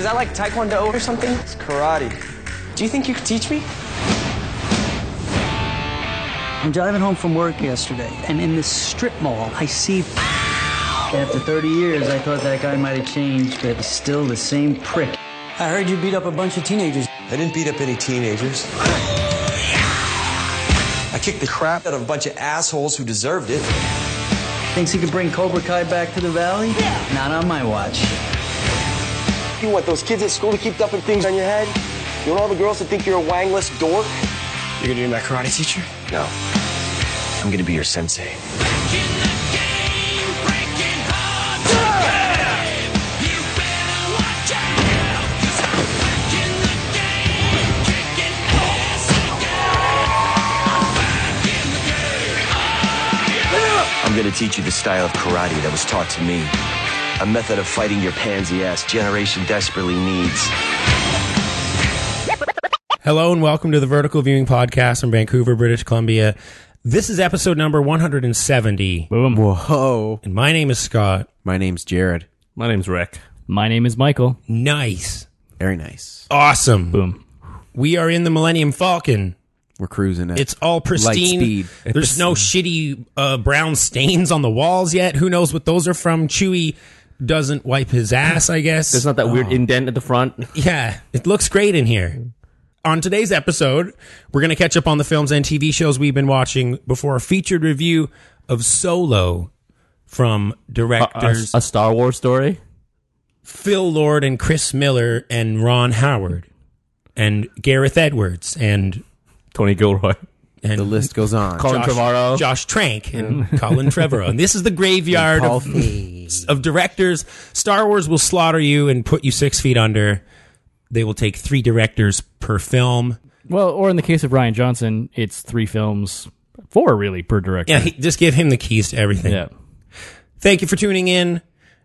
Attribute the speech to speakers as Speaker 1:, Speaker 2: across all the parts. Speaker 1: that like Taekwondo or something?
Speaker 2: It's karate.
Speaker 1: Do you think you could teach me?
Speaker 3: I'm driving home from work yesterday, and in this strip mall, I see.
Speaker 2: After 30 years, I thought that guy might have changed, but he's still the same prick.
Speaker 3: I heard you beat up a bunch of teenagers.
Speaker 4: I didn't beat up any teenagers. I kicked the crap out of a bunch of assholes who deserved it.
Speaker 2: Thinks he could bring Cobra Kai back to the valley? Not on my watch.
Speaker 5: You want those kids at school to keep dumping things on your head? You want all the girls to think you're a wangless dork?
Speaker 1: You're gonna be my karate teacher?
Speaker 5: No. I'm gonna be your sensei.
Speaker 4: I'm gonna teach you the style of karate that was taught to me. A method of fighting your pansy ass generation desperately needs.
Speaker 6: Hello and welcome to the Vertical Viewing Podcast from Vancouver, British Columbia. This is episode number 170.
Speaker 7: Boom. Whoa.
Speaker 6: And my name is Scott.
Speaker 7: My name's Jared.
Speaker 8: My name's Rick.
Speaker 9: My name is Michael.
Speaker 6: Nice.
Speaker 7: Very nice.
Speaker 6: Oh. Awesome.
Speaker 9: Boom.
Speaker 6: We are in the Millennium Falcon.
Speaker 7: We're cruising it.
Speaker 6: It's all pristine.
Speaker 7: speed.
Speaker 6: There's no shitty uh, brown stains on the walls yet. Who knows what those are from? Chewie doesn't wipe his ass, I guess.
Speaker 8: There's not that weird indent at the front.
Speaker 6: Yeah, it looks great in here. On today's episode, we're going to catch up on the films and TV shows we've been watching before a featured review of Solo from directors
Speaker 9: Uh,
Speaker 8: A Star Wars story.
Speaker 6: Phil Lord and Chris Miller and Ron Howard and Gareth Edwards and
Speaker 8: Tony Gilroy.
Speaker 6: and
Speaker 7: the list goes on.
Speaker 8: Colin
Speaker 6: Josh,
Speaker 8: Trevorrow.
Speaker 6: Josh Trank, and Colin Trevorrow. And this is the graveyard
Speaker 7: Paul
Speaker 6: of, of directors. Star Wars will slaughter you and put you six feet under. They will take three directors per film.
Speaker 9: Well, or in the case of Ryan Johnson, it's three films, four really per director.
Speaker 6: Yeah, he, just give him the keys to everything.
Speaker 9: Yeah.
Speaker 6: Thank you for tuning in.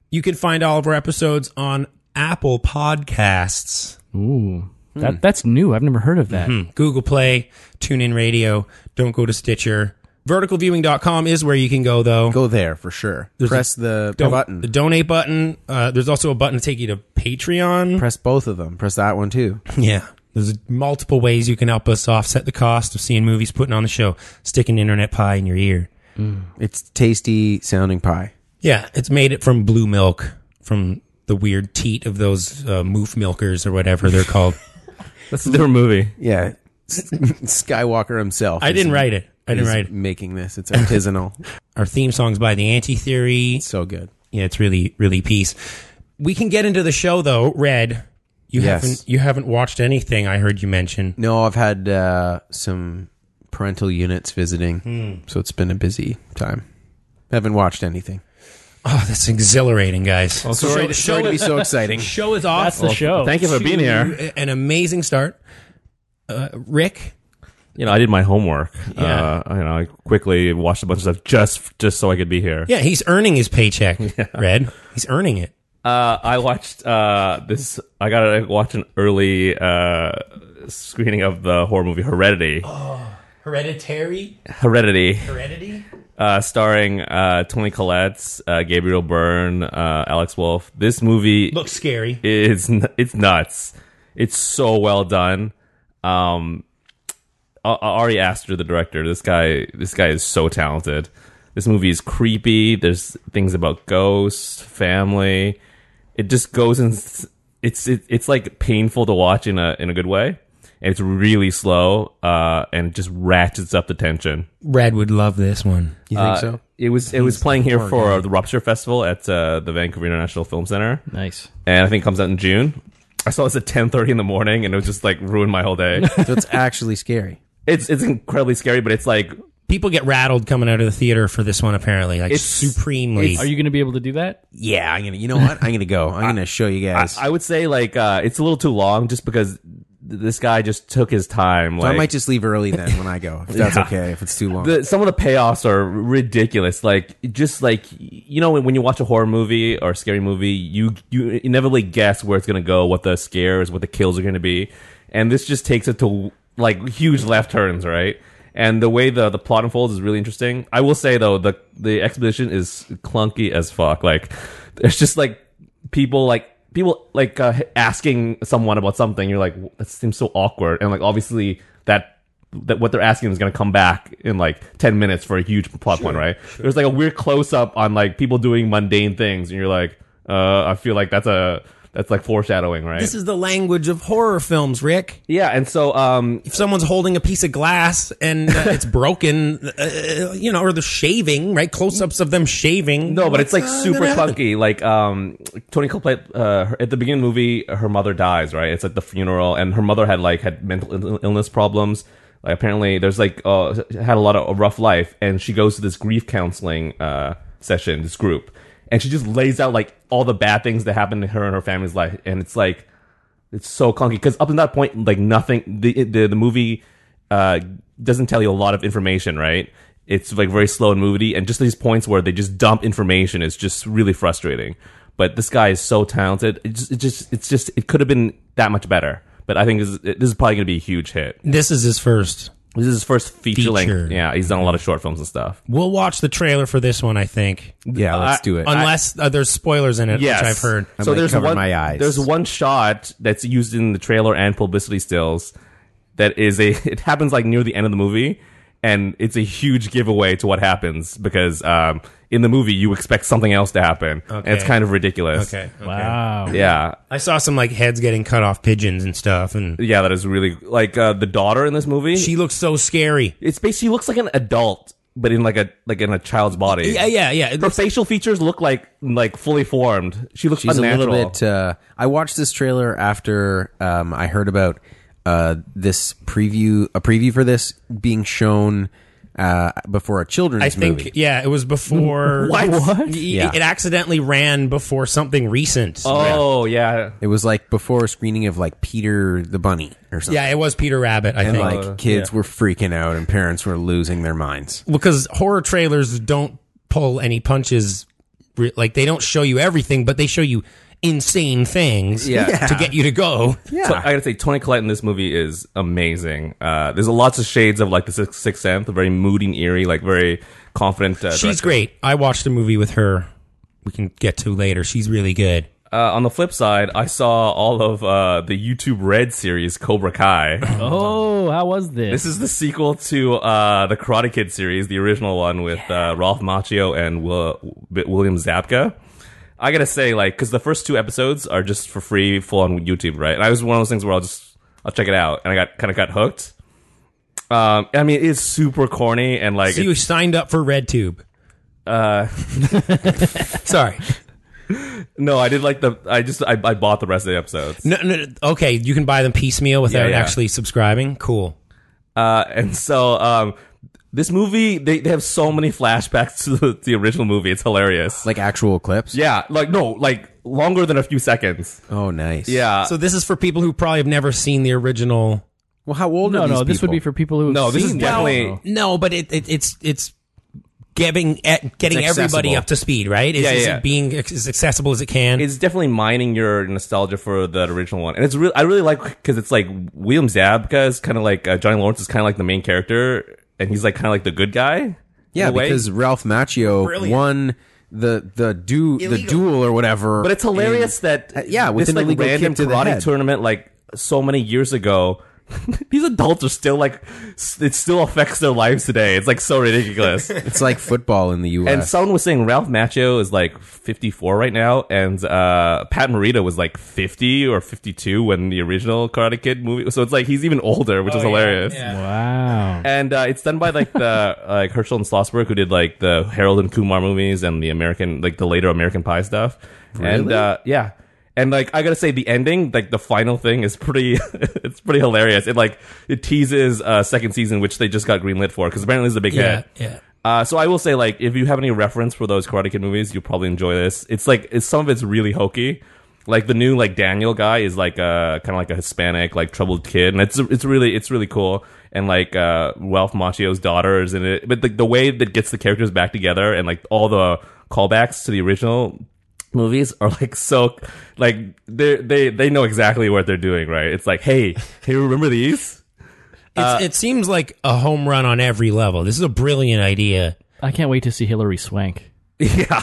Speaker 6: You can find all of our episodes on Apple Podcasts,
Speaker 9: Ooh,
Speaker 8: Hmm.
Speaker 9: that that's new. I've never heard of that.
Speaker 6: Google Play, TuneIn Radio. Don't go to Stitcher. Verticalviewing.com is where you can go, though.
Speaker 7: Go there for sure. Press the, the
Speaker 6: Don't-
Speaker 7: button.
Speaker 6: The donate button. Uh, there's also a button to take you to Patreon.
Speaker 7: Press both of them. Press that one too.
Speaker 6: Yeah. There's multiple ways you can help us offset the cost of seeing movies, putting on the show, sticking internet pie in your ear.
Speaker 7: It's tasty sounding pie.
Speaker 6: Yeah, it's made it from blue milk, from the weird teat of those uh, moof milkers or whatever they're called.
Speaker 8: That's a different movie.
Speaker 7: Yeah. Skywalker himself.
Speaker 6: I
Speaker 7: is-
Speaker 6: didn't write it. I didn't
Speaker 7: is
Speaker 6: write it.
Speaker 7: making this. It's artisanal.
Speaker 6: Our theme song's by The Anti Theory.
Speaker 7: it's so good.
Speaker 6: Yeah, it's really, really peace. We can get into the show though. Red, you
Speaker 7: Yes.
Speaker 6: haven't you haven't watched anything. I heard you mention.
Speaker 7: No, I've had uh, some parental units visiting,
Speaker 6: Hmm.
Speaker 7: so it's been a busy time. Haven't watched anything.
Speaker 6: Oh, that's exhilarating, guys.
Speaker 7: sorry, to- sorry to be so exciting.
Speaker 6: show is off.
Speaker 9: That's the show.
Speaker 8: Thank you for being here.
Speaker 6: to An amazing start. Uh, Rick,
Speaker 8: You know, I did my homework.
Speaker 6: Yeah.
Speaker 8: Uh, you know, I quickly watched a bunch of stuff just just so I could be here.
Speaker 6: yeah, he's earning his paycheck. Red, he's earning it.
Speaker 8: Uh, I watched uh, this. I got to watch an early uh, screening of the horror movie Heredity.
Speaker 6: Hereditary,
Speaker 8: Heredity,
Speaker 6: heredity.
Speaker 8: uh, starring uh, Tony Collette, uh, Gabriel Byrne, uh, Alex Wolf. This movie
Speaker 6: Looks scary.
Speaker 8: it's n- it's nuts. It's so well done. Um, A- A- Ari Aster, the director, this guy, this guy is so talented. This movie is creepy. There's things about ghosts, family. It just goes and s- it's it, it's like painful to watch in a in a good way. And it's really slow, uh, and it just ratchets up the tension.
Speaker 6: Red would love this one.
Speaker 7: You think
Speaker 8: Uh,
Speaker 7: so?
Speaker 8: It was it was playing here for the Rupture Festival at uh, the Vancouver International Film Center
Speaker 9: Nice.
Speaker 8: and I think it comes out in June. I saw this at ten thirty in the morning, and it was just like ruined my whole day.
Speaker 7: So it's actually scary.
Speaker 8: it's it's incredibly scary, but it's like
Speaker 6: People get rattled coming out of the theater for this one. Apparently, like
Speaker 8: It's-
Speaker 6: supremely.
Speaker 9: Are you going to be able to do that?
Speaker 7: Yeah, I'm gonna. You know what? I'm gonna go. I'm gonna show you
Speaker 8: I,
Speaker 7: guys. I,
Speaker 8: I would say like uh, it's a little too long, just because th- this guy just took his time. Like
Speaker 7: might just leave early then when I go. If that's
Speaker 8: Yeah.
Speaker 7: okay. If it's too long.
Speaker 8: the, some of the payoffs are ridiculous. Like just like you know when, when you watch a horror movie or a scary movie, you you inevitably guess where it's gonna go, what the scares, what the kills are gonna be, and this just takes it to like huge left turns, right? And the way the the plot unfolds is really interesting. I will say though the the exposition is clunky as fuck. Like there's just like people like people like uh, asking someone about something. You're like, "W- that seems so awkward, and like obviously that that what they're asking is going to come back in like ten minutes for a huge plot point, right? There's like a weird close up on like people doing mundane things, and you're like, uh, I feel like that's a that's like foreshadowing, right?
Speaker 6: This is the language of horror films, Rick.
Speaker 8: yeah, and so um,
Speaker 6: If someone's holding a piece of glass and uh, it's broken, uh, you know, or the shaving, right? Close ups of them shaving.
Speaker 8: No, but it's like super clunky. Like um, Tony Collette uh, her- at the beginning of the movie, her mother dies, right? It's at the funeral, and her mother had like had mental ill- illness problems. Like apparently, there's like uh, had a lot of a rough life, and she goes to this grief counseling uh, session, this group, and she just lays out like all the bad things that happened to her and her family's life, and it's like it's so clunky because up to that point, like nothing, the the, the movie uh, doesn't tell you a lot of information, right? It's like very slow and moody, and just these points where they just dump information is just really frustrating. But this guy is so talented; it just, it just it's just it could have been that much better. But I think this is, this is probably going to be a huge hit.
Speaker 6: This is his first.
Speaker 8: This is his first feature
Speaker 6: Feature.
Speaker 8: length. Yeah, he's done a lot of short films and stuff.
Speaker 6: We'll watch the trailer for this one, I think.
Speaker 7: Yeah, let's do it.
Speaker 6: Unless uh, there's spoilers in it,
Speaker 8: Yes,
Speaker 6: which I've heard.
Speaker 7: I might cover
Speaker 8: one.
Speaker 7: my eyes.
Speaker 8: There's one shot that's used in the trailer and publicity stills. That is a. It happens like near the end of the movie, and it's a huge giveaway to what happens because um, in the movie you expect something else to happen, and it's
Speaker 6: Okay.
Speaker 8: kind of ridiculous.
Speaker 6: Okay. okay.
Speaker 9: Wow.
Speaker 8: Yeah,
Speaker 6: I saw some like heads getting cut off pigeons and stuff, and
Speaker 8: yeah, that is really like uh, the daughter in this movie.
Speaker 6: she looks so scary.
Speaker 8: it's basically she looks like an adult, but in like a like in a child's body.
Speaker 6: Yeah, yeah, yeah.
Speaker 8: Her facial features look like like fully formed. She looks
Speaker 7: She's
Speaker 8: unnatural.
Speaker 7: a little bit. Uh, I watched this trailer after um, I heard about uh, this preview, a preview for this being shown uh, before a children's
Speaker 6: I think
Speaker 7: movie.
Speaker 6: yeah, it was before.
Speaker 8: What? What?
Speaker 6: Yeah. It accidentally ran before something recent.
Speaker 8: Oh yeah,
Speaker 7: It was like before a screening of like Peter the Bunny or something.
Speaker 6: yeah, it was Peter Rabbit. I
Speaker 7: and
Speaker 6: think
Speaker 8: Uh,
Speaker 7: like kids were freaking out and parents were losing their minds.
Speaker 6: because horror trailers don't pull any punches. re- Like they don't show you everything, but they show you insane things
Speaker 8: Yeah.
Speaker 6: to get you to go.
Speaker 8: So I gotta say, Tony Collette in this movie is amazing. Uh, there's a lots of shades of like the Sixth, Sixth Sense, a very moody and eerie, like very confident. Uh,
Speaker 6: She's
Speaker 8: director.
Speaker 6: great. I watched a movie with her. We can get to later. She's really good.
Speaker 8: Uh, on the flip side, I saw all of uh, the YouTube Red series Cobra Kai.
Speaker 9: Oh, how was this?
Speaker 8: this is the sequel to uh, the Karate Kid series, the original one with uh, Ralph Macchio and Will, William Zabka. I gotta say, like, because the first two episodes are just for free, full on YouTube, right? And I was one of those things where I'll just I'll check it out, and I got kind of got hooked. Um, I mean, it's super corny and like
Speaker 6: So you signed up for RedTube. Uh, sorry.
Speaker 8: No, I did like the. I just I, I bought the rest of the episodes.
Speaker 6: No, no, okay, you can buy them piecemeal without
Speaker 8: Yeah, yeah.
Speaker 6: actually subscribing. Cool.
Speaker 8: Uh, and so um, this movie they, they have so many flashbacks to the, the original movie. It's hilarious.
Speaker 7: Like actual clips.
Speaker 8: yeah, like no, like longer than a few seconds.
Speaker 7: Oh, nice.
Speaker 8: Yeah.
Speaker 6: So this is for people who probably have never seen the original.
Speaker 7: Well, how old
Speaker 9: Oh, no,
Speaker 7: are these
Speaker 9: no, this would
Speaker 7: people?
Speaker 9: be for people who have
Speaker 8: no, this is
Speaker 9: seen that.
Speaker 8: definitely.
Speaker 6: No, but it, it it's it's getting at, getting
Speaker 7: It's
Speaker 6: everybody
Speaker 7: accessible.
Speaker 6: up to speed, right? Is,
Speaker 8: Yeah,
Speaker 6: is
Speaker 8: yeah.
Speaker 6: it being ac- as accessible as it can?
Speaker 8: It's definitely mining your nostalgia for the original one, and it's real. I really like because it's like William Zabka is kind of like uh, Johnny Lawrence is kind of like the main character, and he's like kind of like the good guy.
Speaker 7: Yeah,
Speaker 8: in a way.
Speaker 7: because Ralph Macchio
Speaker 6: Brilliant.
Speaker 7: won the the du- the duel or whatever.
Speaker 8: But it's hilarious that
Speaker 7: uh, yeah, with
Speaker 8: this
Speaker 7: an
Speaker 8: like
Speaker 7: illegal
Speaker 8: random
Speaker 7: kick to the
Speaker 8: karate
Speaker 7: head.
Speaker 8: tournament like so many years ago. These adults are still like s- it still affects their lives today. It's like so ridiculous.
Speaker 7: It's like football in the U.S.
Speaker 8: and someone was saying Ralph Macchio is like 54 right now, and uh, Pat Morita was like 50 or 52 when the original Karate Kid movie. So it's like he's even older,
Speaker 6: Oh,
Speaker 8: which is hilarious.
Speaker 9: Wow.
Speaker 8: And uh, it's done by like the like Herschel and Schlossberg, who did like the Harold and Kumar movies and the American like the later American Pie stuff. And uh, yeah, and like I gotta say, the ending, like the final thing, is pretty. it's pretty hilarious. It like it teases uh, second season, which they just got greenlit for because apparently it's a big
Speaker 6: yeah,
Speaker 8: hit.
Speaker 6: yeah.
Speaker 8: Uh, so I will say, like, if you have any reference for those Karate Kid movies, you'll probably enjoy this. It's like it's, some of it's really hokey. Like the new like Daniel guy is like a kind of like a Hispanic like troubled kid, and it's it's really it's really cool. And like uh, Ralph Macchio's daughter is in it, but like the way that gets the characters back together and like all the callbacks to the original movies are like so like they they they know exactly what they're doing, right? It's like, hey, hey, remember these? Uh,
Speaker 6: It's, it seems like a home run on every level. This is a brilliant idea.
Speaker 9: I can't wait to see Hillary Swank.
Speaker 8: yeah.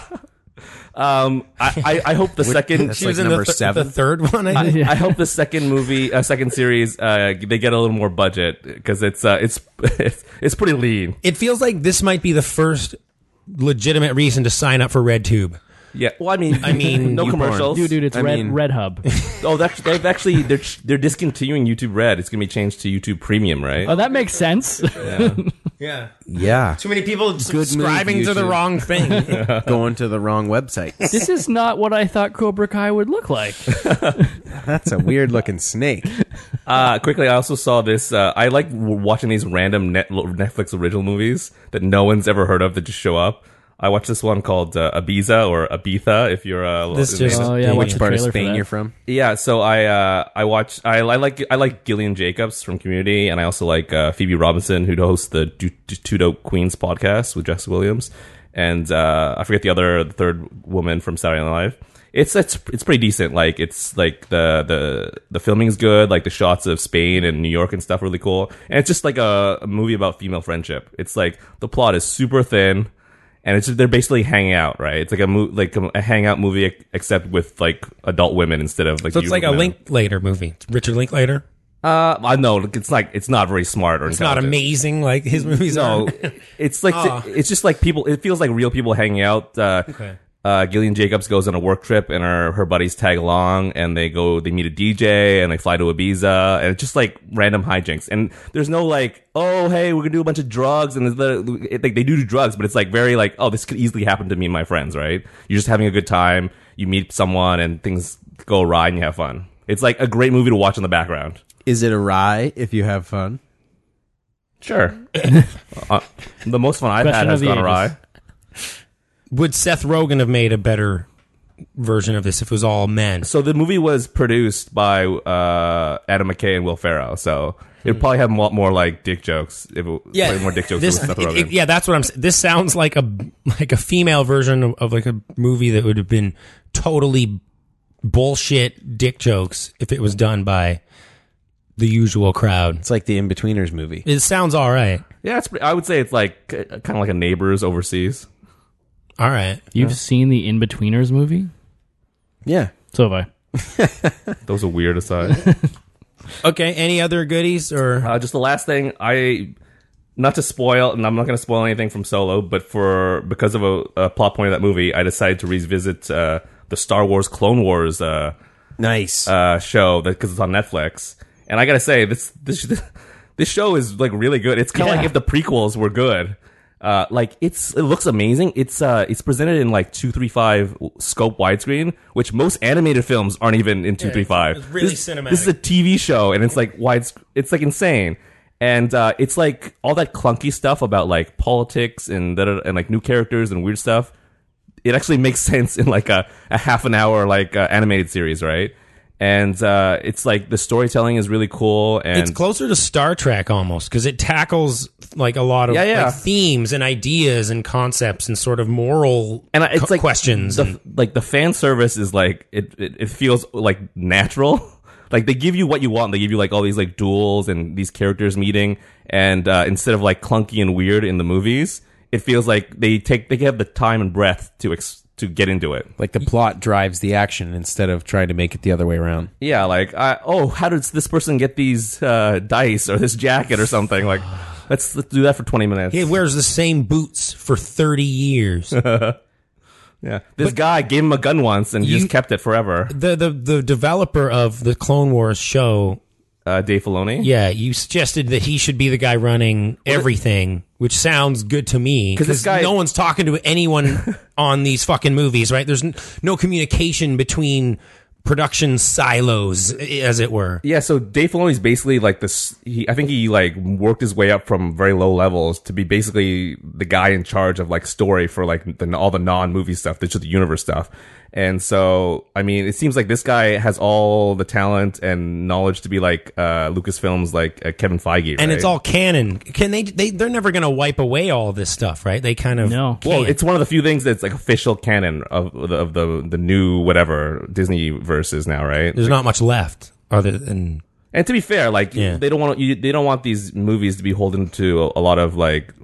Speaker 8: Um, I, I, I hope the second
Speaker 7: That's like number
Speaker 6: the, thir-
Speaker 7: seven.
Speaker 6: the third one. I
Speaker 8: I,
Speaker 6: think.
Speaker 8: I hope the second movie, uh, second series, uh, they get a little more budget because it's uh, it's it's it's pretty lean.
Speaker 6: It feels like this might be the first legitimate reason to sign up for RedTube.
Speaker 8: Yeah. Well, I mean,
Speaker 6: I mean,
Speaker 8: no
Speaker 6: you
Speaker 8: commercials.
Speaker 9: Dude, dude, it's
Speaker 7: I
Speaker 9: Red
Speaker 7: mean-
Speaker 9: Red Hub.
Speaker 8: Oh, that's they've actually they're they're discontinuing YouTube Red. It's gonna be changed to YouTube Premium, right?
Speaker 9: Oh, that makes sense.
Speaker 6: Yeah,
Speaker 7: Yeah,
Speaker 6: too many people
Speaker 7: move,
Speaker 6: subscribing to the
Speaker 7: YouTube.
Speaker 6: wrong thing.
Speaker 7: going to the wrong website.
Speaker 9: this is not what I thought Cobra Kai would look like.
Speaker 7: That's a weird looking snake.
Speaker 8: Uh, quickly, I also saw this. Uh, I like w- watching these random net- Netflix original movies that no one's ever heard of that just show up. I watched this one called uh, Ibiza or Ibiza. If you're a
Speaker 6: This just
Speaker 9: Oh, yeah, watch
Speaker 7: Which
Speaker 9: the
Speaker 7: part of
Speaker 9: trailer for
Speaker 7: Spain
Speaker 9: that.
Speaker 7: you're from?
Speaker 8: yeah. So I uh, I watch I, I like I like Gillian Jacobs from Community, and I also like uh, Phoebe Robinson who hosts the Du- Du- Two Dope Queens podcast with Jessica Williams, and uh, I forget the other the third woman from Saturday Night Live. It's it's it's pretty decent. Like it's like the the the filming is good. Like the shots of Spain and New York and stuff are really cool. And it's just like a, a movie about female friendship. It's like the plot is super thin and it's they're basically hanging out, right? It's like a mo- like a, a hangout movie ex- except with like adult women instead of like.
Speaker 6: so it's like a
Speaker 8: usual men.
Speaker 6: Linklater movie. It's Richard Linklater.
Speaker 8: Uh, I know like, it's like it's not very smart or
Speaker 6: It's not amazing like his movies Oh.
Speaker 8: No,
Speaker 6: are.
Speaker 8: it's like it's just like people. It feels like real people hanging out. Uh,
Speaker 6: Okay.
Speaker 8: Uh, Gillian Jacobs goes on a work trip, and her, her buddies tag along, and they go. They meet a DJ, and they fly to Ibiza, and it's just like random hijinks. And there's no like, oh hey, we're gonna do a bunch of drugs, and there's the, it, like they do do drugs, but it's like very like, oh, this could easily happen to me and my friends, right? You're just having a good time. You meet someone, and things go awry, and you have fun. It's like a great movie to watch in the background.
Speaker 7: Is it a rye if you have fun?
Speaker 8: Sure, uh, the most fun I've
Speaker 9: Question
Speaker 8: had
Speaker 9: of
Speaker 8: has
Speaker 9: the
Speaker 8: gone awry.
Speaker 9: ages.
Speaker 6: Would Seth Rogen have made a better version of this if it was all men?
Speaker 8: So the movie was produced by uh, Adam McKay and Will Ferrell. So it'd probably have a lot more like dick jokes. If it, way more dick jokes.
Speaker 6: Hmm. This,
Speaker 8: than Seth
Speaker 6: it- it-
Speaker 8: Rogen.
Speaker 6: yeah, that's what I'm. s- This sounds like a like a female version of, of like a movie that would have been totally bullshit dick jokes if it was done by the usual crowd.
Speaker 7: It's like the In Betweeners movie.
Speaker 6: It sounds all right.
Speaker 8: yeah, it's. pre- I would say it's like kind of like a Neighbors overseas.
Speaker 6: All right.
Speaker 9: You've seen the In Betweeners movie?
Speaker 7: Yeah.
Speaker 9: So have I.
Speaker 8: That was a weird aside.
Speaker 6: Okay. Any other goodies or
Speaker 8: uh, just the last thing I. Not to spoil, and I'm not going to spoil anything from Solo, but for because of a, a plot point of that movie, I decided to revisit uh, the Star Wars Clone Wars uh,
Speaker 7: Nice.
Speaker 8: uh, show because it's on Netflix. And I gotta say, this this this show is like really good. It's kind of
Speaker 9: Yeah.
Speaker 8: like if the prequels were good. Uh, like it's it looks amazing. It's uh it's presented in like two three five scope widescreen, which most animated films aren't even in two three five.
Speaker 6: it's really
Speaker 8: this,
Speaker 6: cinematic.
Speaker 8: This is a TV show, and it's like wide. It's like insane. And uh, it's like all that clunky stuff about like politics and that and like new characters and weird stuff it actually makes sense in like a, a half an hour like uh, animated series, right? And uh, it's like the storytelling is really cool, and
Speaker 6: it's closer to Star Trek almost because it tackles like a lot of
Speaker 8: Yeah, yeah.
Speaker 6: Like, themes and ideas and concepts and sort of moral
Speaker 8: and I- it's
Speaker 6: co-
Speaker 8: like
Speaker 6: questions.
Speaker 8: The,
Speaker 6: and-
Speaker 8: like the fan service is like it, it, it feels like natural. Like they give you what you want. They give you like all these like duels and these characters meeting, and uh, instead of like clunky and weird in the movies, it feels like they take they have the time and breath to ex- to get into it.
Speaker 7: like the plot drives the action instead of trying to make it the other way around.
Speaker 8: Yeah, like I, oh, how does this person get these uh, dice or this jacket or something? Like, let's let's do that for twenty minutes.
Speaker 6: He
Speaker 8: Yeah,
Speaker 6: wears the same boots for 30 years. the,
Speaker 8: this guy gave him a gun once and he
Speaker 6: You-
Speaker 8: just kept it forever.
Speaker 6: the the developer of the Clone Wars show,
Speaker 8: Uh, Dave Filoni.
Speaker 6: yeah, you suggested that he should be the guy running everything, which sounds good to me
Speaker 8: 'Cause this guy-
Speaker 6: no one's talking to anyone on these fucking movies, right? There's n- no communication between production silos, i- as it were.
Speaker 8: Yeah, so Dave Filoni's basically like this. He, I think he like worked his way up from very low levels to be basically the guy in charge of like story for like the, all the non movie stuff, the just the universe stuff. And so, I mean, it seems like this guy has all the talent and knowledge to be like uh, Lucasfilm's like uh, Kevin Feige,
Speaker 6: And it's
Speaker 8: right?
Speaker 6: all canon. Can they? They they're never going to wipe away all this stuff, right? They kind of
Speaker 9: No.
Speaker 6: can't.
Speaker 8: Well, it's one of the few things that's like official canon of the, of the the new whatever Disney verse is now, right?
Speaker 6: there's not much left other than
Speaker 8: And to be fair, like
Speaker 6: Yeah.
Speaker 8: they don't want you, they don't want these movies to be holden to a, a lot of like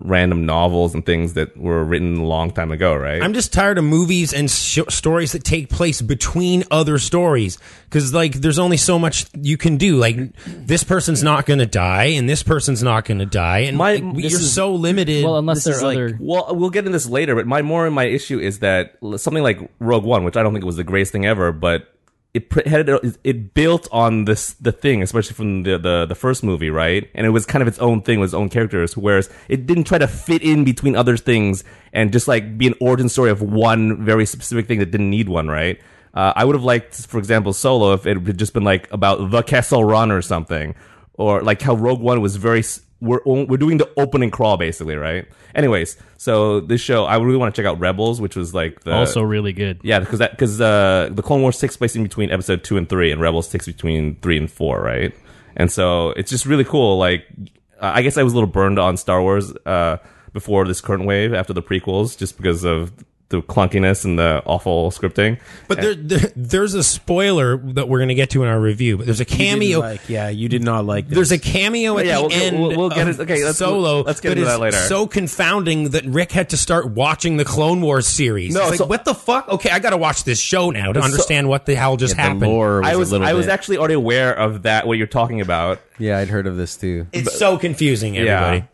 Speaker 8: random novels and things that were written a long time ago, right?
Speaker 6: I'm just tired of movies and sh- stories that take place between other stories because like there's only so much you can do. Like this person's not going to die and this person's not going to die, and
Speaker 8: My-
Speaker 6: like, you're
Speaker 8: this is-
Speaker 6: so limited.
Speaker 9: Well, unless there
Speaker 7: is
Speaker 9: are
Speaker 7: like-
Speaker 9: other.
Speaker 8: Well, we'll get into this later, but my more my issue is that l- something like Rogue One, which I don't think was the greatest thing ever, but it pr- had uh, it built on this the thing, especially from the, the the first movie, right? And it was kind of its own thing with its own characters, whereas it didn't try to fit in between other things and just like be an origin story of one very specific thing that didn't need one, right? Uh, I would have liked, for example, Solo if it had just been like about the Kessel Run or something, or like how Rogue One was very. s- We're o- we're doing the opening crawl basically, right? Anyways, so this show I really want to check out Rebels, which was like the
Speaker 9: also really good.
Speaker 8: yeah because that because uh, the Clone Wars takes place in between Episode two and three, and Rebels takes between three and four, right? And so it's just really cool. Like I guess I was a little burned on Star Wars uh, before this current wave after the prequels, just because of the clunkiness and the awful scripting.
Speaker 6: but there, there, there's a spoiler that we're going to get to in our review. But there's a
Speaker 7: You didn't
Speaker 6: cameo.
Speaker 7: Like, yeah, you did not like. This.
Speaker 6: There's a cameo at
Speaker 8: Yeah,
Speaker 6: the
Speaker 8: we'll get-
Speaker 6: end.
Speaker 8: we'll- we'll get
Speaker 6: of
Speaker 8: it- okay, let's-
Speaker 6: solo.
Speaker 8: let's get into
Speaker 6: is
Speaker 8: that later.
Speaker 6: So confounding that Rick had to start watching the Clone Wars series.
Speaker 8: No,
Speaker 6: It's like,
Speaker 8: so-
Speaker 6: what the fuck? Okay, I got to watch this show now to understand what the hell just happened.
Speaker 7: the lore. Was
Speaker 8: I was
Speaker 7: a little
Speaker 8: I was
Speaker 7: bit-
Speaker 8: actually already aware of that what you're talking about.
Speaker 7: Yeah, I'd heard of this too.
Speaker 6: It's so confusing, everybody.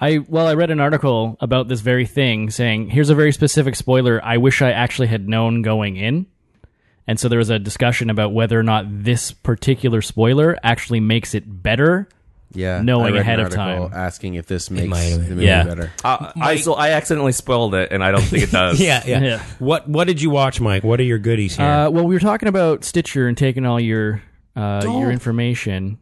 Speaker 9: I well, I read an article about this very thing saying, "Here's a very specific spoiler. I wish I actually had known going in." And so there was a discussion about whether or not this particular spoiler actually makes it better.
Speaker 7: Yeah,
Speaker 9: Knowing
Speaker 7: I read
Speaker 9: ahead
Speaker 7: an
Speaker 9: of
Speaker 7: article
Speaker 9: time.
Speaker 7: asking if this makes
Speaker 6: might have
Speaker 7: the
Speaker 6: been.
Speaker 7: movie
Speaker 9: Yeah.
Speaker 7: better.
Speaker 8: Uh, I so I accidentally spoiled it, and I don't think it does.
Speaker 6: Yeah, yeah,
Speaker 9: Yeah.
Speaker 6: What What did you watch, Mike? What are your goodies here?
Speaker 9: Uh, well, we were talking about Stitcher and taking all your uh, your information.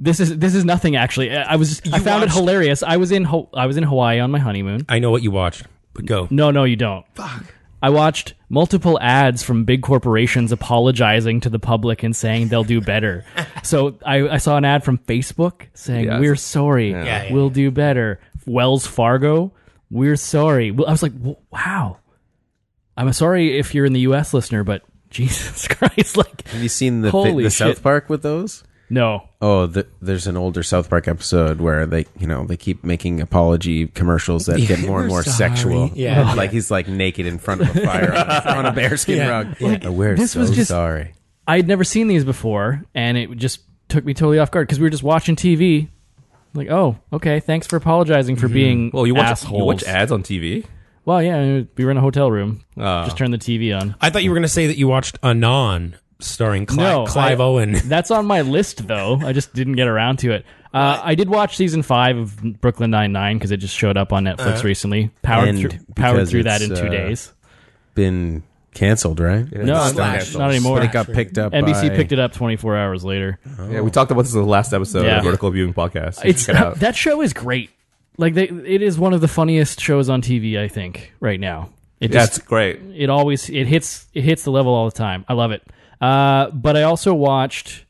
Speaker 9: This is this is nothing actually. I I was just, I
Speaker 6: You
Speaker 9: found
Speaker 6: watched-
Speaker 9: it hilarious. I was in Ho- I was in Hawaii on my honeymoon.
Speaker 6: I know what you watched, but go.
Speaker 9: No, no, you don't. Fuck. I watched multiple ads from big corporations apologizing to the public and saying they'll do better. so I, I saw an ad from Facebook saying,
Speaker 8: Yes.
Speaker 9: We're sorry.
Speaker 6: Yeah, yeah,
Speaker 9: we'll do better. Wells Fargo, we're sorry. Well, I was like, "Wh- Wow. I'm sorry if you're in the US listener, but Jesus Christ. Like,
Speaker 7: Have you seen the
Speaker 9: Holy
Speaker 7: the
Speaker 9: shit.
Speaker 7: South Park with those?
Speaker 9: no.
Speaker 7: Oh, the, there's an older South Park episode where they, you know, they keep making apology commercials that get more and more sexual.
Speaker 6: Yeah.
Speaker 7: like he's like naked in front of a fire on, a- on a bearskin rug. Oh, we're
Speaker 9: this
Speaker 7: so
Speaker 9: was just-
Speaker 7: sorry.
Speaker 9: I'd never seen these before, and it just took me totally off guard because we were just watching TV. Like, oh, okay, thanks for apologizing for being
Speaker 8: Mm-hmm. Well, you watch
Speaker 9: assholes.
Speaker 8: you watch ads on TV.
Speaker 9: Well, yeah, we were in a hotel room.
Speaker 7: Ah.
Speaker 9: Just turn the TV on.
Speaker 6: I thought you were going to say that you watched Anon, starring Cli-
Speaker 9: No,
Speaker 6: Clive
Speaker 9: I-
Speaker 6: Owen.
Speaker 9: That's on my list, though. I just didn't get around to it. Uh, I did watch season five of Brooklyn Nine Nine because it just showed up on Netflix recently. Powered
Speaker 7: Uh, and
Speaker 9: through, powered
Speaker 7: because
Speaker 9: through that in
Speaker 7: it's,
Speaker 9: two
Speaker 7: uh,
Speaker 9: days.
Speaker 7: Been canceled, right?
Speaker 9: No,
Speaker 8: it's
Speaker 9: I'm not,
Speaker 8: canceled.
Speaker 9: not anymore.
Speaker 7: But it got picked up.
Speaker 9: NBC
Speaker 7: by-
Speaker 9: picked it up 24 hours later.
Speaker 8: Yeah, we talked about this in the last episode
Speaker 9: Yeah.
Speaker 8: of Vertical Viewing Podcast. You
Speaker 9: It's
Speaker 8: should check it out.
Speaker 9: that show is great. Like they, it is one of the funniest shows on TV. I think right now. It
Speaker 8: yeah,
Speaker 9: just,
Speaker 8: it's great.
Speaker 9: it always it hits it hits the level all the time. I love it. Uh, but I also watched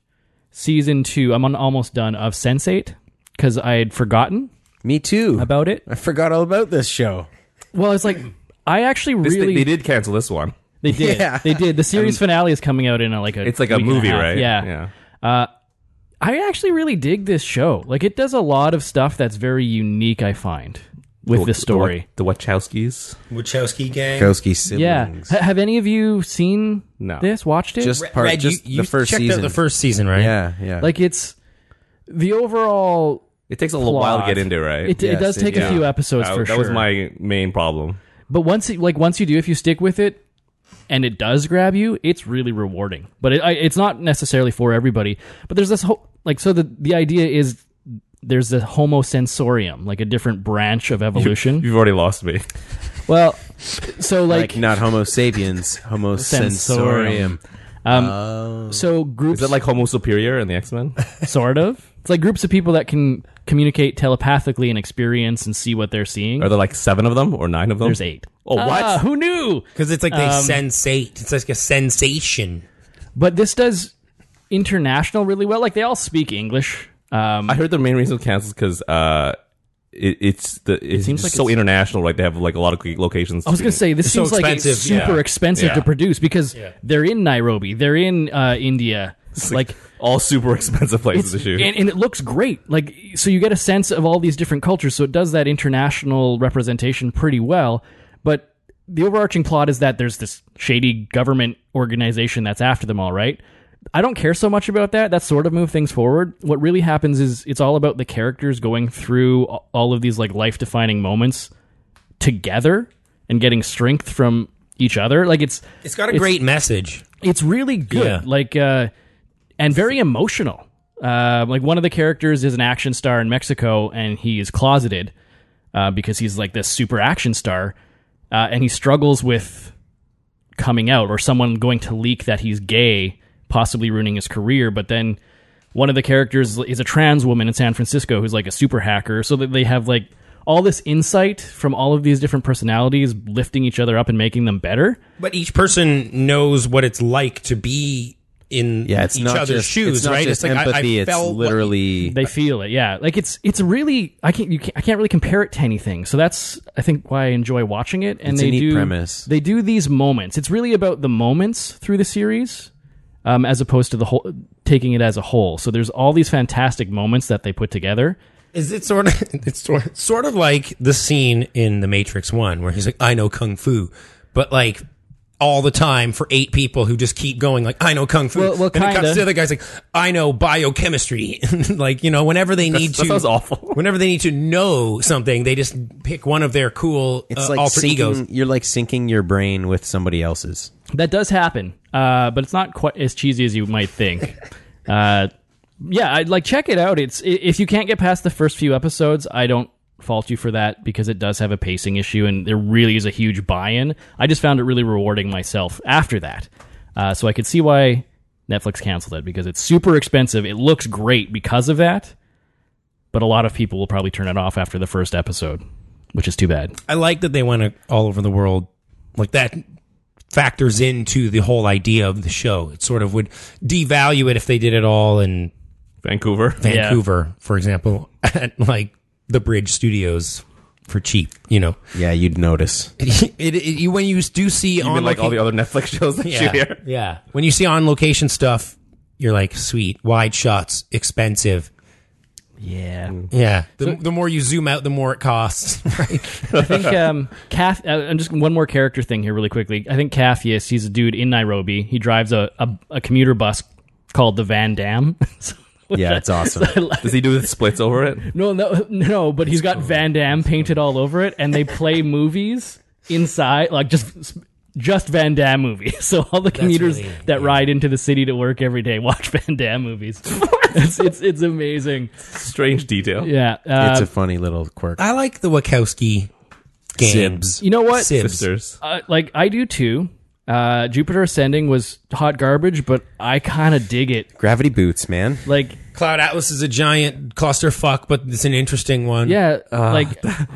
Speaker 9: season two. I'm on, almost done of Sense8 because I had forgotten
Speaker 7: Me too.
Speaker 9: about it.
Speaker 7: I forgot all about this show.
Speaker 9: Well, it's like I actually
Speaker 8: This,
Speaker 9: really
Speaker 8: they, they did cancel this one.
Speaker 9: they did. They did. The series finale is coming out in a, like a
Speaker 8: It's like a
Speaker 9: week and
Speaker 8: movie,
Speaker 9: half.
Speaker 8: right?
Speaker 9: Yeah.
Speaker 8: yeah.
Speaker 9: I actually really dig this show. Like it does a lot of stuff that's very unique. I find with this story.
Speaker 8: the Wachowskis.
Speaker 6: Wachowski gang.
Speaker 7: Kowski
Speaker 9: Yeah.
Speaker 7: siblings.
Speaker 9: H- have any of you seen
Speaker 8: No.
Speaker 9: this? Watched it?
Speaker 7: Just part.
Speaker 6: Red,
Speaker 7: just
Speaker 6: you, you
Speaker 7: the first
Speaker 6: checked out
Speaker 7: season.
Speaker 6: the first season, right?
Speaker 7: Yeah, yeah.
Speaker 9: like it's the overall
Speaker 8: It takes a little while to
Speaker 9: plot.
Speaker 8: get into, right?
Speaker 9: It,
Speaker 7: Yes,
Speaker 9: it does
Speaker 7: it-
Speaker 9: take
Speaker 8: Yeah.
Speaker 9: a few episodes
Speaker 8: that,
Speaker 9: for
Speaker 8: that
Speaker 9: sure.
Speaker 8: was my main problem.
Speaker 9: But once, it, like once you do, if you stick with it, and it does grab you, it's really rewarding. But it, I, it's not necessarily for everybody. But there's this whole like so the the idea is there's a homosensorium, like a different branch of evolution.
Speaker 8: You've already lost me.
Speaker 9: well, so
Speaker 7: like, not Homo sapiens, Homo sensorium.
Speaker 9: Sensorium. um, so groups
Speaker 8: Is that like Homo Superior in the X Men?
Speaker 9: sort of it's like groups of people that can communicate telepathically and experience and see what they're seeing.
Speaker 8: Are there like seven of them or nine of them?
Speaker 9: there's eight.
Speaker 8: Oh, what?
Speaker 9: Ah, who knew?
Speaker 6: Because it's like they
Speaker 7: Um,
Speaker 6: sensate. It's like a sensation.
Speaker 9: but this does international really well. Like they all speak English. Um,
Speaker 8: I heard the main reason it cancels because uh, it, it's the it's
Speaker 9: seems
Speaker 8: just
Speaker 9: like
Speaker 8: so
Speaker 9: it's-
Speaker 8: international. Like they have like a lot of great locations.
Speaker 9: I was gonna say this
Speaker 6: It's so
Speaker 9: seems like it's
Speaker 6: expensive,
Speaker 9: super
Speaker 6: yeah.
Speaker 9: expensive
Speaker 8: Yeah.
Speaker 9: to produce because they're in Nairobi, they're in uh, India. Like
Speaker 8: all super expensive places to
Speaker 9: It's-
Speaker 8: shoot.
Speaker 9: And, and it looks great. Like so you get a sense of all these different cultures, so it does that international representation pretty well. But the overarching plot is that there's this shady government organization that's after them all, right? I don't care so much about that. That sort of move things forward. What really happens is it's all about the characters going through a- all of these like life defining moments together and getting strength from each other. Like it's
Speaker 6: It's got a great message.
Speaker 9: it's really good
Speaker 6: Yeah.
Speaker 9: like uh and very emotional uh like one of the characters is an action star in mexico and he is closeted uh because he's like this super action star uh and he struggles with coming out or someone going to leak that he's gay possibly ruining his career but then one of the characters is a trans woman in san francisco who's like a super hacker so that they have like all this insight from all of these different personalities lifting each other up and making them better
Speaker 6: But each person knows what it's like to be in
Speaker 7: Yeah, it's
Speaker 6: each
Speaker 7: not
Speaker 6: other's
Speaker 7: just,
Speaker 6: shoes,
Speaker 7: It's not
Speaker 6: right?
Speaker 7: just
Speaker 6: I- I
Speaker 7: empathy.
Speaker 6: felt
Speaker 7: it's
Speaker 6: what-
Speaker 7: literally
Speaker 9: They feel it, yeah. Like it's it's really I can't you can't, I can't really compare it to anything. So that's I think why I enjoy watching it. And
Speaker 7: It's a
Speaker 9: they
Speaker 7: neat
Speaker 9: do
Speaker 7: premise.
Speaker 9: they do these moments. It's really about the moments through the series, um, as opposed to the whole taking it as a whole. So there's all these fantastic moments that they put together.
Speaker 6: Is it sort of it's sort sort of like the scene in The Matrix One where he's like, "I know kung fu," but like all the time for eight people who just keep going like, "I know kung fu."
Speaker 9: Well- well,
Speaker 6: and it cuts
Speaker 9: kinda.
Speaker 6: to the other guys like, "I know biochemistry." like you know, whenever they need
Speaker 8: that
Speaker 6: to,
Speaker 8: sounds awful.
Speaker 6: Whenever they need to know something, they just pick one of their cool
Speaker 7: it's
Speaker 6: uh,
Speaker 7: like
Speaker 6: alter
Speaker 7: syncing-
Speaker 6: egos.
Speaker 7: You're like syncing your brain with somebody else's.
Speaker 9: That does happen, uh, but it's not quite as cheesy as you might think. uh, yeah, I'd like check it out. It's i- if you can't get past the first few episodes, I don't fault you for that because it does have a pacing issue, and there really is a huge buy-in. I just found it really rewarding myself after that, uh, so I could see why Netflix canceled it because it's super expensive. It looks great because of that, but a lot of people will probably turn it off after the first episode, which is too bad.
Speaker 6: I like that they went uh, all over the world. Like that factors into the whole idea of the show. It sort of would devalue it if they did it all in
Speaker 8: Vancouver.
Speaker 6: Vancouver, for example, at like the Bridge Studios for cheap. You know,
Speaker 7: Yeah, you'd notice.
Speaker 6: it, it, you when you do see
Speaker 8: You
Speaker 6: on
Speaker 8: mean like all the
Speaker 6: loca-
Speaker 8: other Netflix shows that
Speaker 6: yeah,
Speaker 8: shoot here?
Speaker 6: yeah when you see on location stuff, you're like sweet wide shots, expensive.
Speaker 9: Yeah.
Speaker 6: Yeah, the, the more you zoom out, the more it costs. Right?
Speaker 9: I think um, Kath. Uh, and just one more character thing here, really quickly. I think Cathius. He's a dude in Nairobi. He drives a, a, a commuter bus called the Van Dam. So-
Speaker 7: Yeah, it's awesome.
Speaker 8: Does he do the splits over it?
Speaker 9: no, no, no. But he's got Van Dam painted all over it, and they play movies inside, like just just Van Dam movies. So all the commuters
Speaker 6: really-
Speaker 9: that ride into the city to work every day watch Van Dam movies. it's, it's it's amazing.
Speaker 8: Strange detail.
Speaker 9: Yeah. Uh,
Speaker 7: it's a funny little quirk.
Speaker 6: I like the Wachowski games.
Speaker 9: you know what?
Speaker 6: Sibs.
Speaker 8: Sisters.
Speaker 9: uh, like I do too. Uh, Jupiter Ascending was hot garbage, but I kind of dig it.
Speaker 7: Gravity boots, man.
Speaker 9: Like,
Speaker 6: Cloud Atlas is a giant clusterfuck, but it's an interesting one.
Speaker 9: yeah, like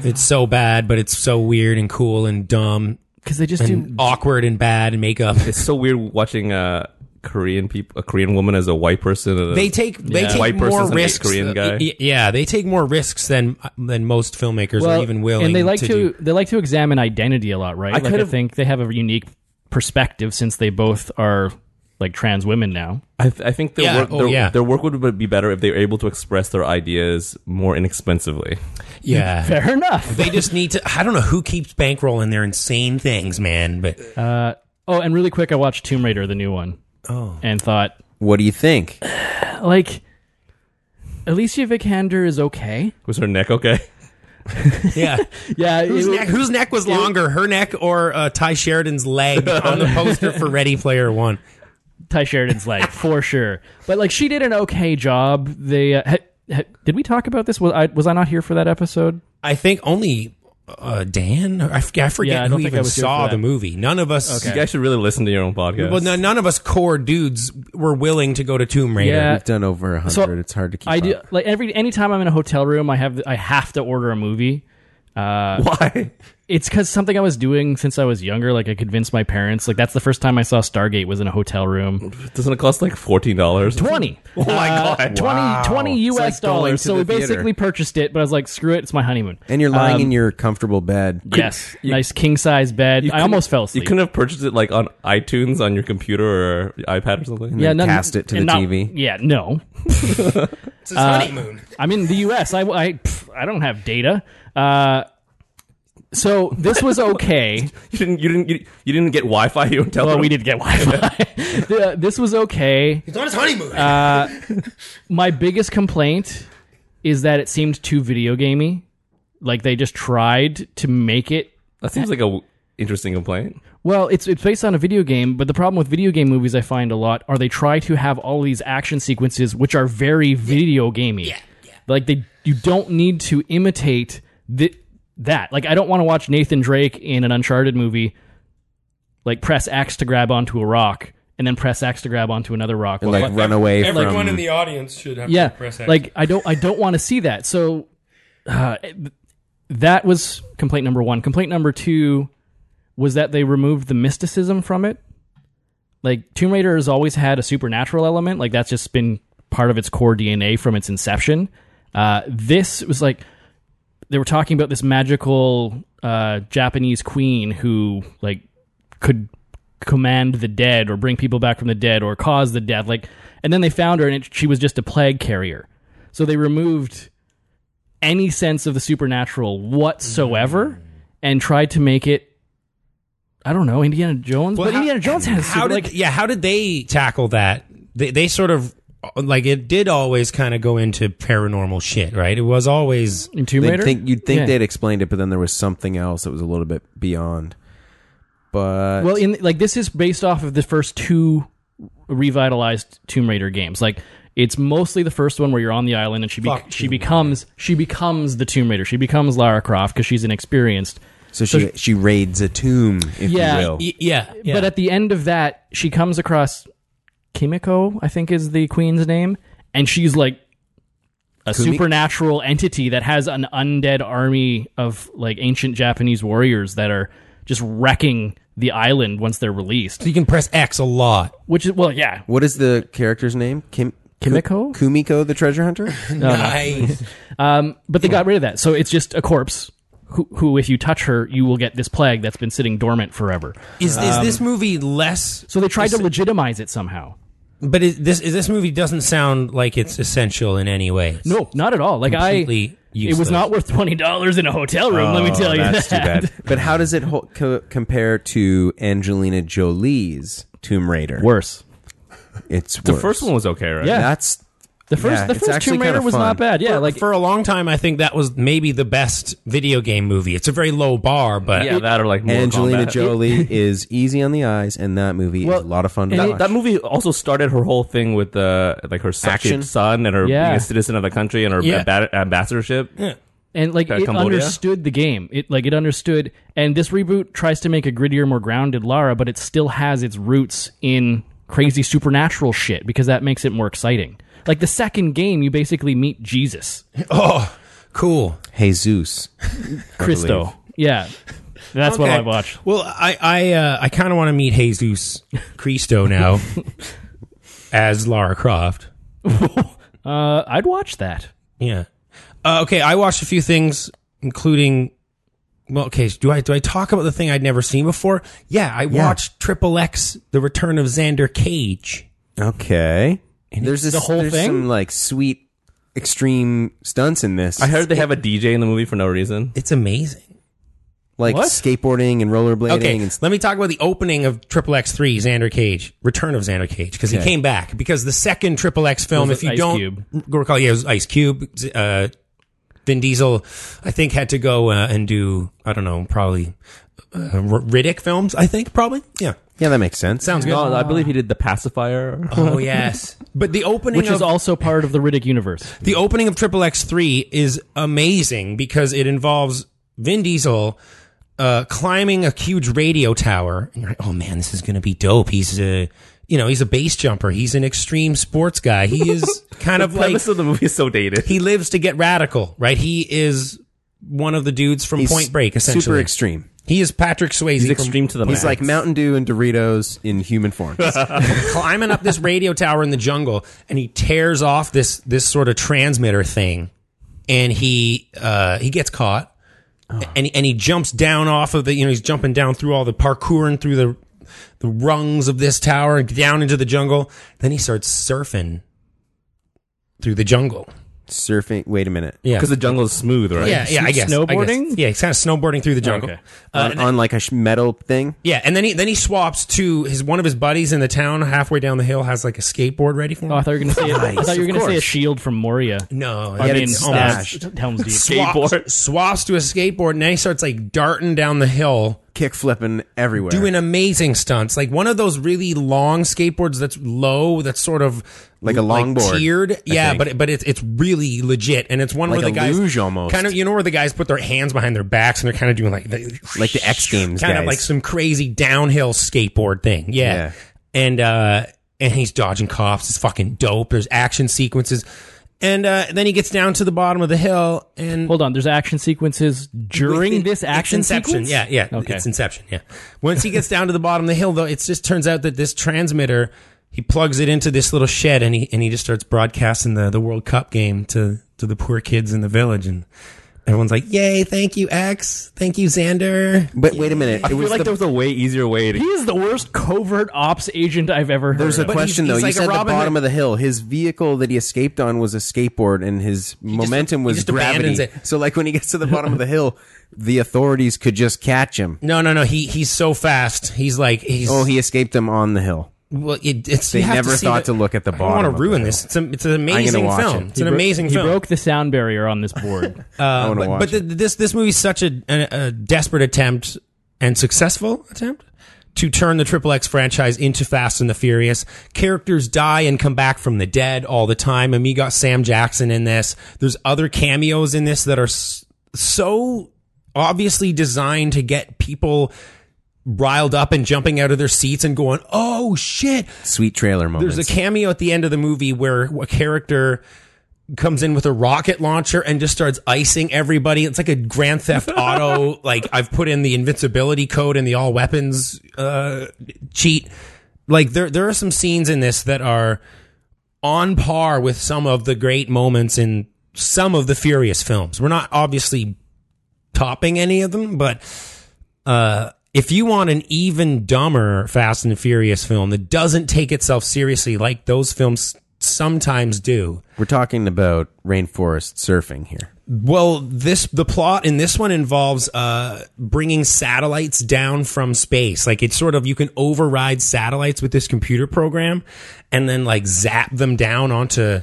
Speaker 6: It's so bad, but it's so weird and cool and dumb
Speaker 9: because they just
Speaker 6: and
Speaker 9: do.
Speaker 6: awkward and bad and makeup.
Speaker 8: It's so weird watching a Korean people, a Korean woman as a white person. and a-
Speaker 6: They take they
Speaker 9: Yeah.
Speaker 6: take
Speaker 8: White person's
Speaker 6: more
Speaker 8: gonna be
Speaker 6: risks.
Speaker 8: Korean guy.
Speaker 6: Y- Yeah, they take more risks than than most filmmakers are even willing.
Speaker 9: and they like
Speaker 6: to,
Speaker 9: to,
Speaker 6: do.
Speaker 9: they like to examine identity a lot, right?
Speaker 8: I
Speaker 9: like I
Speaker 8: could've-
Speaker 9: think they have a unique perspective since they both are like trans women now.
Speaker 8: I, th- I think their
Speaker 6: Yeah,
Speaker 8: work,
Speaker 6: oh,
Speaker 8: their,
Speaker 6: yeah.
Speaker 8: their work would be better if they were able to express their ideas more inexpensively.
Speaker 6: Yeah,
Speaker 9: Fair enough.
Speaker 6: they just need to. I don't know who keeps bankrolling their insane things, man. But
Speaker 9: oh, and really quick, I watched Tomb Raider, the new one, oh. and thought
Speaker 7: What do you think?
Speaker 9: like Alicia Vikander is okay.
Speaker 8: Was her neck okay?
Speaker 6: yeah,
Speaker 9: Yeah,
Speaker 6: whose
Speaker 9: it-
Speaker 6: neck whose neck was longer, her neck or uh, Ty Sheridan's leg on the poster for Ready Player One?
Speaker 9: Ty Sheridan's leg for sure. But like she did an okay job. They uh, ha, ha, did we talk about this? Was I was I not here for that episode?
Speaker 6: I think only uh, Dan. I, f- I forget
Speaker 9: Yeah, I
Speaker 6: who
Speaker 9: don't think I
Speaker 6: even
Speaker 9: was here
Speaker 6: saw
Speaker 9: for that.
Speaker 6: the movie. None of us.
Speaker 8: You guys should really listen to your own podcast.
Speaker 6: Well, no, none of us core dudes were willing to go to Tomb Raider.
Speaker 9: Yeah.
Speaker 7: We've done over a hundred.
Speaker 9: Uh, So,
Speaker 7: it's hard to keep
Speaker 9: I do
Speaker 7: up.
Speaker 9: like every anytime I'm in a hotel room, I have I have to order a movie.
Speaker 8: Why?
Speaker 9: it's because something I was doing since I was younger. Like I convinced my parents. Like that's the first time I saw Stargate was in a hotel room.
Speaker 8: Doesn't it cost like fourteen dollars?
Speaker 9: Twenty. Uh,
Speaker 8: Oh my god!
Speaker 9: 20, 20
Speaker 7: It's
Speaker 9: US
Speaker 7: like going
Speaker 9: dollars.
Speaker 7: to
Speaker 9: So
Speaker 7: the
Speaker 9: we
Speaker 7: theater.
Speaker 9: basically purchased it, but I was like, screw it, it's my honeymoon.
Speaker 7: And you're lying in your comfortable bed.
Speaker 9: Um, Yes, nice king size bed. I almost fell
Speaker 8: You
Speaker 9: asleep.
Speaker 8: couldn't have purchased it like on iTunes on your computer or iPad or something.
Speaker 7: Yeah. then cast it to
Speaker 9: and
Speaker 7: the TV.
Speaker 9: Yeah, no. Uh,
Speaker 1: It's his honeymoon.
Speaker 9: I'm in the U.S. I I, pff, I don't have data. Uh, so this was okay.
Speaker 8: You didn't. You didn't. You, you didn't get Wi-Fi. You hotel.
Speaker 9: well,
Speaker 8: room?
Speaker 9: we did get Wi-Fi. The- uh, this was okay. Uh,
Speaker 1: He's on his honeymoon.
Speaker 9: My biggest complaint is that it seemed too video gamey. Like they just tried to make it
Speaker 8: That seems like a w- interesting complaint.
Speaker 9: Well, it's it's based on a video game, but the problem with video game movies I find a lot are they try to have all these action sequences which are very video gamey. Yeah, yeah. Like they you don't need to imitate the, that. Like I don't want to watch Nathan Drake in an Uncharted movie like press X to grab onto a rock and then press X to grab onto another rock.
Speaker 7: And like run away
Speaker 10: Everyone
Speaker 7: from
Speaker 6: Hmm.
Speaker 10: in the audience should have
Speaker 9: yeah.
Speaker 10: to press X.
Speaker 9: Like I don't I don't want to see that. So uh, that was complaint number 1. Complaint number 2 was that they removed the mysticism from it. Like Tomb Raider has always had a supernatural element, like that's just been part of its core DNA from its inception. Uh, this was like they were talking about this magical uh, Japanese queen who like could command the dead or bring people back from the dead or cause the death like and then they found her and it, she was just a plague carrier so they removed any sense of the supernatural whatsoever
Speaker 6: Mm.
Speaker 9: and tried to make it i don't know indiana jones
Speaker 6: Well,
Speaker 9: but
Speaker 6: how-
Speaker 9: indiana jones has
Speaker 6: how
Speaker 9: super,
Speaker 6: did
Speaker 9: like
Speaker 6: yeah how did they tackle that they, they sort of like it did always kind of go into paranormal shit right it was always
Speaker 9: in tomb
Speaker 7: They'd
Speaker 9: raider
Speaker 7: think you'd think
Speaker 9: Yeah.
Speaker 7: they'd explained it, but then there was something else that was a little bit beyond. But
Speaker 9: well in like this is based off of the first two revitalized tomb raider games like it's mostly the first one where you're on the island and she be-
Speaker 6: Fuck
Speaker 9: she becomes she becomes the tomb raider she becomes lara croft because she's inexperienced
Speaker 7: so she she raids a tomb, if
Speaker 9: Yeah,
Speaker 7: you will.
Speaker 6: Y- yeah, yeah.
Speaker 9: But at the end of that, she comes across Kimiko, I think is the queen's name, and she's like a supernatural entity that has an undead army of like ancient Japanese warriors that are just wrecking the island once they're released.
Speaker 6: you can press X a lot.
Speaker 9: Which is well, yeah.
Speaker 7: What is the character's name? Kim
Speaker 9: Kimiko?
Speaker 7: Ku- Kumiko, the treasure hunter.
Speaker 9: Uh-huh.
Speaker 6: Nice.
Speaker 9: Um, But they got rid of that, so it's just a corpse. Who, who, if you touch her, you will get this plague that's been sitting dormant forever.
Speaker 6: Is is this movie less?
Speaker 9: So they tried to legitimize it somehow.
Speaker 6: But is, this is this movie doesn't sound like it's essential in any way.
Speaker 9: No, not at all. Like I,
Speaker 6: Completely
Speaker 9: it was
Speaker 6: useless.
Speaker 9: not worth twenty dollars in a hotel room. let me tell you
Speaker 7: Oh, That's too
Speaker 9: that.
Speaker 7: bad. But how does it ho- co- compare to Angelina Jolie's Tomb Raider?
Speaker 9: Worse.
Speaker 7: It's
Speaker 8: The first one was okay, right?
Speaker 9: Yeah.
Speaker 7: That's
Speaker 9: The first,
Speaker 7: Yeah,
Speaker 9: the
Speaker 7: it's
Speaker 9: first
Speaker 7: actually
Speaker 9: Tomb Raider
Speaker 7: kinda
Speaker 9: was
Speaker 7: fun.
Speaker 9: not bad. Yeah, like
Speaker 6: for a long time, I think that was maybe the best video game movie. It's a very low bar, but
Speaker 8: Yeah, that or like Mortal
Speaker 7: Angelina
Speaker 8: Kombat.
Speaker 7: Jolie is easy on the eyes, and that movie
Speaker 9: Well,
Speaker 7: is a lot of fun to
Speaker 9: and
Speaker 7: watch.
Speaker 8: That movie also started her whole thing with uh, like her
Speaker 7: Action.
Speaker 8: second son and her
Speaker 9: Yeah.
Speaker 8: being a citizen of the country and her
Speaker 6: Yeah.
Speaker 8: amba- ambassadorship.
Speaker 9: and like
Speaker 8: Uh,
Speaker 9: it
Speaker 8: Cambodia?
Speaker 9: understood the game. It like it understood, and this reboot tries to make a grittier, more grounded Lara, but it still has its roots in crazy supernatural shit because that makes it more exciting. Like the second game, you basically meet Jesus,
Speaker 6: oh, cool.
Speaker 7: Jesus.
Speaker 9: Christo. Yeah, that's what
Speaker 6: Okay.
Speaker 9: I watched.
Speaker 6: Well, I I uh, I kind of want to meet Jesus Cristo now as Lara Croft.
Speaker 9: Uh, I'd watch that.
Speaker 6: Yeah. Uh, okay, I watched a few things, including. Well, okay. Do I do I talk about the thing I'd never seen before? Yeah, I watched Triple X: The Return of Xander Cage.
Speaker 7: Okay. there's this
Speaker 6: the whole
Speaker 7: there's
Speaker 6: thing?
Speaker 7: some like sweet extreme stunts in this.
Speaker 8: I heard they have a DJ in the movie for no reason.
Speaker 6: It's amazing.
Speaker 7: like
Speaker 9: What?
Speaker 7: skateboarding and rollerblading
Speaker 6: Okay,
Speaker 7: and s-
Speaker 6: let me talk about the opening of Triple X Three: Xander Cage, Return of Xander Cage, because he
Speaker 7: Okay.
Speaker 6: came back. Because the second Triple X film,
Speaker 9: Was
Speaker 6: if
Speaker 9: it
Speaker 6: you
Speaker 9: Ice
Speaker 6: don't
Speaker 9: Cube?
Speaker 6: recall, yeah, it was Ice Cube. Uh, Vin Diesel, I think, had to go uh, and do I don't know, probably uh, R- Riddick films. I think probably, yeah,
Speaker 7: Yeah, that makes sense.
Speaker 6: sounds good.
Speaker 8: No, I believe he did the pacifier.
Speaker 6: Oh yes, but the opening
Speaker 9: Which
Speaker 6: of
Speaker 9: is also part of the Riddick universe.
Speaker 6: the opening of Triple X Three is amazing because it involves Vin Diesel uh, climbing a huge radio tower, and you're like, oh man, this is gonna be dope. He's a you know he's a base jumper. He's an extreme sports guy. He is kind
Speaker 8: the
Speaker 6: of like
Speaker 8: premise of the movie is so dated.
Speaker 6: he lives to get radical, right? He is one of the dudes from
Speaker 7: He's
Speaker 6: Point Break, essentially.
Speaker 7: Super extreme.
Speaker 6: He is Patrick Swayze.
Speaker 8: He's
Speaker 6: from-
Speaker 8: extreme to the
Speaker 7: He's
Speaker 8: max.
Speaker 7: like Mountain Dew and Doritos in human form.
Speaker 6: climbing up this radio tower in the jungle and he tears off this this sort of transmitter thing and he uh he gets caught and he, and he jumps down off of the you know he's jumping down through all the parkouring through the the rungs of this tower and down into the jungle then he starts surfing through the jungle
Speaker 7: Surfing. Wait a minute.
Speaker 6: yeah
Speaker 8: because the jungle is smooth, right?
Speaker 6: yeah yeah i guess I guess.
Speaker 9: Snowboarding?
Speaker 6: yeah he's kind of snowboarding through the jungle
Speaker 9: Okay.
Speaker 7: on, on like a sh- metal thing.
Speaker 6: yeah and then he then he swaps to his one of his buddies in the town halfway down the hill has like a skateboard ready for him
Speaker 9: Oh, I thought you were gonna say. I thought you were gonna say a
Speaker 7: course.
Speaker 9: shield from Moria.
Speaker 6: no
Speaker 9: I
Speaker 6: yeah,
Speaker 9: mean,
Speaker 6: it's
Speaker 9: that's
Speaker 7: smashed.
Speaker 9: Helm's Deep.
Speaker 8: Skateboard.
Speaker 6: Swaps, swaps to a skatboard, and then he starts like darting down the hill,
Speaker 7: Kick flipping everywhere.
Speaker 6: doing amazing stunts. Like one of those really long skateboards that's low, that's sort of
Speaker 7: Like a longboard,
Speaker 6: tiered.
Speaker 7: I
Speaker 6: yeah,
Speaker 7: think.
Speaker 6: but but it's it's really legit, and it's one
Speaker 7: Like
Speaker 6: where the
Speaker 7: a
Speaker 6: guys
Speaker 7: luge almost.
Speaker 6: kind of you know where the guys put their hands behind their backs and they're kind of doing like the,
Speaker 7: Like the X Games
Speaker 6: kind of
Speaker 7: guys.
Speaker 6: like some crazy downhill skateboard thing. Yeah.
Speaker 7: Yeah.
Speaker 6: And uh and he's dodging cops. It's fucking dope. There's action sequences. And uh, then he gets down to the bottom of the hill and
Speaker 9: Hold on, there's action sequences during
Speaker 6: Within-
Speaker 9: this
Speaker 6: it's
Speaker 9: action
Speaker 6: inception.
Speaker 9: sequence.
Speaker 6: Yeah, yeah.
Speaker 9: Okay.
Speaker 6: It's inception. Yeah. Once he gets down to the bottom of the hill, though, it just turns out that this transmitter he plugs it into this little shed and he and he just starts broadcasting the the World Cup game to to the poor kids in the village and everyone's like, "Yay! Thank you, X. Thank you, Xander."
Speaker 7: But wait a minute.
Speaker 8: I
Speaker 7: It
Speaker 8: feel
Speaker 7: was
Speaker 8: like
Speaker 7: the,
Speaker 8: there was a way easier way
Speaker 9: he
Speaker 8: to.
Speaker 9: is the worst covert ops agent I've ever heard.
Speaker 7: there's a
Speaker 9: of.
Speaker 6: he's-
Speaker 7: question though.
Speaker 6: he's
Speaker 7: You
Speaker 6: like a
Speaker 7: said the
Speaker 6: Robin
Speaker 7: bottom
Speaker 6: Hood.
Speaker 7: of the hill. His vehicle that he escaped on was a skateboard, and his momentum
Speaker 6: he
Speaker 7: was
Speaker 6: just abandons
Speaker 7: gravity.
Speaker 6: it.
Speaker 7: So like when he gets to the bottom of the hill, the authorities could just catch him.
Speaker 6: No, no, no. He he's so fast. He's like he's
Speaker 7: Oh, he escaped them on the hill.
Speaker 6: well. It, it's
Speaker 7: They
Speaker 6: you have
Speaker 7: never
Speaker 6: to see
Speaker 7: thought
Speaker 6: the-
Speaker 7: to look at the
Speaker 6: I don't
Speaker 7: bottom
Speaker 6: want
Speaker 7: of
Speaker 6: to
Speaker 7: the
Speaker 6: ruin
Speaker 7: hill.
Speaker 6: this. It's, a, it's an amazing
Speaker 7: watch
Speaker 6: film.
Speaker 7: it.
Speaker 6: It's an amazing
Speaker 9: He
Speaker 6: film.
Speaker 9: broke the sound barrier on this board.
Speaker 7: I want to
Speaker 6: Uh, but
Speaker 7: watch.
Speaker 6: but
Speaker 7: it.
Speaker 6: th this this movie's such a, a, a desperate attempt and successful attempt to turn the Triple X franchise into Fast and the Furious. Characters die and come back from the dead all the time, and we got Sam Jackson in this. There's other cameos in this that are s- so obviously designed to get people riled up and jumping out of their seats and going, "Oh shit,
Speaker 7: Sweet trailer moments.
Speaker 6: there's a cameo at the end of the movie where a character comes in with a rocket launcher and just starts icing everybody. It's like a Grand Theft Auto. like I've put in the invincibility code and the all weapons uh, cheat. Like there, there are some scenes in this that are on par with some of the great moments in some of the Furious films. We're not obviously topping any of them, but uh, if you want an even dumber Fast and Furious film that doesn't take itself seriously like those films sometimes do,
Speaker 7: We're talking about rainforest surfing here.
Speaker 6: well, this the plot in this one involves uh, bringing satellites down from space. Like it's sort of you can override satellites with this computer program, and then like zap them down onto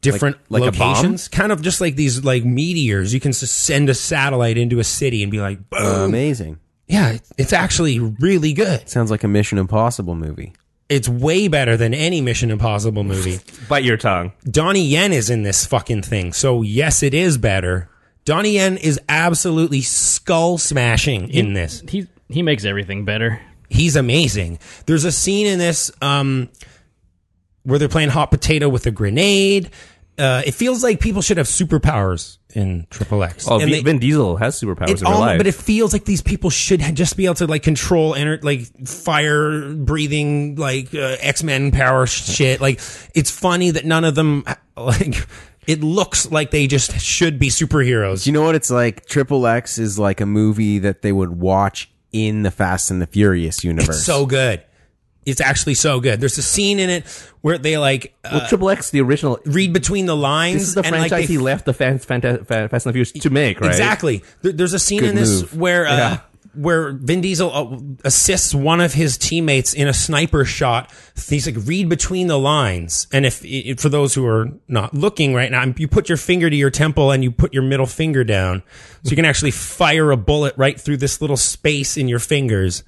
Speaker 6: different
Speaker 7: Like- like a bomb?
Speaker 6: locations. kind of just like these like meteors. You can just send a satellite into a city and be like, boom.
Speaker 7: Amazing.
Speaker 6: yeah, it's actually really good.
Speaker 7: Sounds like a Mission Impossible movie.
Speaker 6: It's way better than any Mission Impossible movie.
Speaker 8: Bite your tongue.
Speaker 6: Donnie Yen is in this fucking thing. So yes, it is better. Donnie Yen is absolutely skull smashing in this.
Speaker 9: He he makes everything better.
Speaker 6: He's amazing. There's a scene in this um, where they're playing hot potato with a grenade. Uh, it feels like people should have superpowers in Triple X.
Speaker 8: Oh,
Speaker 6: And
Speaker 8: V-
Speaker 6: they-
Speaker 8: Vin Diesel has superpowers
Speaker 6: it's
Speaker 8: in real
Speaker 6: all,
Speaker 8: life.
Speaker 6: but it feels like these people should ha- just be able to like control enter, like fire breathing like uh, X Men power sh- shit. Like it's funny that none of them like it looks like they just should be superheroes.
Speaker 7: Do you know what it's like? Triple X is like a movie that they would watch in the Fast and the Furious universe.
Speaker 6: so good. It's actually so good. There's a scene in it where they like uh,
Speaker 8: well, Triple X, the original.
Speaker 6: read between the lines.
Speaker 8: This is the
Speaker 6: and, like,
Speaker 8: franchise
Speaker 6: they
Speaker 8: he left the fans, Fanta- Fa- Fast and the Furious to make, right?
Speaker 6: Exactly. There, there's a scene
Speaker 7: Good
Speaker 6: in this
Speaker 7: move.
Speaker 6: where uh, where Vin Diesel uh, assists one of his teammates in a sniper shot. He's like, read between the lines. And if i- for those who are not looking right now, you put your finger to your temple and you put your middle finger down, so you can actually fire a bullet right through this little space in your fingers.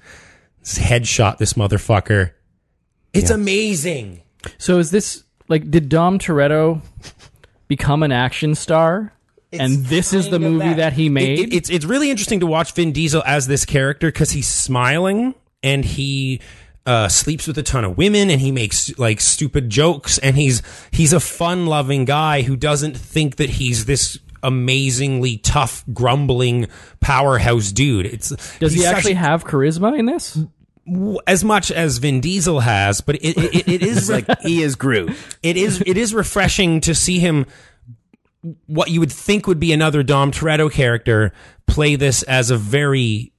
Speaker 6: This headshot, this motherfucker. It's amazing.
Speaker 9: So is this like did Dom Toretto become an action star? and this is the movie that. he made.
Speaker 6: It- it- it's it's really interesting to watch Vin Diesel as this character because he's smiling and he uh, sleeps with a ton of women and he makes like stupid jokes and he's he's a fun loving guy who doesn't think that he's this amazingly tough grumbling powerhouse dude it's
Speaker 9: Does he
Speaker 6: he's such-
Speaker 9: actually have charisma in this?
Speaker 6: w- as much as Vin Diesel has but it it, it, it is like
Speaker 7: he is Groot.
Speaker 6: it is it is refreshing to see him what you would think would be another Dom Toretto character play this as a very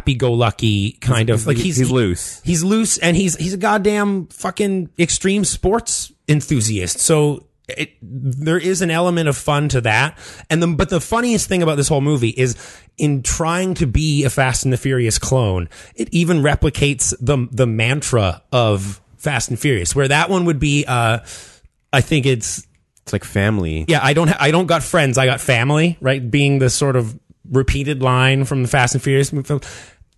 Speaker 6: happy-go-lucky kind of like he's
Speaker 8: he's loose.
Speaker 6: He's loose and he's he's a goddamn fucking extreme sports enthusiast. So it, there is an element of fun to that. And the but the funniest thing about this whole movie is in trying to be a Fast and the Furious clone, it even replicates the the mantra of Fast and Furious, where that one would be uh I think it's
Speaker 7: It's like family.
Speaker 6: yeah, I don't, ha- I don't got friends. I got family, right? Being the sort of repeated line from the Fast and Furious movie film.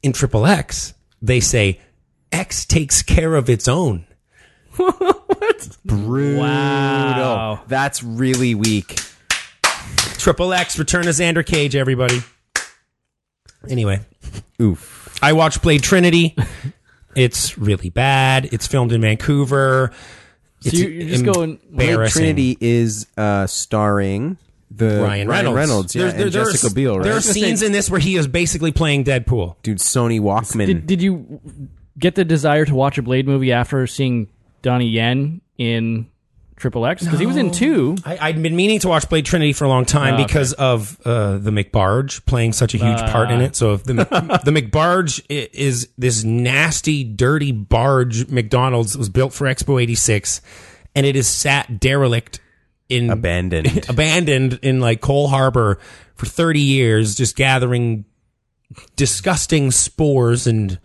Speaker 6: In Triple X, they say X takes care of its own.
Speaker 7: Brutal.
Speaker 9: Wow.
Speaker 7: That's really weak.
Speaker 6: Triple X, Return of Xander Cage, everybody. Anyway,
Speaker 7: Oof.
Speaker 6: I watched Blade Trinity. it's really bad. It's filmed in Vancouver.
Speaker 9: So you- you're just going-
Speaker 7: Blade
Speaker 6: embarrassing.
Speaker 7: Trinity is uh, starring
Speaker 9: uh,
Speaker 7: the
Speaker 6: Ryan Reynolds,
Speaker 7: yeah,
Speaker 6: There's-
Speaker 7: and
Speaker 6: there- there's-
Speaker 7: Jessica Biel, right?
Speaker 6: There are scenes in this where he is basically playing Deadpool.
Speaker 7: Dude, Sony Walkman.
Speaker 6: Mm.
Speaker 9: Did, did you get the desire to watch a Blade movie after seeing Donnie Yen in Triple X? Because he was in two.
Speaker 6: I, I'd been meaning to watch Blade Trinity for a long time because of uh, the McBarge playing such a huge part in it. So if the Mc- the McBarge i- is this nasty, dirty barge McDonald's was built for Expo '86, and it is sat derelict in
Speaker 7: Abandoned.
Speaker 6: abandoned in like Coal Harbor for 30 years, just gathering disgusting spores and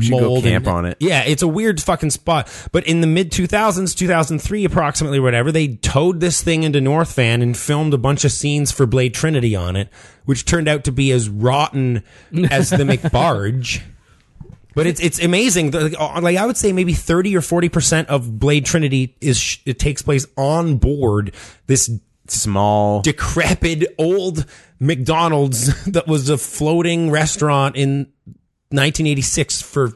Speaker 7: should go
Speaker 6: mold.
Speaker 7: camp
Speaker 6: and-
Speaker 7: on it.
Speaker 6: Yeah, it's a weird fucking spot. But in the mid 2000s, 2003 approximately, whatever, they towed this thing into North Van and filmed a bunch of scenes for Blade Trinity on it, which turned out to be as rotten as the McBarge. But it's it's amazing. The- Like, uh, like, I would say, maybe thirty or forty percent of Blade Trinity is sh- it takes place on board this
Speaker 7: Small.
Speaker 6: decrepit old McDonald's that was a floating restaurant in 1986 for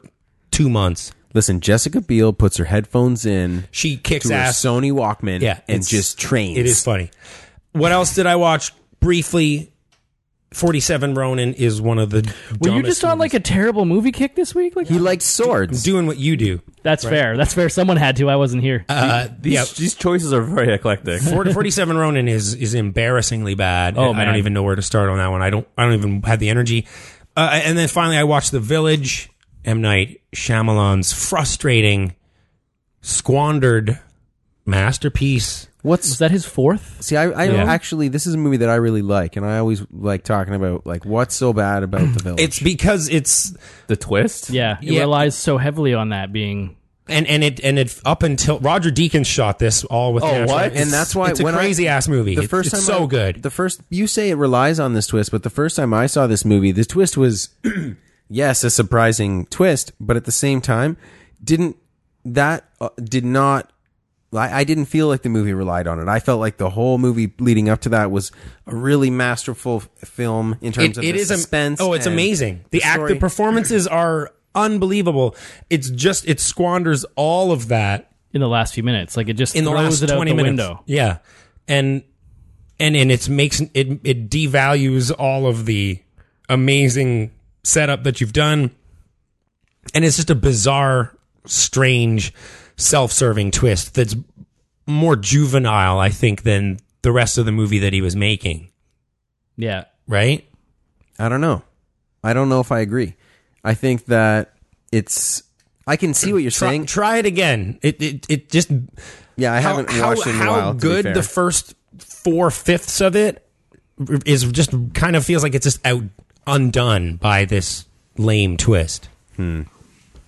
Speaker 6: two months.
Speaker 7: Listen, Jessica Biel puts her headphones in
Speaker 6: She kicks
Speaker 7: to her
Speaker 6: ass.
Speaker 7: Sony Walkman
Speaker 6: yeah,
Speaker 7: and
Speaker 6: it's-
Speaker 7: just trains.
Speaker 6: It is funny. What else did I watch briefly? 47 Ronin is one of the.
Speaker 9: Were you just on like a terrible movie kick this week? Like
Speaker 7: He likes swords.
Speaker 6: doing what you do?
Speaker 9: that's fair. That's fair. Someone had to. I wasn't here.
Speaker 6: Uh,
Speaker 8: These,
Speaker 6: yeah.
Speaker 8: these choices are very eclectic.
Speaker 6: 40 47 Ronin is is embarrassingly bad. I
Speaker 9: Oh, man.
Speaker 6: don't even know where to start on that one. I don't I don't even have the energy. Uh, and then finally I watched The Village, M Night Shyamalan's frustrating squandered masterpiece.
Speaker 7: What's
Speaker 9: Was that his fourth?
Speaker 7: See, I, I
Speaker 6: Yeah.
Speaker 7: actually, this is a movie that I really like, and I always like talking about like what's so bad about the village.
Speaker 6: It's because it's
Speaker 8: the twist.
Speaker 9: Yeah, it
Speaker 6: Yeah.
Speaker 9: relies so heavily on that being.
Speaker 6: and and it and it up until Roger Deakins shot this all with natural-
Speaker 8: what?
Speaker 6: It's-
Speaker 7: Oh, and that's why
Speaker 6: Oh, it's a
Speaker 7: when I-
Speaker 6: crazy ass movie.
Speaker 7: The
Speaker 6: It-
Speaker 7: first
Speaker 6: it's
Speaker 7: time
Speaker 6: so
Speaker 7: I-
Speaker 6: good.
Speaker 7: The first you say it relies on this twist, but the first time I saw this movie, the twist was yes, a surprising twist, but at the same time, didn't that uh, did not. I, I didn't feel like the movie relied on it. I felt like the whole movie leading up to that was a really masterful f- film in terms of
Speaker 6: it
Speaker 7: the
Speaker 6: is am-
Speaker 7: suspense.
Speaker 6: oh, it's
Speaker 7: and
Speaker 6: amazing. The, act,
Speaker 7: story.
Speaker 6: the performances are unbelievable. It's just it squanders all of that
Speaker 9: In the last few minutes, like it just
Speaker 6: in the
Speaker 9: throws
Speaker 6: last
Speaker 9: it out
Speaker 6: twenty
Speaker 9: the
Speaker 6: minutes.
Speaker 9: window.
Speaker 6: Yeah, and and and it's makes it it devalues all of the amazing setup that you've done, and it's just a bizarre, strange, self-serving twist that's more juvenile, I think, than the rest of the movie that he was making.
Speaker 9: Yeah,
Speaker 6: Right?
Speaker 7: I don't know. I don't know if I agree. I think that it's. I can see what you're
Speaker 6: Try,
Speaker 7: saying.
Speaker 6: try it again. It it it just
Speaker 7: Yeah, I
Speaker 6: how,
Speaker 7: haven't
Speaker 6: how,
Speaker 7: watched it in
Speaker 6: how
Speaker 7: a while. to be
Speaker 6: good
Speaker 7: fair.
Speaker 6: the first four fifths of it is just kind of feels like it's just out undone by this lame twist.
Speaker 7: Hmm.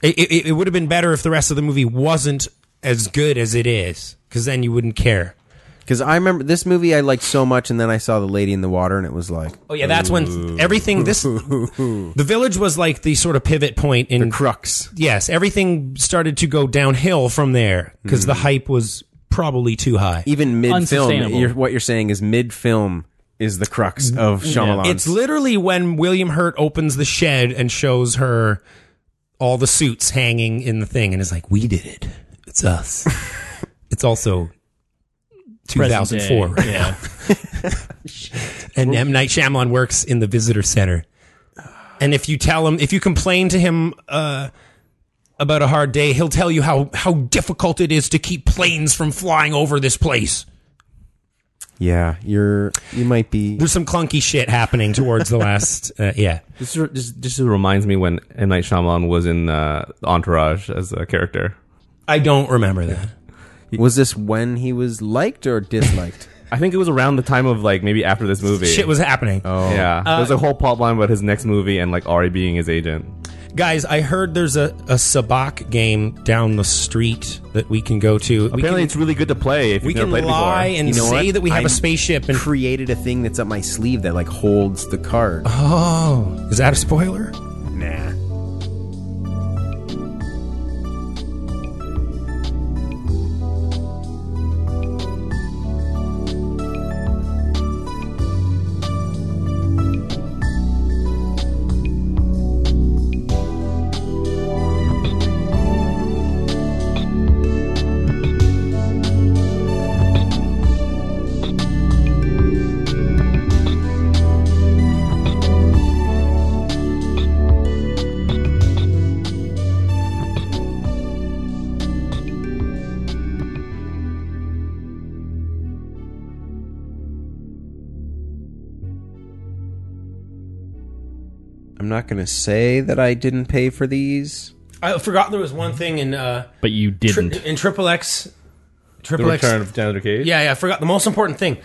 Speaker 6: It, it, it would have been better if the rest of the movie wasn't as good as it is, because then you wouldn't care.
Speaker 7: Because I remember this movie I liked so much, and then I saw The Lady in the Water, and it was like
Speaker 6: Oh yeah, that's when everything this the village was like the sort of pivot point in
Speaker 7: crux.
Speaker 6: Yes, everything started to go downhill from there
Speaker 7: Hmm.
Speaker 6: because the hype was probably too high.
Speaker 7: Even mid film,
Speaker 9: Unsustainable.
Speaker 7: you're, what you're saying is mid film is the crux
Speaker 6: Mm-hmm.
Speaker 7: of Shyamalan.
Speaker 6: It's literally when William Hurt opens the shed and shows her all the suits hanging in the thing, and it's like, we did it. It's us. it's also
Speaker 9: Present
Speaker 6: 2004.
Speaker 9: day.
Speaker 6: right?
Speaker 9: Yeah.
Speaker 6: And M. Night Shyamalan works in the visitor center. And if you tell him, if you complain to him uh, about a hard day, he'll tell you how, how difficult it is to keep planes from flying over this place.
Speaker 7: Yeah, you're you might be
Speaker 6: There's some clunky shit happening towards the last. Uh, yeah.
Speaker 8: This re- just just reminds me when M Night Shyamalan was in uh, Entourage as a character.
Speaker 6: I don't remember that.
Speaker 7: Was this when he was liked or disliked?
Speaker 8: I think it was around the time of like maybe after this movie.
Speaker 6: Shit was Uh, happening.
Speaker 8: yeah. There's a whole plot line about his next movie and like Ari being his agent.
Speaker 6: Guys, I heard there's a, a Sabak game down the street that we can go to. We
Speaker 8: Apparently,
Speaker 6: can,
Speaker 8: it's really good to play if
Speaker 6: we
Speaker 8: you've never
Speaker 6: can
Speaker 8: played
Speaker 6: lie
Speaker 8: before.
Speaker 6: and
Speaker 7: You know
Speaker 6: say
Speaker 7: what?
Speaker 6: that we have
Speaker 7: I'm
Speaker 6: a spaceship and.
Speaker 7: Created a thing that's up my sleeve that like holds the card.
Speaker 6: Oh, is that a spoiler?
Speaker 7: nah. I'm not gonna say that I didn't pay for these.
Speaker 6: I forgot there was one thing in uh,
Speaker 9: But you
Speaker 6: tri-
Speaker 9: didn't.
Speaker 6: in Triple X.
Speaker 8: The
Speaker 6: Triple X.
Speaker 8: Return of Janitor Cage.
Speaker 6: Yeah, yeah, I forgot the most important thing.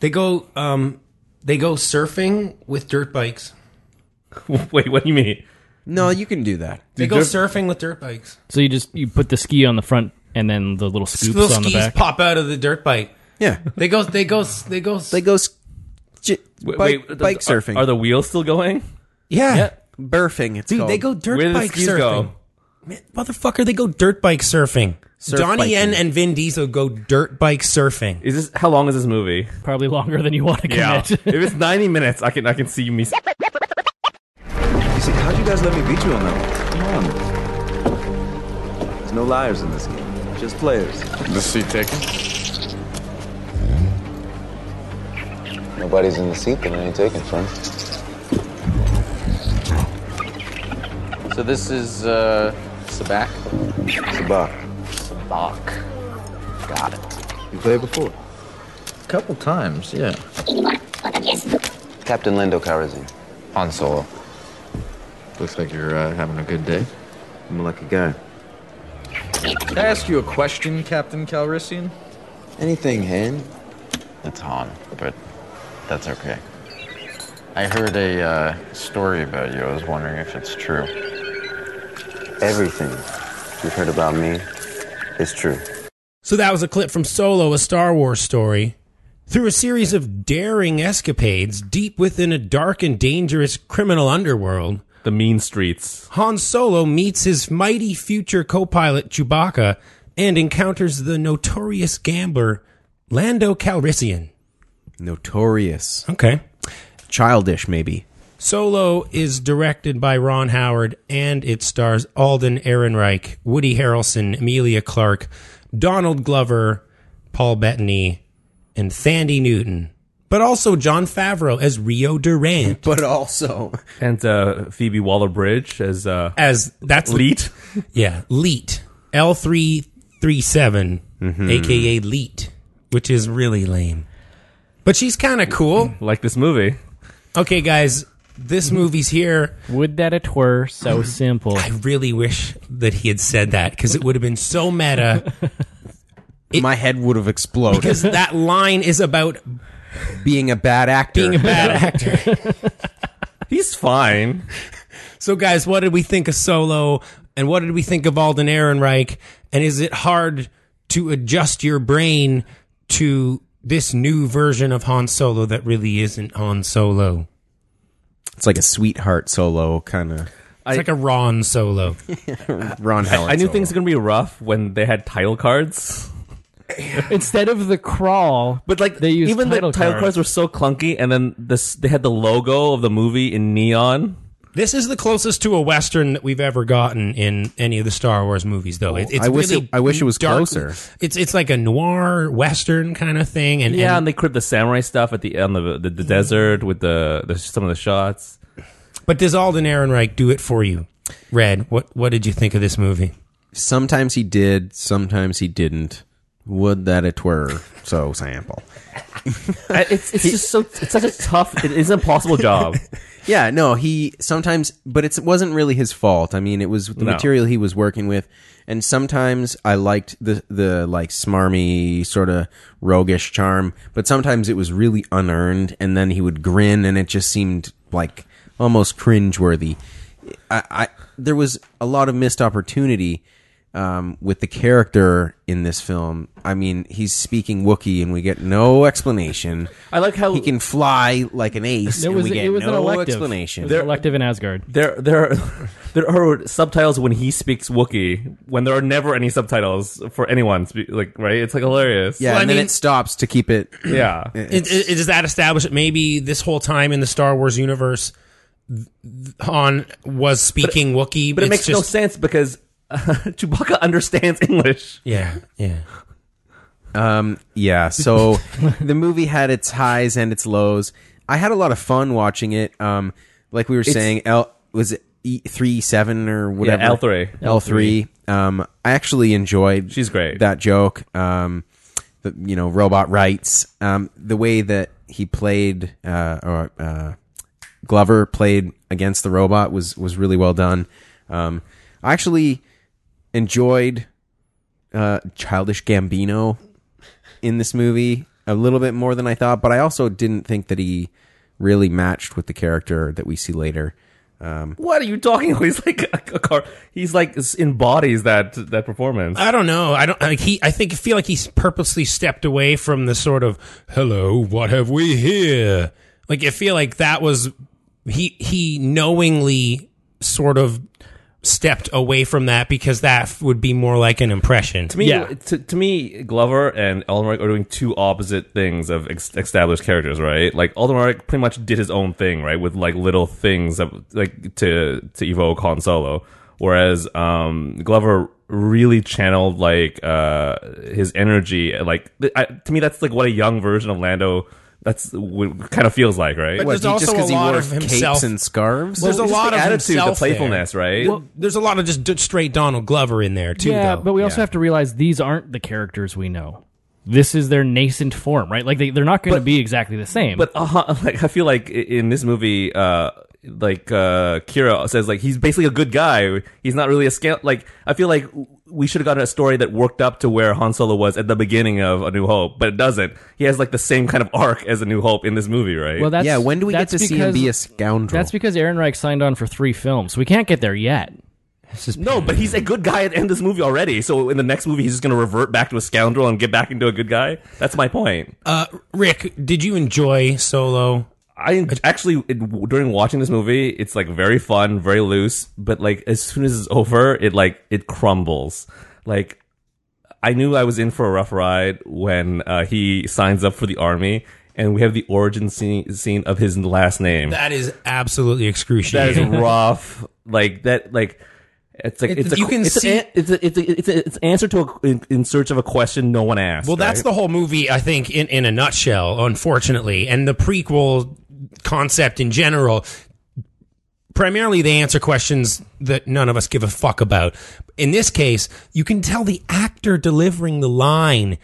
Speaker 6: They go, um, they go surfing with dirt bikes.
Speaker 8: Wait, what do you mean?
Speaker 7: No,
Speaker 6: Mm-hmm.
Speaker 7: you can do that.
Speaker 6: They
Speaker 8: Dude,
Speaker 6: go
Speaker 8: dirt-
Speaker 6: surfing with dirt bikes.
Speaker 9: So you just you put the ski on the front and then the little scoops
Speaker 6: Little
Speaker 9: on the
Speaker 6: skis
Speaker 9: back.
Speaker 6: pop out of the dirt bike.
Speaker 7: Yeah,
Speaker 6: They go, they go, they go.
Speaker 7: they go s- j-
Speaker 8: Wait,
Speaker 7: bike,
Speaker 8: wait,
Speaker 7: bike
Speaker 8: are-
Speaker 7: surfing.
Speaker 8: Are, the wheels still going?
Speaker 6: yeah,
Speaker 7: burfing? It's
Speaker 6: dude, they go
Speaker 7: called.
Speaker 6: dirt
Speaker 8: Where did the
Speaker 6: bike
Speaker 8: skis
Speaker 6: surfing.
Speaker 8: go?
Speaker 6: Man, motherfucker, they go dirt bike surfing.
Speaker 7: Surf
Speaker 6: Donnie Yen
Speaker 7: biking.
Speaker 6: and Vin Diesel go dirt bike surfing.
Speaker 8: Is this how long is this movie?
Speaker 9: Probably longer than you want to commit.
Speaker 8: if it's 90 minutes, I can I can see me.
Speaker 5: He's like, how'd you guys let me beat you on that one? Come on. There's no liars in this game, just players.
Speaker 10: The seat taken?
Speaker 5: Nobody's in the seat that I ain't taking from.
Speaker 10: So this is uh, Sabak.
Speaker 5: It's a buck.
Speaker 10: Bach. Got it.
Speaker 5: You played before.
Speaker 10: A couple times, yeah.
Speaker 5: Captain Lindo Karazin.
Speaker 10: Han Solo. Looks like you're uh, having a good day.
Speaker 5: I'm a lucky guy.
Speaker 10: Can I ask you a question, Captain Calrissian?
Speaker 5: Anything, Hen?
Speaker 10: It's Han, but that's okay. I heard a uh, story about you. I was wondering if it's true.
Speaker 5: Everything you've heard about me is true.
Speaker 6: So that was a clip from Solo, a Star Wars story. Through a series of daring escapades deep within a dark and dangerous criminal underworld,
Speaker 8: The mean streets.
Speaker 6: Han Solo meets his mighty future co pilot Chewbacca and encounters the notorious gambler Lando Calrissian.
Speaker 7: notorious,
Speaker 6: Okay.
Speaker 7: childish, maybe.
Speaker 6: Solo is directed by Ron Howard and it stars Alden Ehrenreich, Woody Harrelson, Amelia Clark, Donald Glover, Paul Bettany, and Thandi Newton, but also John Favreau as Rio Durant.
Speaker 7: But also,
Speaker 8: And uh, Phoebe Waller Bridge as uh,
Speaker 6: As that's the-
Speaker 8: Leet.
Speaker 6: Yeah, Leet. L337, aka Leet, which is really lame. But she's kind of cool.
Speaker 8: like this movie.
Speaker 6: Okay, guys, this movie's here.
Speaker 9: Would that it were so simple.
Speaker 6: I really wish that he had said that because it would have been so meta.
Speaker 7: my head would have exploded.
Speaker 6: Because that line is about
Speaker 7: Being a bad actor.
Speaker 6: being a bad actor.
Speaker 8: He's fine.
Speaker 6: So, guys, what did we think of Solo? And what did we think of Alden Ehrenreich? And is it hard to adjust your brain to this new version of Han Solo that really isn't Han Solo?
Speaker 7: it's like a sweeteart solo kind of
Speaker 6: It's
Speaker 8: I-
Speaker 6: like a Ron Solo.
Speaker 7: Ron Howard.
Speaker 8: I knew
Speaker 7: solo.
Speaker 8: things were gonna be rough when they had title cards.
Speaker 9: Instead of the crawl,
Speaker 8: But like
Speaker 9: They used
Speaker 8: even the
Speaker 9: title
Speaker 8: title
Speaker 9: cards.
Speaker 8: cards were so clunky, and then this they had the logo of the movie in neon.
Speaker 6: This is the closest to a western that we've ever gotten in any of the Star Wars movies, though. It- it's
Speaker 7: Oh, I wish
Speaker 6: really
Speaker 7: it- I wish it was
Speaker 6: dark-
Speaker 7: closer.
Speaker 6: It's it's like a noir western kind of thing, and
Speaker 8: Yeah,
Speaker 6: and
Speaker 8: and they crib the samurai stuff at the end of the, the desert with the, the some of the shots.
Speaker 6: But does Alden Ehrenreich do it for you? Red, what what did you think of this movie?
Speaker 7: Sometimes he did, sometimes he didn't. Would that it were so sample.
Speaker 8: I- It's it's just so it's such a tough. It is an impossible job.
Speaker 7: Yeah, no, he sometimes, but it's, it wasn't really his fault. I mean, it was the
Speaker 8: No.
Speaker 7: material he was working with, and sometimes I liked the the like smarmy sort of roguish charm, but sometimes it was really unearned, and then he would grin, and it just seemed like almost cringeworthy. I, I there was a lot of missed opportunity um, with the character in this film. I mean, he's speaking Wookiee, and we get no explanation.
Speaker 8: I like how
Speaker 7: He can fly like an ace,
Speaker 9: It
Speaker 7: and
Speaker 9: was,
Speaker 7: we get
Speaker 9: it was
Speaker 7: no
Speaker 9: an elective. It
Speaker 7: explanation.
Speaker 9: was an elective in Asgard.
Speaker 8: there there are, there are subtitles when he speaks Wookiee when there are never any subtitles for anyone. spe- Like right, it's like hilarious.
Speaker 7: yeah,
Speaker 6: Well, I
Speaker 7: and then
Speaker 6: mean-
Speaker 7: it stops to keep it.
Speaker 8: yeah.
Speaker 6: It, it, does that establish that maybe this whole time in the Star Wars universe, th- th- Han was speaking Wookiee?
Speaker 8: But it
Speaker 6: It's
Speaker 8: makes no
Speaker 6: just-
Speaker 8: sense because uh, Chewbacca understands English.
Speaker 6: Yeah, yeah.
Speaker 7: Um, yeah, so the movie had its highs and its lows. I had a lot of fun watching it. Um, like we were saying, L was it E three seven or whatever
Speaker 8: L3.
Speaker 7: L three. Um, I actually enjoyed.
Speaker 8: She's great.
Speaker 7: That joke. Um, the you know robot rights. Um, the way that he played uh, or uh, Glover played against the robot was was really well done. Um, I actually enjoyed uh, childish Gambino in this movie a little bit more than I thought, but I also didn't think that he really matched with the character that we see later.
Speaker 8: What are you talking? about? He's like a, a car. He's like s- embodies that that performance.
Speaker 6: I don't know. I don't. Like he, I think feel like he's purposely stepped away from the sort of "Hello, what have we here?" Like I feel like that was he he knowingly sort of stepped away from that because that would be more like an impression.
Speaker 8: to me,
Speaker 9: Yeah.
Speaker 8: to, to me, Glover and Aldenreich are doing two opposite things of ex- established characters, right? Like Aldenreich pretty much did his own thing, right, with like little things of, like to to evoke Han Solo, whereas um, Glover really channeled like uh, his energy. Like th- I, to me, that's like what a young version of Lando. That's what kind of feels like, right?
Speaker 6: But There's
Speaker 7: What, he-
Speaker 6: also
Speaker 7: just
Speaker 6: a
Speaker 7: because he
Speaker 6: lot
Speaker 7: wore
Speaker 6: of himself-
Speaker 7: capes and scarves?
Speaker 6: There's a
Speaker 8: Just
Speaker 6: lot
Speaker 8: the
Speaker 6: of
Speaker 8: attitude, the
Speaker 6: himself there.
Speaker 8: playfulness, right?
Speaker 6: Well, there's a lot of just d- straight Donald Glover in there too.
Speaker 9: Yeah,
Speaker 6: though.
Speaker 9: but we also have to realize these aren't the characters we know. This is their nascent form, right? Like they, they're not going to be exactly the same.
Speaker 8: But uh, like I feel like i- in this movie, uh, like uh, Kira says, like he's basically a good guy. He's not really a scam. Like I feel like w- we should have gotten a story that worked up to where Han Solo was at the beginning of A New Hope, but it doesn't. He has like the same kind of arc as A New Hope in this movie, right?
Speaker 9: well, that's
Speaker 7: yeah, when do we get
Speaker 9: that's
Speaker 7: to see him
Speaker 9: because-
Speaker 7: be a scoundrel?
Speaker 9: That's because Aaron Reich signed on for three films. we can't get there yet.
Speaker 8: no, but he's a good guy at the end of this movie already. So in the next movie, he's just gonna revert back to a scoundrel and get back into a good guy. That's my point.
Speaker 6: uh, Rick, did you enjoy Solo?
Speaker 8: I actually it, during watching this movie, it's like very fun, very loose, but like as soon as it's over, it like it crumbles. Like I knew I was in for a rough ride when uh, he signs up for the army, and we have the origin scene, scene of his last name.
Speaker 6: That is absolutely
Speaker 8: that is
Speaker 6: excruciating.
Speaker 8: rough. like that, like. It's like
Speaker 6: It's-
Speaker 8: it's a,
Speaker 6: you can
Speaker 8: it's
Speaker 6: see-
Speaker 8: an, it's a, it's a, it's, a, it's an answer to a, in, in search of a question no one asked.
Speaker 6: well, that's
Speaker 8: right?
Speaker 6: the whole movie, I think, in, in a nutshell, unfortunately. And the prequel concept in general, primarily they answer questions that none of us give a fuck about. In this case, you can tell the actor delivering the line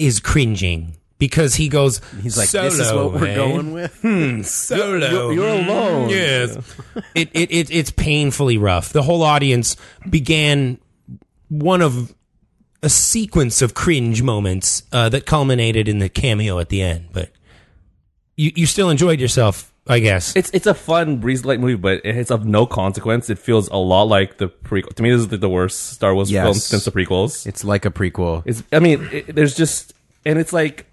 Speaker 6: is cringing because he goes, eh?"
Speaker 7: He's like, this is what we're going with.
Speaker 6: solo.
Speaker 8: you're
Speaker 6: Mm,
Speaker 8: alone.
Speaker 6: Yes. it, it, it, it's painfully rough. The whole audience began one of a sequence of cringe moments uh, that culminated in the cameo at the end. But you, you still enjoyed yourself, I guess.
Speaker 8: It's it's a fun breeze light movie, but it's of no consequence. It feels a lot like the prequel. To me, this is the, the worst Star Wars
Speaker 7: Yes.
Speaker 8: film since the prequels.
Speaker 7: It's like a prequel.
Speaker 8: It's I mean, it, there's just and it's like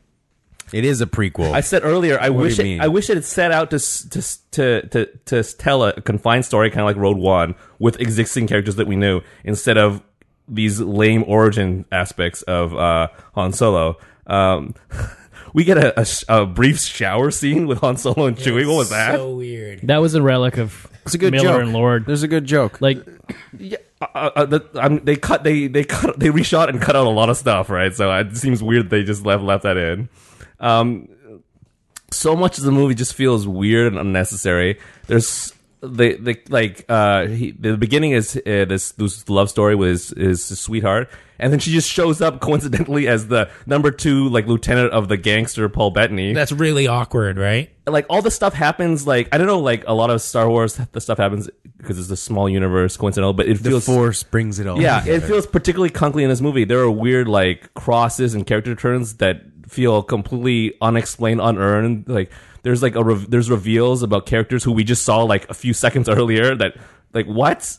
Speaker 7: It is a prequel.
Speaker 8: I said earlier. I
Speaker 7: What do
Speaker 8: wish
Speaker 7: you
Speaker 8: it,
Speaker 7: mean?
Speaker 8: I wish it had set out to s- to s- to to, to s- tell a confined story, kind of like Road One, with existing characters that we knew, instead of these lame origin aspects of uh, Han Solo. Um, we get a, a, sh- a brief shower scene with Han Solo and Chewie. What was that?
Speaker 6: So weird.
Speaker 9: That was a relic of
Speaker 7: It's a good
Speaker 9: Miller
Speaker 7: joke.
Speaker 9: and Lord.
Speaker 7: There's a good joke.
Speaker 9: Like
Speaker 8: uh, uh, the, um, they cut they they cut they reshot and cut out a lot of stuff, right? So it seems weird they just left left that in. Um, so much of the movie just feels weird and unnecessary. There's they they like uh he, the beginning is uh, this this love story with his, his sweetheart, and then she just shows up coincidentally as the number two like lieutenant of the gangster Paul Bettany
Speaker 6: That's really awkward, right?
Speaker 8: like all the stuff happens like I don't know like a lot of Star Wars the stuff happens because it's a small universe coincidental but it
Speaker 7: the
Speaker 8: feels
Speaker 7: force brings it all.
Speaker 8: yeah it
Speaker 7: together.
Speaker 8: feels particularly clunky in this movie there are weird like crosses and character turns that feel completely unexplained unearned like there's like a rev- there's reveals about characters who we just saw like a few seconds earlier that like what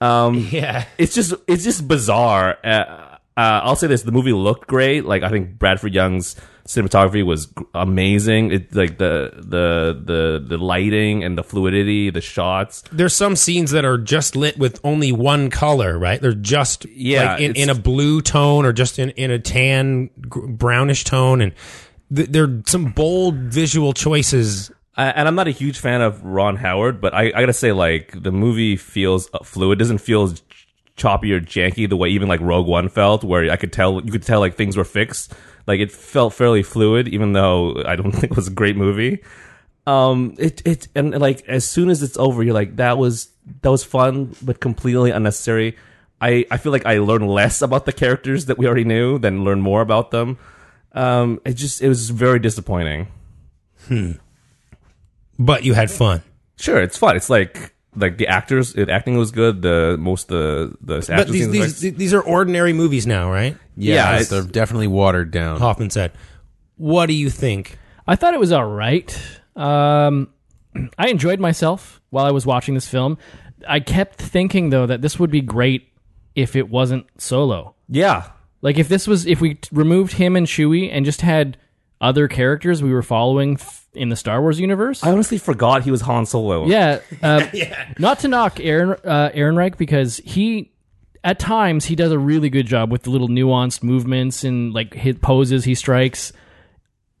Speaker 8: um
Speaker 6: Yeah.
Speaker 8: it's just it's just bizarre. Uh, uh, I'll say this: the movie looked great. Like I think Bradford Young's cinematography was g- amazing. It like the the the the lighting and the fluidity, the shots.
Speaker 6: There's some scenes that are just lit with only one color, right? They're just
Speaker 8: Yeah,
Speaker 6: like in,
Speaker 8: it's-
Speaker 6: in a blue tone or just in, in a tan gr- brownish tone, and th- there are some bold visual choices.
Speaker 8: I, and I'm not a huge fan of Ron Howard, but I, I gotta say, like the movie feels fluid. Doesn't feel ch- choppy or janky the way even like Rogue One felt, where I could tell you could tell like things were fixed. Like it felt fairly fluid, even though I don't think it was a great movie. um it it and like as soon as it's over you're like that was that was fun but completely unnecessary i i feel like i learned less about the characters that we already knew than learn more about them um it just it was very disappointing
Speaker 6: But you had fun.
Speaker 8: sure it's fun it's like like the actors it, acting was good the most the the action
Speaker 6: But these
Speaker 8: scenes were-
Speaker 6: these these are ordinary movies now, right?
Speaker 8: yeah,
Speaker 7: yeah,
Speaker 8: it's-
Speaker 7: they're definitely watered down.
Speaker 6: Hoffman said. What do you think?
Speaker 9: I thought it was all right. Um, I enjoyed myself while I was watching this film. I kept thinking though that this would be great if it wasn't solo.
Speaker 8: yeah
Speaker 9: Like if this was if we t- removed him and Chewie and just had other characters we were following f- in the Star Wars universe.
Speaker 8: i honestly forgot he was han solo
Speaker 9: yeah, uh, Not to knock Aaron uh, Aaron Reich because he at times he does a really good job with the little nuanced movements and like hit poses he strikes.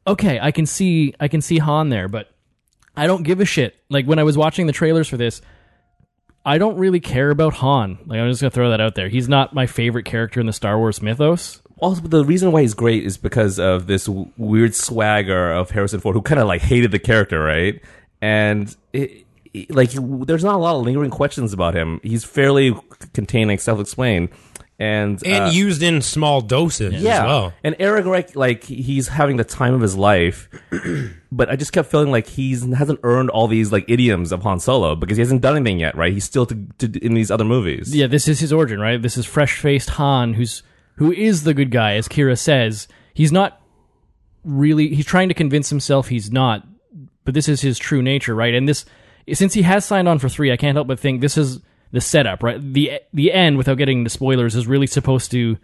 Speaker 9: Okay, I can see I can see Han there, but I don't give a shit. Like when I was watching the trailers for this, I don't really care about Han. Like I'm just gonna throw that out there. He's not my favorite character in the Star Wars mythos.
Speaker 8: also but the reason why he's great is because of this w- weird swagger of Harrison Ford, who kind of like hated the character, right? And it, it- like, you- there's not a lot of lingering questions about him. He's fairly contained and self-explained, and
Speaker 6: And
Speaker 8: uh,
Speaker 6: used in small doses
Speaker 8: yeah,
Speaker 6: as well.
Speaker 8: and Eric Reich, like he's having the time of his life. But I just kept feeling like he's hasn't earned all these like idioms of Han Solo because he hasn't done anything yet, right? He's still to, to in these other movies.
Speaker 9: Yeah, this is his origin, right? This is fresh faced Han, who's who is the good guy, as Kira says. He's not really. He's trying to convince himself he's not, but this is his true nature, right? And this, since he has signed on for three, I can't help but think this is the setup, right? the The end, without getting into spoilers, is really supposed to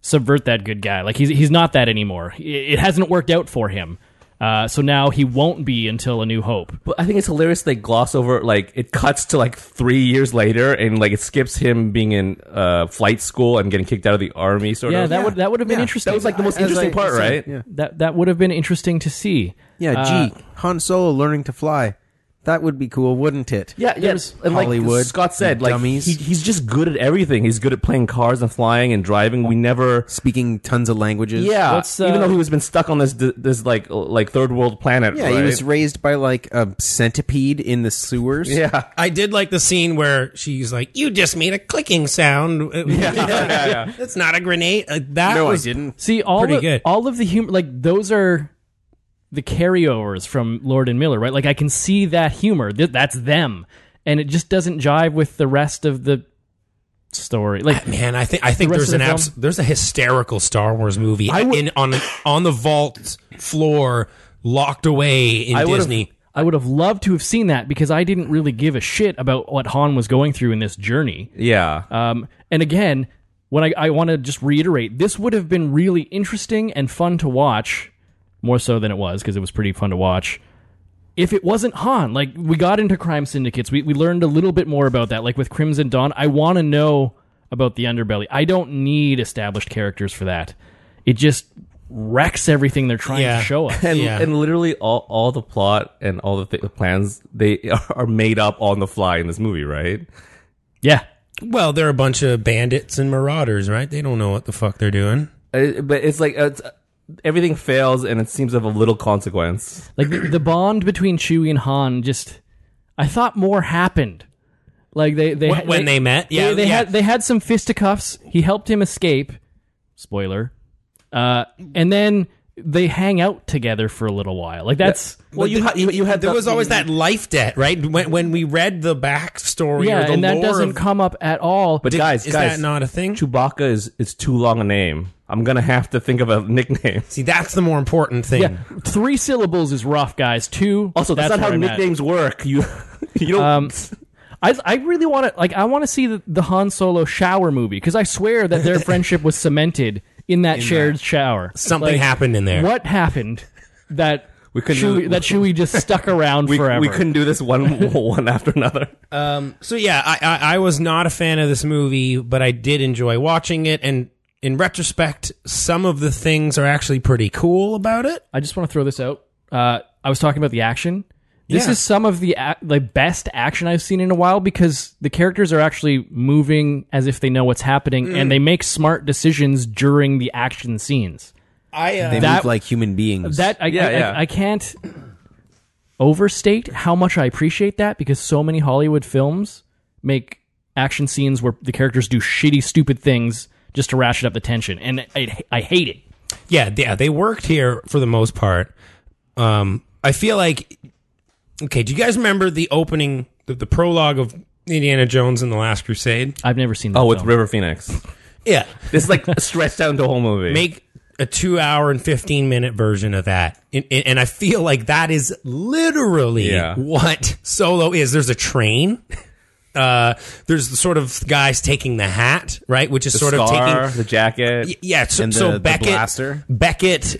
Speaker 9: subvert that good guy. Like he's he's not that anymore. It it hasn't worked out for him. Uh, so now he won't be until A New Hope.
Speaker 8: But I think it's hilarious they gloss over like it cuts to like three years later and like it skips him being in uh, flight school and getting kicked out of the army sort
Speaker 9: Yeah,
Speaker 8: of.
Speaker 9: that would that would have been interesting.
Speaker 8: that was like the most interesting part, right?
Speaker 7: Yeah,
Speaker 9: that that would have been interesting to see.
Speaker 7: yeah.
Speaker 9: Uh,
Speaker 7: gee, Han Solo learning to fly. That would be cool, wouldn't it?
Speaker 8: Yeah, yeah. And like
Speaker 7: Hollywood,
Speaker 8: Scott said, like he,
Speaker 7: dummies.
Speaker 8: he's just good at everything. He's good at playing cars and flying and driving. We never.
Speaker 7: Speaking tons of languages.
Speaker 8: Yeah,
Speaker 9: What's, uh,
Speaker 8: even though he was been stuck on this this like like third world planet.
Speaker 7: Yeah, he
Speaker 8: right?
Speaker 7: was raised by like a centipede in the sewers.
Speaker 8: Yeah,
Speaker 6: I did like the scene where she's like, "You just made a clicking sound." That's not a grenade. Uh, that
Speaker 7: no, I
Speaker 6: was
Speaker 7: didn't.
Speaker 9: See all
Speaker 6: Pretty
Speaker 9: of,
Speaker 6: good.
Speaker 9: all of the humor, like those are the carryovers from Lord and Miller, right? Like I can see that humor. Th- that's them, and it just doesn't jive with the rest of the story. Like
Speaker 6: Man, I think I think
Speaker 9: The rest
Speaker 6: there's
Speaker 9: of
Speaker 6: an
Speaker 9: the
Speaker 6: abs-
Speaker 9: film?
Speaker 6: there's a hysterical Star Wars movie in on on the vault floor, locked away in
Speaker 8: I would've-
Speaker 6: Disney.
Speaker 9: I would have loved to have seen that because I didn't really give a shit about what Han was going through in this journey.
Speaker 8: yeah.
Speaker 9: Um, and again, when I, I want to just reiterate, this would have been really interesting and fun to watch, more so than it was because it was pretty fun to watch. If it wasn't Han, like we got into crime syndicates, we, we learned a little bit more about that. Like with Crimson Dawn, I want to know about the underbelly. I don't need established characters for that. It just wrecks everything they're trying
Speaker 6: Yeah.
Speaker 9: to show us.
Speaker 8: and,
Speaker 6: Yeah.
Speaker 8: and literally all, all the plot and all the, th- the plans they are made up on the fly in this movie right
Speaker 9: yeah.
Speaker 6: Well, they're a bunch of bandits and marauders, right? They don't know what the fuck they're doing.
Speaker 8: Uh, but it's like uh, it's, uh, everything fails and it seems to have a little consequence
Speaker 9: Like the, the bond between Chewie and Han just I thought more happened. Like they they
Speaker 6: When- when they met? Yeah,
Speaker 9: They, they
Speaker 6: yeah.
Speaker 9: had they had some fisticuffs. He helped him escape. Spoiler. Uh and then they hang out together for a little while. Like that's
Speaker 8: well you, ha- you you had
Speaker 6: There
Speaker 8: the-
Speaker 6: was always that life debt, right? When, when we read the backstory,
Speaker 9: yeah,
Speaker 6: or the
Speaker 9: and that
Speaker 6: lore
Speaker 9: doesn't
Speaker 6: of,
Speaker 9: come up at all.
Speaker 8: but guys
Speaker 6: is
Speaker 8: guys
Speaker 6: that not a thing?
Speaker 8: Chewbacca is it's too long a name I'm gonna have to think of a nickname
Speaker 6: See, that's the more important thing.
Speaker 9: yeah, three syllables is rough, guys. Two.
Speaker 8: also that's, not
Speaker 9: where
Speaker 8: how
Speaker 9: I'm at.
Speaker 8: nicknames work you you don't
Speaker 9: Um, I, I really want to like I want to see the, the Han Solo shower movie because I swear that their friendship was cemented in that shared shower.
Speaker 6: Something
Speaker 9: Like,
Speaker 6: happened in there.
Speaker 9: What happened that we
Speaker 8: couldn't-
Speaker 9: Chewie, that Chewie just stuck around
Speaker 8: we,
Speaker 9: forever?
Speaker 8: we couldn't do this one one after another
Speaker 6: So yeah, I, I I was not a fan of this movie, but I did enjoy watching it. And in retrospect, some of the things are actually pretty cool about it.
Speaker 9: I just want to throw this out. Uh, I was talking about the action. This
Speaker 6: Yeah.
Speaker 9: is some of the ac the best action I've seen in a while because the characters are actually moving as if they know what's happening
Speaker 6: Mm.
Speaker 9: and they make smart decisions during the action scenes.
Speaker 6: I uh,
Speaker 7: They
Speaker 9: That-
Speaker 7: move like human beings.
Speaker 9: That I,
Speaker 8: Yeah,
Speaker 9: I,
Speaker 8: yeah.
Speaker 9: I, I can't overstate how much I appreciate that because so many Hollywood films make action scenes where the characters do shitty, stupid things just to ratchet up the tension, and I, I hate it.
Speaker 6: yeah, yeah, they worked here for the most part. Um, I feel like okay. Do you guys remember the opening, the, the prologue of Indiana Jones and the Last Crusade?
Speaker 9: I've never seen. That
Speaker 8: oh with
Speaker 9: film.
Speaker 8: River Phoenix
Speaker 6: Yeah,
Speaker 8: this is like stretched out into a whole movie
Speaker 6: make a two hour and 15 minute version of that. And, and and I feel like that is literally
Speaker 8: Yeah.
Speaker 6: what Solo is. There's a train. Uh, there's the sort of guys taking the hat, right? Which is
Speaker 8: the
Speaker 6: sort
Speaker 8: scar,
Speaker 6: of taking.
Speaker 8: the jacket
Speaker 6: Y- Yeah. So,
Speaker 7: And the-
Speaker 6: so
Speaker 7: the
Speaker 6: Beckett,
Speaker 7: blaster.
Speaker 6: Beckett,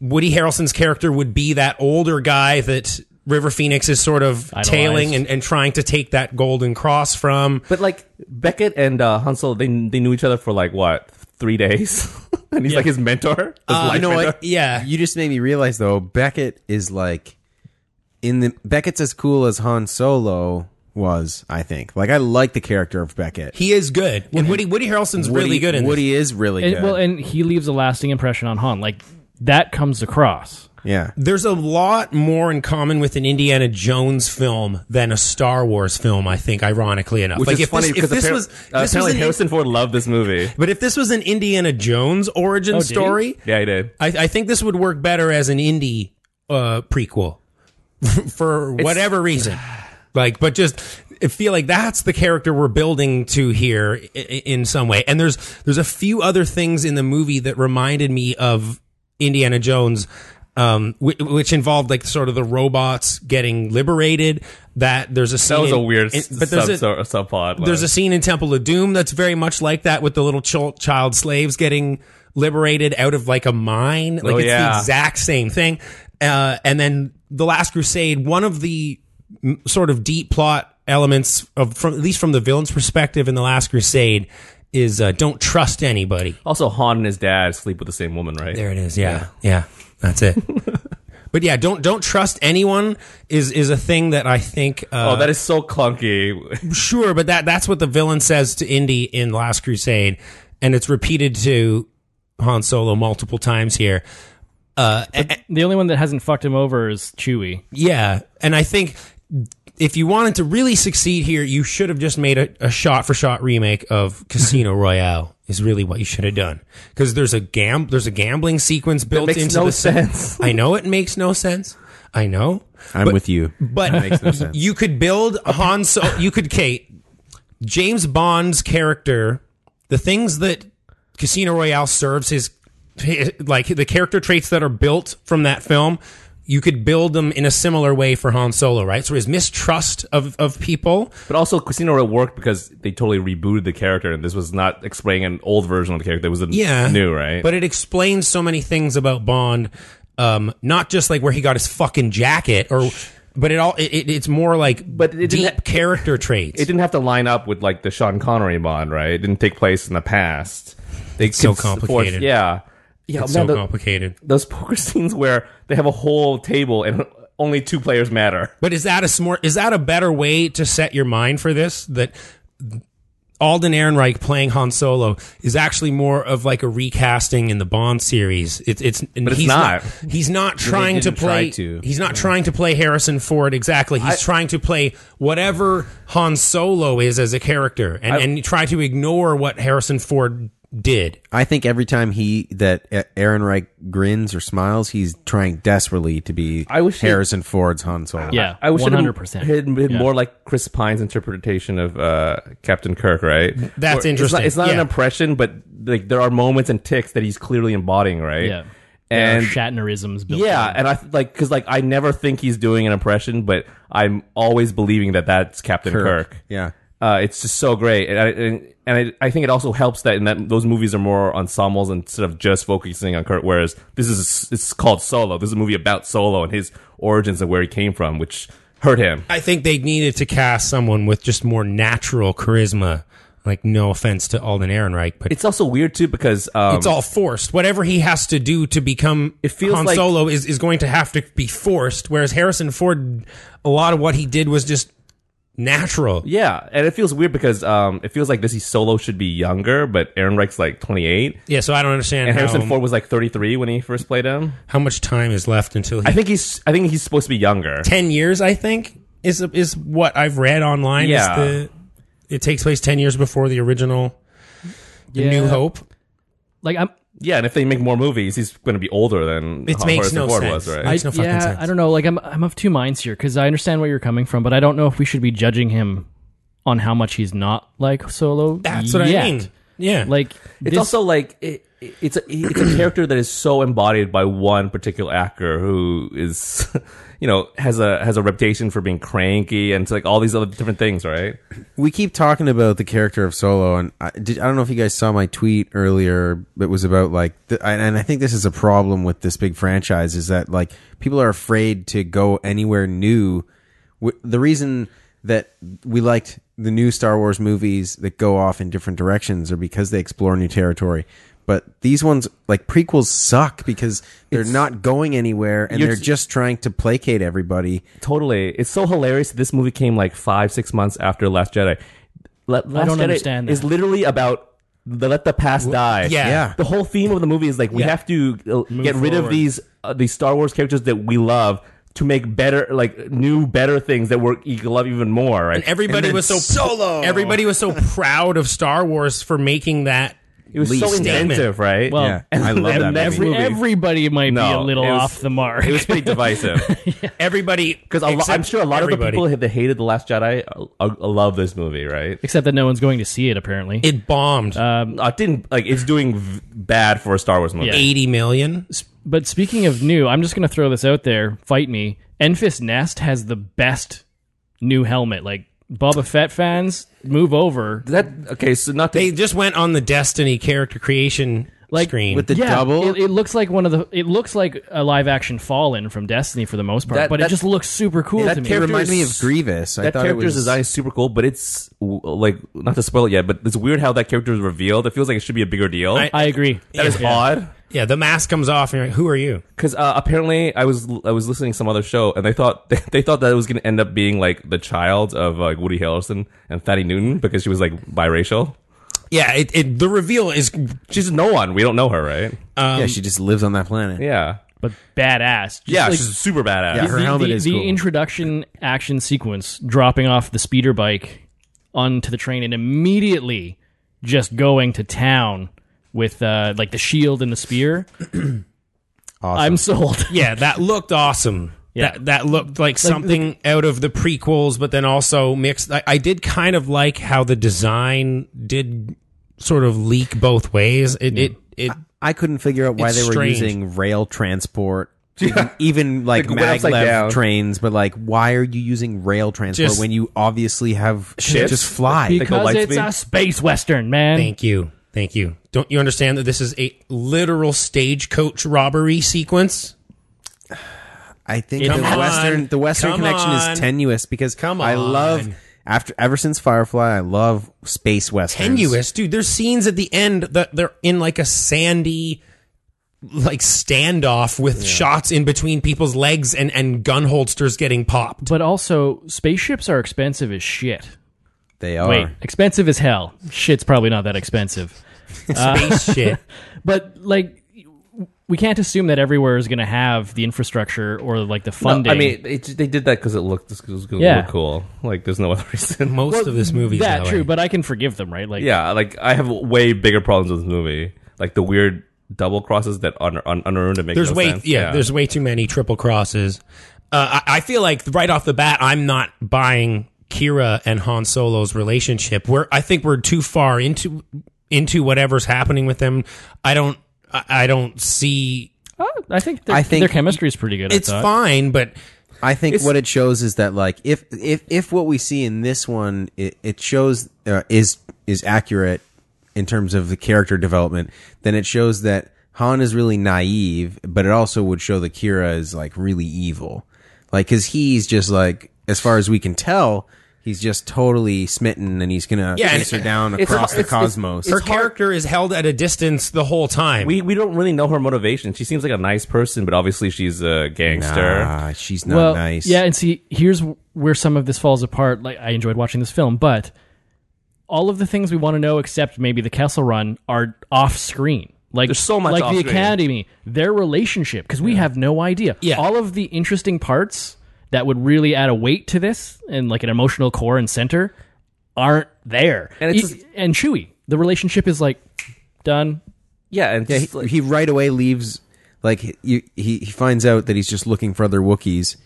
Speaker 6: Woody Harrelson's character would be that older guy that River Phoenix is sort of
Speaker 9: Idolized.
Speaker 6: tailing and, and trying to take that golden cross from.
Speaker 8: But like Beckett and uh, Hansel, they they knew each other for like what three days, and he's like his mentor. His life
Speaker 7: you know
Speaker 8: mentor.
Speaker 7: what?
Speaker 6: Yeah.
Speaker 7: You just made me realize though, Beckett is like in the Beckett's as cool as Han Solo was, I think. Like I like the character of Beckett.
Speaker 6: He is good. And Woody, Woody Harrelson's really
Speaker 7: Woody-
Speaker 6: good in this.
Speaker 7: Woody is really
Speaker 9: And,
Speaker 7: good.
Speaker 9: well, and he leaves a lasting impression on Han. Like that comes across.
Speaker 7: yeah.
Speaker 6: There's a lot more in common with an Indiana Jones film than a Star Wars film, I think, ironically enough.
Speaker 8: Which
Speaker 6: like
Speaker 8: is
Speaker 6: if this,
Speaker 8: funny
Speaker 6: if
Speaker 8: because
Speaker 6: this
Speaker 8: appar-
Speaker 6: was,
Speaker 8: uh,
Speaker 6: this was
Speaker 8: apparently
Speaker 6: an-
Speaker 8: Harrison Ford loved this movie.
Speaker 6: but if this was an Indiana Jones origin
Speaker 9: Oh, did he?
Speaker 6: story,
Speaker 8: Yeah, he did.
Speaker 6: I, I think this would work better as an indie uh, prequel for whatever reason. Like, but just I feel like that's the character we're building to here i- i- in some way. And there's there's a few other things in the movie that reminded me of Indiana Jones, um, which, which involved like sort of the robots getting liberated. That there's a scene
Speaker 8: That was a
Speaker 6: in-
Speaker 8: weird
Speaker 6: in-
Speaker 8: s-
Speaker 6: but there's
Speaker 8: sub,
Speaker 6: a-
Speaker 8: sub- subplot. like-
Speaker 6: there's a scene in Temple of Doom that's very much like that with the little ch- child slaves getting liberated out of like a mine. Like
Speaker 8: Oh,
Speaker 6: it's the
Speaker 8: yeah.
Speaker 6: exact same thing. Uh, and then The Last Crusade, one of the m- sort of deep plot elements of from at least from the villain's perspective in The Last Crusade is uh, don't trust anybody.
Speaker 8: also Han and his dad sleep with the same woman, right?
Speaker 6: There it is. Yeah. Yeah. That's it. But yeah, don't don't trust anyone is is a thing that I think uh,
Speaker 8: Oh, that is so clunky.
Speaker 6: Sure, but that that's what the villain says to Indy in Last Crusade, and it's repeated to Han Solo multiple times here. Uh, a- a-
Speaker 9: The only one that hasn't fucked him over is Chewie.
Speaker 6: yeah, and I think if you wanted to really succeed here, you should have just made a, a shot-for-shot remake of Casino Royale. Is really what you should have done because there's a gam there's a gambling sequence built
Speaker 8: makes
Speaker 6: into
Speaker 8: no
Speaker 6: the se-
Speaker 8: sense.
Speaker 6: I know it makes no sense. I know,
Speaker 7: I'm with you.
Speaker 6: but you could build Han Solo. You could Kate James Bond's character, the things that Casino Royale serves his, his- like the character traits that are built from that film. You could build them in a similar way for Han Solo, right? So his mistrust of of people,
Speaker 8: But also, Casino Royale worked because they totally rebooted the character, and this was not explaining an old version of the character. It was a
Speaker 6: yeah,
Speaker 8: new, right?
Speaker 6: But it explains so many things about Bond, um, not just like where he got his fucking jacket or. But it all it, it, it's more like
Speaker 8: But it didn't
Speaker 6: deep
Speaker 8: ha-
Speaker 6: character traits.
Speaker 8: it didn't have to line up with like the Sean Connery Bond, right? It didn't take place in the past. They
Speaker 6: so
Speaker 8: could support-
Speaker 6: complicated.
Speaker 8: yeah, Yeah,
Speaker 6: It's
Speaker 8: man,
Speaker 6: so
Speaker 8: the-
Speaker 6: complicated.
Speaker 8: Those poker scenes where they have a whole table and only two players matter.
Speaker 6: But is that a smart? Is that a better way to set your mind for this? That Alden Ehrenreich playing Han Solo is actually more of like a recasting in the Bond series. It, it's and
Speaker 8: But it's
Speaker 6: he's
Speaker 8: not.
Speaker 6: He's not trying to
Speaker 7: didn't try
Speaker 6: play.
Speaker 7: to.
Speaker 6: He's not trying to play Harrison Ford exactly. He's trying to play whatever Han Solo is as a character, and and try to ignore what Harrison Ford did.
Speaker 7: I think every time he that A- Aaron Reich grins or smiles, he's trying desperately to be
Speaker 8: I wish he-
Speaker 7: Harrison Ford's Han Solo.
Speaker 9: Yeah,
Speaker 8: I wish
Speaker 9: one
Speaker 8: it had
Speaker 9: hundred
Speaker 8: been-
Speaker 9: percent.
Speaker 8: had been more like Chris Pine's interpretation of uh, Captain Kirk, right?
Speaker 6: That's
Speaker 8: it's
Speaker 6: interesting,
Speaker 8: not- It's not,
Speaker 6: yeah.
Speaker 8: an impression, but like there are moments and ticks that he's clearly embodying, right?
Speaker 9: Yeah, There are
Speaker 8: and
Speaker 9: Shatnerisms. Built
Speaker 8: yeah,
Speaker 9: in.
Speaker 8: and I th- like because like I never think he's doing an impression, but I'm always believing that that's Captain Kirk.
Speaker 7: Yeah.
Speaker 8: Uh, it's just so great, and I, and, and I, I think it also helps that in that those movies are more ensembles instead of just focusing on Kirk. Whereas this is it's called Solo. This is a movie about Solo and his origins and where he came from, which hurt him.
Speaker 6: I think they needed to cast someone with just more natural charisma. Like no offense to Alden Ehrenreich, but
Speaker 8: It's also weird too because um,
Speaker 6: it's all forced. Whatever he has to do to become
Speaker 8: It feels
Speaker 6: Han
Speaker 8: like-
Speaker 6: Solo is, is going to have to be forced. Whereas Harrison Ford, a lot of what he did was just natural.
Speaker 8: yeah, and it feels weird because um, it feels like Dizzy Solo should be younger, but Aaron Reich's like 28,
Speaker 6: Yeah, so I don't understand
Speaker 8: and
Speaker 6: how,
Speaker 8: Harrison Ford was like 33 when he first played him.
Speaker 6: how much time is left until he.
Speaker 8: I think he's I think he's supposed to be younger.
Speaker 6: ten years. I think is is what I've read online. is
Speaker 8: Yeah.
Speaker 6: the- it takes place ten years before the original, the
Speaker 9: Yeah.
Speaker 6: New Hope.
Speaker 9: like I'm.
Speaker 8: Yeah, and if they make more movies, he's going to be older than
Speaker 6: It
Speaker 8: Har-
Speaker 6: makes
Speaker 8: Harrison
Speaker 6: no
Speaker 8: Ford
Speaker 6: sense.
Speaker 8: was, right?
Speaker 6: Makes
Speaker 9: I,
Speaker 6: no fucking
Speaker 9: yeah,
Speaker 6: sense.
Speaker 9: I don't know. Like I'm, I'm of two minds here because I understand where you're coming from, but I don't know if we should be judging him on how much he's not like Solo.
Speaker 6: That's what
Speaker 9: yet.
Speaker 6: I mean. Yeah,
Speaker 9: Like
Speaker 8: it's
Speaker 9: this-
Speaker 8: also like it, it- it's a it's a character that is so embodied by one particular actor who is, you know, has a has a reputation for being cranky and it's like all these other different things, right?
Speaker 7: we keep talking about the character of Solo, and I, did, I don't know if you guys saw my tweet earlier. It was about like, the, and and I think this is a problem with this big franchise is that like people are afraid to go anywhere new. W- The reason that we liked the new Star Wars movies that go off in different directions are because they explore new territory. But these ones, like prequels, suck because they're not going anywhere, and
Speaker 8: You're
Speaker 7: they're
Speaker 8: t-
Speaker 7: just trying to placate everybody.
Speaker 8: Totally, it's so hilarious. that This movie came like five six months after Last Jedi. La- Last
Speaker 9: don't
Speaker 8: Jedi
Speaker 9: understand that.
Speaker 8: Is literally about. The, let the past die.
Speaker 6: yeah. Yeah.
Speaker 8: The whole theme of the movie is like we have to uh, get rid of
Speaker 9: forward.
Speaker 8: these uh, these Star Wars characters that we love to make better, like new, better things that we're you love even more. Right?
Speaker 6: And everybody was so solo. Everybody was so proud of Star Wars for making that.
Speaker 8: It was so
Speaker 6: statement.
Speaker 8: inventive, right?
Speaker 9: Well,
Speaker 7: Yeah, I love that
Speaker 8: and
Speaker 7: movie.
Speaker 8: that's
Speaker 9: every,
Speaker 8: movie.
Speaker 9: everybody might be
Speaker 8: No,
Speaker 9: a little
Speaker 8: it was-
Speaker 9: off the mark.
Speaker 8: It was pretty divisive
Speaker 6: Everybody,
Speaker 8: because I'm
Speaker 6: except
Speaker 8: sure a lot of the
Speaker 6: everybody.
Speaker 8: people that hated the Last Jedi uh, uh, love this movie, right?
Speaker 9: Except that no one's going to see it apparently.
Speaker 6: it bombed
Speaker 8: Uh, it didn't like it's doing v- bad for a Star Wars movie.
Speaker 9: Yeah.
Speaker 6: eighty million.
Speaker 9: But speaking of new, I'm just going to throw this out there. Fight me. Enfys Nest has the best new helmet. Like Boba Fett fans, move over.
Speaker 8: That okay? So not to,
Speaker 6: They just went on the Destiny character creation
Speaker 9: Like,
Speaker 6: screen
Speaker 7: With the double,
Speaker 9: It, it looks like one of the. It looks like a live action Fallen from Destiny for the most part,
Speaker 8: That-
Speaker 9: but
Speaker 8: that-
Speaker 9: it just looks super cool
Speaker 8: that
Speaker 9: to me.
Speaker 8: character
Speaker 7: reminds me
Speaker 8: is-
Speaker 7: of Grievous. I
Speaker 8: that
Speaker 7: thought it
Speaker 8: character's
Speaker 7: was
Speaker 8: design is super cool, but it's w- like not to spoil it yet, but it's weird how that character is revealed. It feels like it should be a bigger deal. That is
Speaker 9: I agree. Yeah.
Speaker 8: odd.
Speaker 6: yeah, the mask comes off, and you're like, "Who are you?"
Speaker 8: Because uh, apparently, I was I was listening to some other show, and they thought they thought that it was going to end up being like the child of like Woody Harrelson and Fatty Newton because she was like biracial.
Speaker 6: Yeah, it, it the reveal is
Speaker 8: She's no one. We don't know her, right?
Speaker 7: yeah, she just lives on that planet.
Speaker 8: yeah,
Speaker 9: but badass. Just
Speaker 8: yeah.
Speaker 9: like
Speaker 8: she's super badass.
Speaker 7: Yeah, her
Speaker 9: the,
Speaker 7: helmet
Speaker 9: the-
Speaker 7: is
Speaker 9: the
Speaker 7: cool.
Speaker 9: introduction action sequence, dropping off the speeder bike onto the train, and immediately just going to town with uh, like the shield and the spear. I'm sold.
Speaker 6: yeah, that looked awesome.
Speaker 9: Yeah.
Speaker 6: That that looked like something out of the prequels, but then also mixed. I, I did kind of like how the design did sort of leak both ways. It it, it
Speaker 7: I couldn't figure out why
Speaker 6: It's
Speaker 7: they were
Speaker 6: strange.
Speaker 7: using rail transport. Even, even, like,
Speaker 8: Like, went upside
Speaker 7: maglev
Speaker 8: down.
Speaker 7: trains, but like, why are you using rail transport
Speaker 6: Just-
Speaker 7: when you obviously have
Speaker 8: Ships?
Speaker 7: Just fly.
Speaker 8: go
Speaker 9: Because
Speaker 8: light
Speaker 9: it's
Speaker 8: speed?
Speaker 9: a space western, man.
Speaker 6: Thank you. Thank you. Don't you understand that this is a literal stagecoach robbery sequence?
Speaker 7: I think
Speaker 6: Come
Speaker 7: the
Speaker 6: on.
Speaker 7: western the western
Speaker 6: Come
Speaker 7: connection
Speaker 6: on.
Speaker 7: is tenuous because
Speaker 6: Come
Speaker 7: I love
Speaker 6: on.
Speaker 7: after ever since Firefly, I love space westerns.
Speaker 6: Tenuous, dude. There's scenes at the end that they're in like a sandy like standoff with shots in between people's legs and and gun holsters getting popped.
Speaker 9: But also, spaceships are expensive as shit.
Speaker 7: They are.
Speaker 9: Wait, expensive as hell. Shit's probably not that expensive. Uh.
Speaker 6: Space shit.
Speaker 9: But like, we can't assume that everywhere is going to have the infrastructure or like the funding.
Speaker 8: I mean, it, they did that because it looked it was gonna
Speaker 9: Yeah.
Speaker 8: look cool. Like, there's no other reason.
Speaker 6: Most of this movie is
Speaker 9: that,
Speaker 6: that
Speaker 9: true,
Speaker 6: way.
Speaker 9: but I can forgive them, right? Like,
Speaker 8: Yeah, like I have way bigger problems with this movie. Like the weird double crosses that un- un- unearned and make
Speaker 6: there's
Speaker 8: no
Speaker 6: way
Speaker 8: sense.
Speaker 6: yeah, there's way too many triple crosses. Uh, I, I feel like right off the bat, I'm not buying Kira and Han Solo's relationship. We're I think we're too far into into whatever's happening with them. I don't I, I don't see.
Speaker 9: oh, I think their,
Speaker 7: I think-
Speaker 9: their chemistry is pretty good.
Speaker 6: It's
Speaker 9: I thought.
Speaker 6: fine, but
Speaker 7: I think what it shows is that like if if if what we see in this one it, it shows uh, is is accurate in terms of the character development, then it shows that Han is really naive, but it also would show that Kira is like really evil, like because he's just like as far as we can tell. He's just totally smitten, and he's gonna
Speaker 6: Yeah, and
Speaker 7: chase her down
Speaker 8: it's-
Speaker 7: across the
Speaker 8: it's- it's-
Speaker 7: cosmos.
Speaker 6: her character is held at a distance the whole time.
Speaker 8: We we don't really know her motivation. She seems like a nice person, but obviously she's a gangster.
Speaker 7: Nah, she's not
Speaker 9: well,
Speaker 7: nice.
Speaker 9: Yeah, and see, here's where some of this falls apart. Like, I enjoyed watching this film, but all of the things we want to know, except maybe the Castle Run, are off screen. Like,
Speaker 8: There's so much
Speaker 9: like the
Speaker 8: off-screen.
Speaker 9: Academy, their relationship, because we have no idea.
Speaker 6: Yeah.
Speaker 9: all of the interesting parts that would really add a weight to this and like an emotional core and center aren't there.
Speaker 8: And it's
Speaker 9: E-
Speaker 8: just-
Speaker 9: and Chewie, the relationship is like done.
Speaker 8: Yeah, and
Speaker 7: Yeah,
Speaker 8: just,
Speaker 7: he,
Speaker 8: like,
Speaker 7: he right away leaves. Like he, he he finds out that he's just looking for other Wookiees,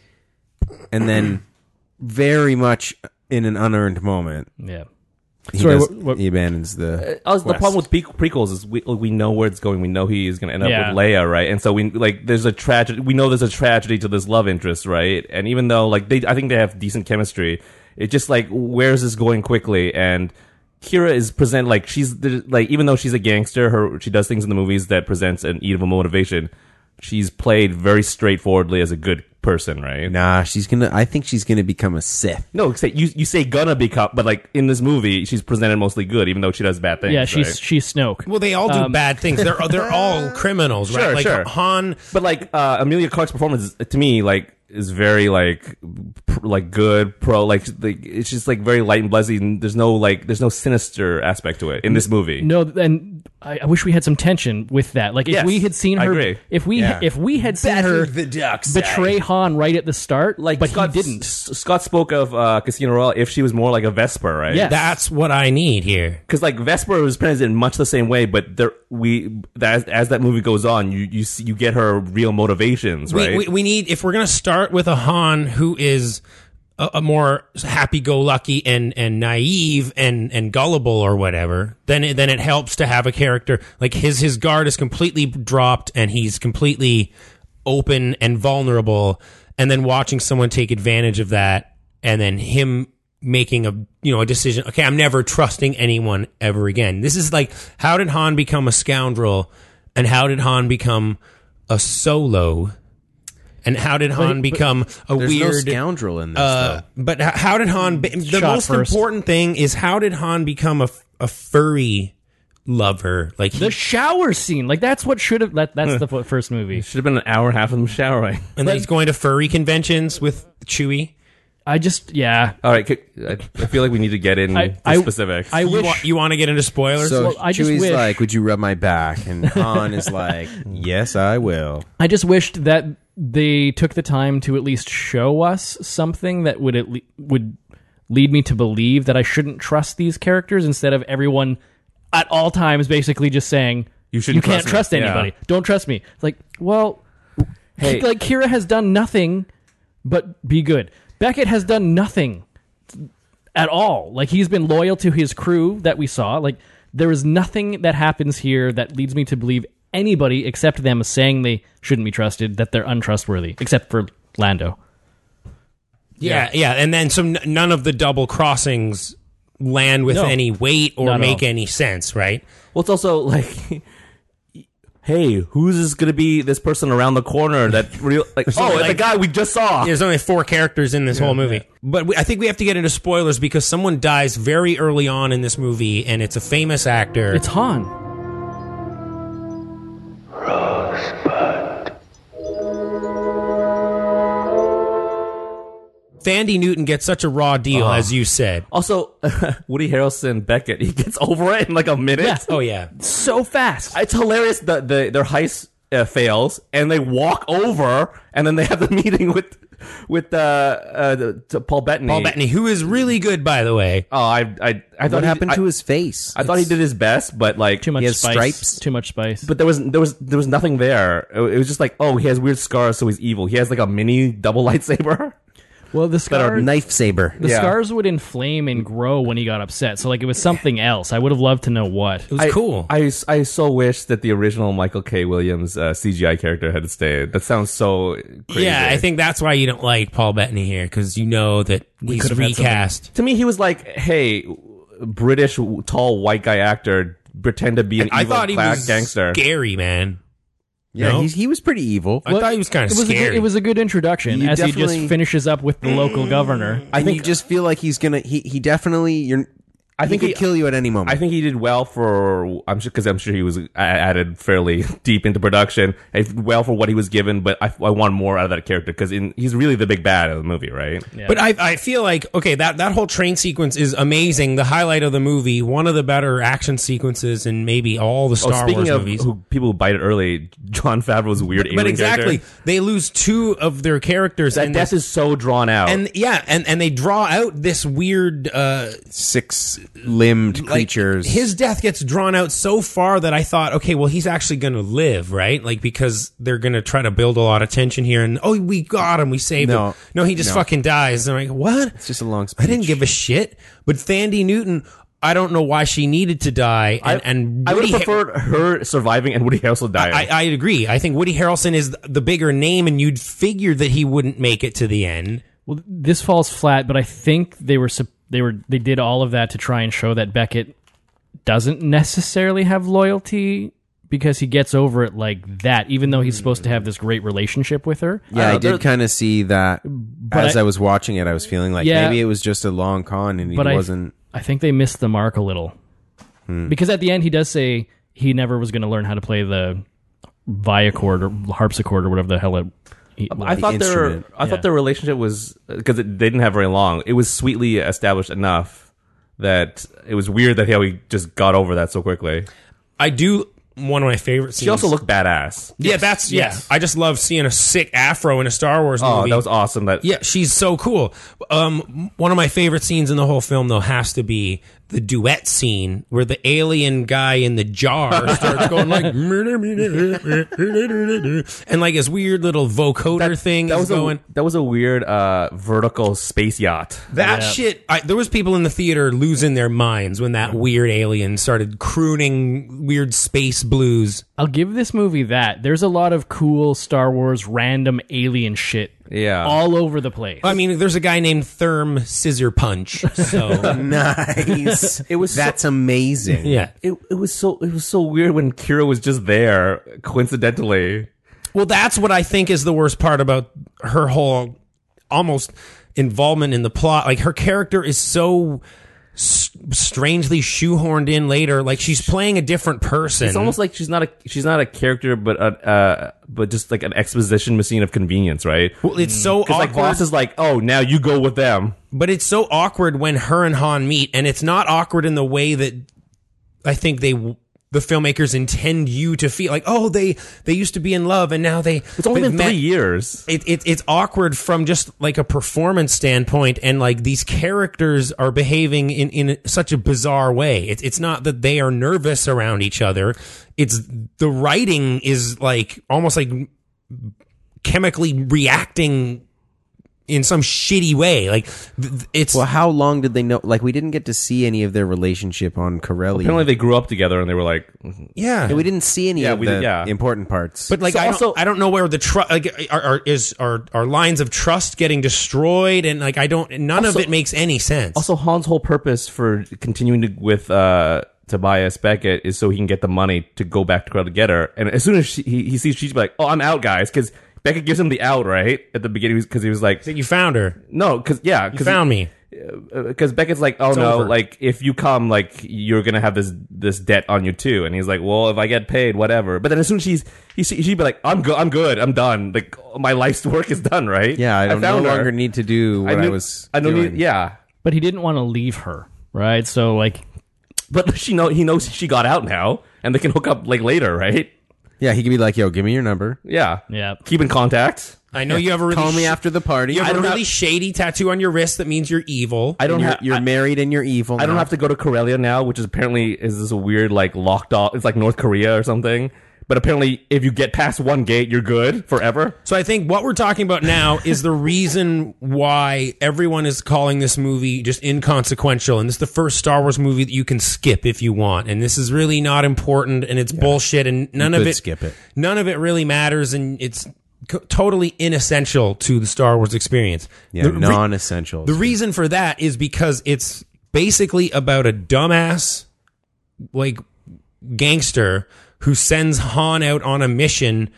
Speaker 7: and then very much in an unearned moment,
Speaker 9: Yeah.
Speaker 7: he,
Speaker 9: Sorry,
Speaker 7: does-
Speaker 9: what- what-
Speaker 7: he abandons the.
Speaker 8: Uh, the problem
Speaker 7: quest.
Speaker 8: with pre- prequels is we we know where it's going. We know he is going to end up
Speaker 9: Yeah.
Speaker 8: with Leia, right? And so we like there's a tragedy. We know there's a tragedy to this love interest, right? And even though like they, I think they have decent chemistry. It's just like where's this going quickly? And Kira is present like she's the, like even though she's a gangster, her she does things in the movies that presents an evil motivation. She's played very straightforwardly as a good person, right?
Speaker 7: Nah, she's gonna. I think she's gonna become a Sith.
Speaker 8: No, say, you you say gonna become, but like in this movie, she's presented mostly good, even though she does bad things.
Speaker 9: Yeah, she's
Speaker 8: right?
Speaker 9: she's Snoke.
Speaker 6: well, they all do bad things. They're they're all criminals, right?
Speaker 8: Um, Sure,
Speaker 6: Like
Speaker 8: sure.
Speaker 6: Han.
Speaker 8: But like uh, Amelia Clark's performance is, to me, like is very like pr- like good pro like, like it's just like very light and buzzy. And there's no like there's no sinister aspect to it in this movie.
Speaker 9: No, and I, I wish we had some tension with that. Like if
Speaker 8: Yes,
Speaker 9: we had seen
Speaker 8: I
Speaker 9: her,
Speaker 8: agree.
Speaker 9: if we
Speaker 7: Yeah.
Speaker 9: if we had seen her
Speaker 6: ducks
Speaker 9: betray Han right at the start,
Speaker 8: like
Speaker 9: but
Speaker 8: Scott
Speaker 9: he didn't.
Speaker 8: S- Scott spoke of uh, Casino Royale if she was more like a Vesper, right?
Speaker 9: Yes.
Speaker 6: That's what I need here.
Speaker 8: because like Vesper was presented in much the same way, but there we as, as that movie goes on, you you see, you get her real motivations,
Speaker 6: We,
Speaker 8: right?
Speaker 6: we, we need if we're gonna start with a Han who is a, a more happy-go-lucky and and naive and and gullible or whatever. Then it, then it helps to have a character like his his guard is completely dropped and he's completely open and vulnerable. And then watching someone take advantage of that, and then him making a you know a decision. Okay, I'm never trusting anyone ever again. This is like how did Han become a scoundrel, and how did Han become a solo? And how did Han become a
Speaker 7: There's no
Speaker 6: weird
Speaker 7: scoundrel in this.
Speaker 6: uh, but h- how did Han? Be- the
Speaker 9: Shot
Speaker 6: most
Speaker 9: first.
Speaker 6: important thing is how did Han become a, f- a furry lover? Like he,
Speaker 9: The shower scene, like that's what should have. That, that's the f- first movie.
Speaker 8: should have been an hour and a half of them showering.
Speaker 6: and then he's going to furry conventions with Chewie.
Speaker 9: I just, yeah,
Speaker 8: All right, c- I I feel like we need to get in
Speaker 9: I-
Speaker 8: the
Speaker 9: I-
Speaker 8: specifics.
Speaker 9: I
Speaker 6: You
Speaker 9: wish.
Speaker 6: want, you want to get into
Speaker 7: though.
Speaker 6: spoilers?
Speaker 7: So
Speaker 9: well, I just
Speaker 7: Chewie's
Speaker 9: wish-
Speaker 7: like, "Would you rub my back?" And Han is like, "Yes, I will."
Speaker 9: I just wished that they took the time to at least show us something that would at le- would lead me to believe that I shouldn't trust these characters instead of everyone at all times basically just saying
Speaker 8: You shouldn't
Speaker 9: you can't
Speaker 8: trust
Speaker 9: trust,
Speaker 8: me." Yeah.
Speaker 9: anybody. Don't trust me. It's Like, well,
Speaker 8: Hey.
Speaker 9: like Kira has done nothing but be good. Beckett has done nothing at all. Like he's been loyal to his crew that we saw. Like there is nothing that happens here that leads me to believe anybody except them is saying they shouldn't be trusted, that they're untrustworthy, except for Lando.
Speaker 6: yeah, yeah, and then some. n- None of the double crossings land with
Speaker 9: No.
Speaker 6: any weight or
Speaker 9: Not at
Speaker 6: make
Speaker 9: all.
Speaker 6: any sense, right?
Speaker 8: Well, it's also like, hey, who's this gonna be? This person around the corner that real like, oh, it's the
Speaker 6: like-
Speaker 8: guy we just saw.
Speaker 6: There's only four characters in this whole movie. But we, I think we have to get into spoilers because someone dies very early on in this movie, and it's a famous actor.
Speaker 9: It's Han.
Speaker 11: Rose
Speaker 6: Fandy Newton gets such a raw deal, as you said.
Speaker 8: Also, Woody Harrelson Beckett, he gets over it in like a minute.
Speaker 6: Oh yeah,
Speaker 9: so fast.
Speaker 8: It's hilarious that the, their heist uh, fails and they walk over and then they have the meeting with with uh, uh, the- to Paul Bettany.
Speaker 6: Paul Bettany, who is really good, by the way.
Speaker 8: Oh, I I, I thought
Speaker 7: What
Speaker 8: he-
Speaker 7: happened
Speaker 8: I-
Speaker 7: to his face?
Speaker 8: I thought he did his best, but like
Speaker 9: Too much
Speaker 7: He has
Speaker 9: spice.
Speaker 7: stripes.
Speaker 9: Too much spice.
Speaker 8: But there was there was there was nothing there. It it was just like, oh, he has weird scars, so he's evil. He has like a mini double lightsaber.
Speaker 9: well, the
Speaker 7: It's
Speaker 9: scar,
Speaker 7: knife saber.
Speaker 9: the
Speaker 8: Yeah.
Speaker 9: scars would inflame and grow when he got upset. So like it was something else. I would have loved to know what.
Speaker 6: It was
Speaker 8: I-
Speaker 6: cool.
Speaker 8: I, I so wish that the original Michael K. Williams uh, CGI character had stayed. That sounds so crazy.
Speaker 6: yeah, I think that's why you don't like Paul Bettany here because you know that he's
Speaker 9: could've had something.
Speaker 6: recast.
Speaker 8: to me he was like, hey, British tall white guy actor, pretend to be an
Speaker 6: I
Speaker 8: evil
Speaker 6: thought he
Speaker 8: black
Speaker 6: was
Speaker 8: gangster.
Speaker 6: scary, man.
Speaker 7: Yeah,
Speaker 6: No?
Speaker 7: he, he was pretty evil.
Speaker 6: I thought he was kind
Speaker 9: It
Speaker 6: of
Speaker 9: was, a
Speaker 6: scary.
Speaker 9: good, it was a good introduction
Speaker 7: You
Speaker 9: as he just
Speaker 7: definitely- Mm.
Speaker 9: finishes up with the local governor.
Speaker 7: I think you just feel like he's gonna. He he definitely. You're. I
Speaker 8: think
Speaker 7: think he
Speaker 8: he-
Speaker 7: could kill you at any moment.
Speaker 8: I think he did well for I'm sure because I'm sure he was a- added fairly deep into production. He did well for what he was given, but I, I want more out of that character because he's really the big bad of the movie, right? uh,
Speaker 6: But I, I feel like okay that that whole train sequence is amazing. The highlight of the movie, one of the better action sequences in maybe all the
Speaker 8: Oh,
Speaker 6: Star
Speaker 8: speaking
Speaker 6: Wars
Speaker 8: of
Speaker 6: movies.
Speaker 8: who, people who bite it early, John Favreau's weird.
Speaker 6: but
Speaker 8: alien
Speaker 6: exactly,
Speaker 8: character.
Speaker 6: they lose two of their characters.
Speaker 8: that
Speaker 6: in
Speaker 8: death
Speaker 6: this,
Speaker 8: is so drawn out.
Speaker 6: and yeah, and and they draw out this weird uh,
Speaker 7: six limbed
Speaker 6: like,
Speaker 7: creatures.
Speaker 6: His death gets drawn out so far that I thought, okay, well, he's actually going to live, right? Like because they're going to try to build a lot of tension here, and oh, we got him, we saved
Speaker 7: No.
Speaker 6: him. No, he just
Speaker 7: No.
Speaker 6: fucking dies. And I'm like, what?
Speaker 7: It's just a long speech.
Speaker 6: I didn't give a shit. But Thandi Newton, I don't know why she needed to die. And, and
Speaker 8: I would
Speaker 6: Woody
Speaker 8: have
Speaker 6: Har-
Speaker 8: preferred her surviving and Woody Harrelson dying.
Speaker 6: I, I agree. I think Woody Harrelson is the bigger name, and you'd figure that he wouldn't make it to the end.
Speaker 9: Well, this falls flat, but I think they were sup- they were they did all of that to try and show that Beckett doesn't necessarily have loyalty because he gets over it like that, even though he's supposed to have this great relationship with her.
Speaker 7: yeah, I, did kind of see that as
Speaker 9: I-
Speaker 7: I, was watching it. I was feeling like
Speaker 9: Yeah.
Speaker 7: maybe it was just a long con, and he
Speaker 9: But I
Speaker 7: wasn't. Hmm.
Speaker 9: I think they missed the mark a little because at the end he does say he never was going to learn how to play the viacord or harpsichord or whatever the hell it. He,
Speaker 8: I thought their
Speaker 7: instrument.
Speaker 8: I
Speaker 9: Yeah.
Speaker 8: thought their relationship was because they didn't have very long. It was sweetly established enough that it was weird that how he just got over that so quickly.
Speaker 6: I do one of my favorite scenes.
Speaker 8: She also looked badass.
Speaker 6: yeah, that's
Speaker 9: yes.
Speaker 6: yeah. I just love seeing a sick afro in a Star Wars
Speaker 8: Oh,
Speaker 6: movie.
Speaker 8: that was awesome. That
Speaker 6: Yeah, she's so cool. Um, one of my favorite scenes in the whole film, though, has to be the duet scene where the alien guy in the jar starts going like, and like his weird little vocoder thing
Speaker 8: that
Speaker 6: is
Speaker 8: was
Speaker 6: going.
Speaker 8: a that was a weird uh, vertical space yacht.
Speaker 6: that shit, I, there was people in the theater losing their minds when that weird alien started crooning weird space blues.
Speaker 9: I'll give this movie that. There's a lot of cool Star Wars random alien shit
Speaker 8: Yeah.
Speaker 9: all over the place.
Speaker 6: I mean, there's a guy named Therm Scissor Punch. So
Speaker 7: Nice. it was. That's amazing.
Speaker 6: yeah,
Speaker 8: It, it was so it was so weird when Kira was just there coincidentally.
Speaker 6: Well, that's what I think is the worst part about her whole almost involvement in the plot. Like her character is so s- strangely shoehorned in later. Like she's playing a different person.
Speaker 8: It's almost like she's not a she's not a character, but a, uh, but just like an exposition machine of convenience, right?
Speaker 6: Well, it's so
Speaker 8: Because Mm, like
Speaker 6: awkward,
Speaker 8: boss is like, oh, now you go with them.
Speaker 6: but it's so awkward when her and Han meet, and it's not awkward in the way that I think they w- the filmmakers intend you to feel. Like, oh, they they used to be in love, and now they
Speaker 8: It's only
Speaker 6: they've
Speaker 8: been
Speaker 6: met-
Speaker 8: three years.
Speaker 6: it, it it's awkward from just like a performance standpoint and like these characters are behaving in in such a bizarre way it, it's not that they are nervous around each other it's the writing is like almost like chemically reacting in some shitty way like th- th- it's
Speaker 7: Well, how long did they know? Like, we didn't get to see any of their relationship on Corelli.
Speaker 8: Apparently, they grew up together, and they were like,
Speaker 6: yeah
Speaker 7: And we didn't see any
Speaker 8: Yeah,
Speaker 7: of
Speaker 8: we
Speaker 7: the
Speaker 8: did- yeah.
Speaker 7: important parts.
Speaker 6: But like
Speaker 8: So
Speaker 6: I,
Speaker 8: also-
Speaker 6: don't, I don't know where the trust like, are, are is are are lines of trust getting destroyed and like I don't none
Speaker 8: Also-
Speaker 6: of it makes any sense.
Speaker 8: also Han's whole purpose for continuing to, with uh, Tobias Beckett is so he can get the money to go back to Corella to get her. And as soon as she, he, he sees, she's like, oh, I'm out, guys, because Beckett gives him the out right at the beginning because he was like,
Speaker 6: you found her.
Speaker 8: no, because yeah,
Speaker 6: You
Speaker 8: because
Speaker 6: found me.
Speaker 8: because Beckett's like, oh no,
Speaker 6: over.
Speaker 8: like if you come, like you're gonna have this this debt on you too, and he's like, well, if I get paid, whatever. But then as soon as she's he she- she'd be like, I'm good, I'm good, I'm done. Like my life's work is done, right?
Speaker 7: Yeah, I don't no
Speaker 8: found her.
Speaker 7: longer need to do what I,
Speaker 8: knew-
Speaker 7: was.
Speaker 8: I don't
Speaker 7: doing.
Speaker 8: need. Yeah,
Speaker 9: But he didn't want to leave her, right? So like,
Speaker 8: but she know he knows she got out now, and they can hook up like later, right?
Speaker 7: yeah. He could be like, "Yo, give me your number.
Speaker 8: Yeah,
Speaker 9: yeah.
Speaker 8: Keep in contact.
Speaker 6: I know you have a really
Speaker 7: Call me
Speaker 6: sh-
Speaker 7: after the party.
Speaker 6: You have a
Speaker 8: don't
Speaker 6: really
Speaker 8: have-
Speaker 6: shady tattoo on your wrist that means you're evil.
Speaker 8: I don't
Speaker 7: you're,
Speaker 8: have.
Speaker 7: you're married and you're evil.
Speaker 8: I don't
Speaker 7: now.
Speaker 8: have to go to Karelia now, which is apparently is this weird like locked off. It's like North Korea or something. But apparently, if you get past one gate, you're good forever.
Speaker 6: So I think what we're talking about now is the reason why everyone is calling this movie just inconsequential. And this is the first Star Wars movie that you can skip if you want. And this is really not important and it's bullshit and none of
Speaker 7: could
Speaker 6: it,
Speaker 7: skip it.
Speaker 6: none of it really matters. And it's co- totally inessential to the Star Wars experience.
Speaker 7: Yeah,
Speaker 6: The re-
Speaker 7: non-essential.
Speaker 6: the reason for that is because it's basically about a dumbass like gangster who sends Han out on a mission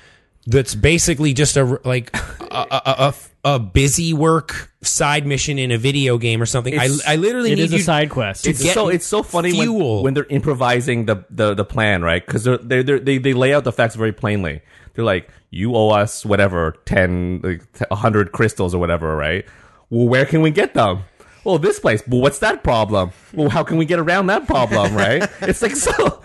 Speaker 6: that's basically just a like a, a, a- a- a busy work side mission in a video game or something. I,
Speaker 8: It's-
Speaker 6: I literally
Speaker 9: It
Speaker 6: need
Speaker 9: is a
Speaker 6: you-
Speaker 9: side quest.
Speaker 6: to get
Speaker 8: so it's so funny
Speaker 6: fuel.
Speaker 8: when, when they're improvising the the, the plan, right? Because they're, they're, they're, they they lay out the facts very plainly. They're like, you owe us whatever ten, like t- hundred crystals or whatever, right? Well, where can we get them? Well, this place. Well, what's that problem? Well, how can we get around that problem, right? it's like so,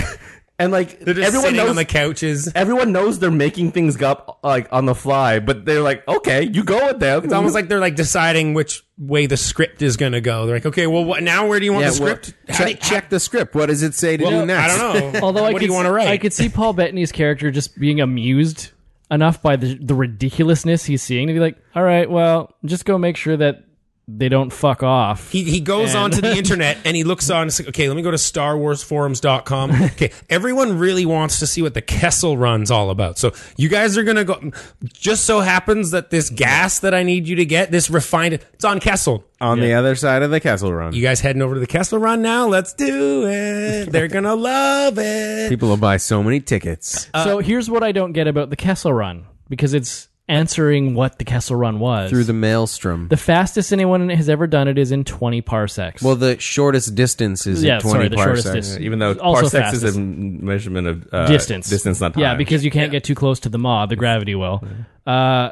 Speaker 8: and like
Speaker 6: They're just
Speaker 8: everyone
Speaker 6: sitting
Speaker 8: knows
Speaker 6: on the couches. It's
Speaker 8: everyone knows they're making things up like on the fly, but they're like, okay, you go with them. It's
Speaker 6: almost like they're like deciding which way the script is going to go. They're like, okay, well, what, now where do you want
Speaker 7: Yeah,
Speaker 6: the
Speaker 7: well,
Speaker 6: script? How do you-
Speaker 7: check, check the script. What does it say to do next?
Speaker 6: I don't know.
Speaker 9: Although
Speaker 6: what
Speaker 9: I could,
Speaker 6: do you want to
Speaker 9: s-
Speaker 6: write?
Speaker 9: I could see Paul Bettany's character just being amused enough by the the ridiculousness he's seeing to be like, all right, well, just go make sure that they don't fuck off.
Speaker 6: He, he goes
Speaker 9: And-
Speaker 6: onto the internet and he looks on. Okay, let me go to starwarsforums.com. Okay, everyone really wants to see what the Kessel run's all about. So you guys are going to go. Just so happens that this gas that I need you to get, this refined, it's on Kessel.
Speaker 7: On the other side of the castle run,
Speaker 6: You guys heading over to the Kessel run now? Let's do it. They're going to love it.
Speaker 7: people will buy so many tickets.
Speaker 6: Uh,
Speaker 9: so here's what I don't get about the Kessel Run because it's answering what the Kessel Run was.
Speaker 7: through the maelstrom.
Speaker 9: the fastest anyone has ever done it is in 20 parsecs.
Speaker 7: well, the shortest distance is
Speaker 9: Yeah,
Speaker 7: at twenty
Speaker 9: sorry, the shortest
Speaker 7: parsecs.
Speaker 9: distance.
Speaker 8: even though
Speaker 9: Also
Speaker 8: parsecs is
Speaker 9: fastest.
Speaker 8: a m- measurement of uh,
Speaker 9: distance,
Speaker 8: distance, not time.
Speaker 9: yeah, because you can't get too close to the maw. The gravity will. Uh,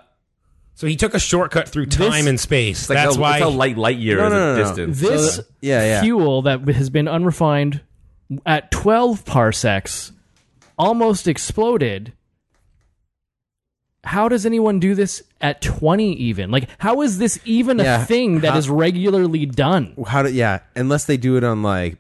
Speaker 6: So he took a shortcut through time and space.
Speaker 8: It's like
Speaker 6: That's
Speaker 8: how,
Speaker 6: why.
Speaker 8: it's how light light year
Speaker 7: No,
Speaker 8: is
Speaker 7: no, no,
Speaker 8: a
Speaker 7: no.
Speaker 8: distance.
Speaker 9: this
Speaker 7: yeah, yeah.
Speaker 9: fuel that has been unrefined at 12 parsecs almost exploded. How does anyone do this at 20 even? Like, how is this even
Speaker 7: Yeah,
Speaker 9: a thing that is
Speaker 7: how-
Speaker 9: regularly done?
Speaker 7: How do yeah? Unless they do it on like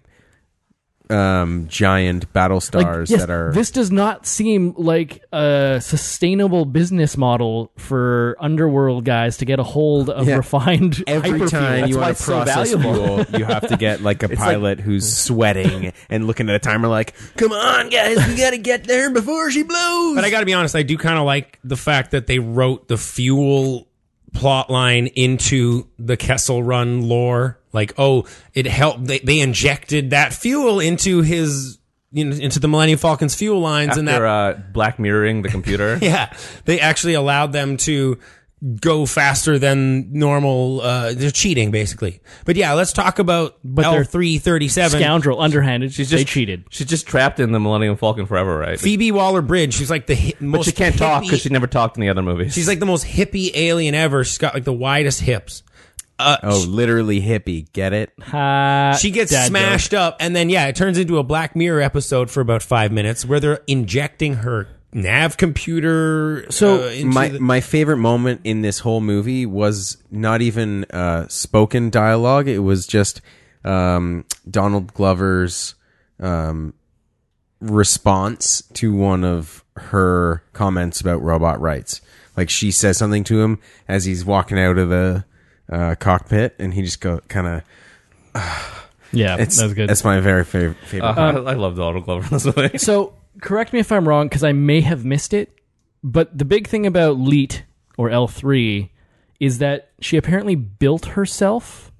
Speaker 7: um giant battle
Speaker 9: Like,
Speaker 7: stars
Speaker 9: yes,
Speaker 7: that are
Speaker 9: this does not seem like a sustainable business model for underworld guys to get a hold of
Speaker 7: Yeah.
Speaker 9: refined
Speaker 7: every
Speaker 9: hyperfuel.
Speaker 7: time
Speaker 8: That's
Speaker 7: you
Speaker 8: why
Speaker 7: want
Speaker 8: it's
Speaker 7: to
Speaker 8: so
Speaker 7: process
Speaker 8: valuable.
Speaker 7: fuel, you have to get like a
Speaker 8: like-
Speaker 7: pilot who's sweating and looking at a timer like, "Come on, guys, we gotta get there before she blows."
Speaker 6: But I got to be honest, I do kind of like the fact that they wrote the fuel plot line into the Kessel Run lore. Like, oh, it helped. They, they injected that fuel into his, you know, into the Millennium Falcon's fuel lines,
Speaker 8: After
Speaker 6: and that,
Speaker 8: uh, black mirroring the computer,
Speaker 6: yeah, they actually allowed them to go faster than normal. Uh, they're cheating basically. But yeah, let's talk about
Speaker 9: But
Speaker 6: L
Speaker 9: they're
Speaker 6: three thirty seven.
Speaker 9: Scoundrel, underhanded. She's they cheated.
Speaker 8: she's just trapped in the Millennium Falcon forever, right?
Speaker 6: Phoebe Waller Bridge, she's like the hi-
Speaker 8: but
Speaker 6: most.
Speaker 8: she can't talk
Speaker 6: hippie-
Speaker 8: because she never talked in the other movies.
Speaker 6: She's like the most hippie alien ever. She's got like the widest hips.
Speaker 7: oh, literally hippie, get it?
Speaker 9: Uh,
Speaker 6: She gets
Speaker 9: dad
Speaker 6: smashed up, and then yeah, it turns into a Black Mirror episode for about five minutes where they're injecting her nav computer. uh,
Speaker 9: So,
Speaker 6: into
Speaker 7: my
Speaker 6: the-
Speaker 7: my favorite moment in this whole movie was not even uh, spoken dialogue. It was just um, Donald Glover's um, response to one of her comments about robot rights. Like she says something to him as he's walking out of the uh, cockpit, and he just go kind of.
Speaker 9: joke. Yeah,
Speaker 7: It's
Speaker 9: that was good.
Speaker 7: That's my very favorite. favorite
Speaker 8: Uh,
Speaker 9: Um,
Speaker 8: I love Donald Glover in this movie.
Speaker 9: So correct me if I'm wrong, because I may have missed it. But the big thing about Leet or L three is that she apparently built herself.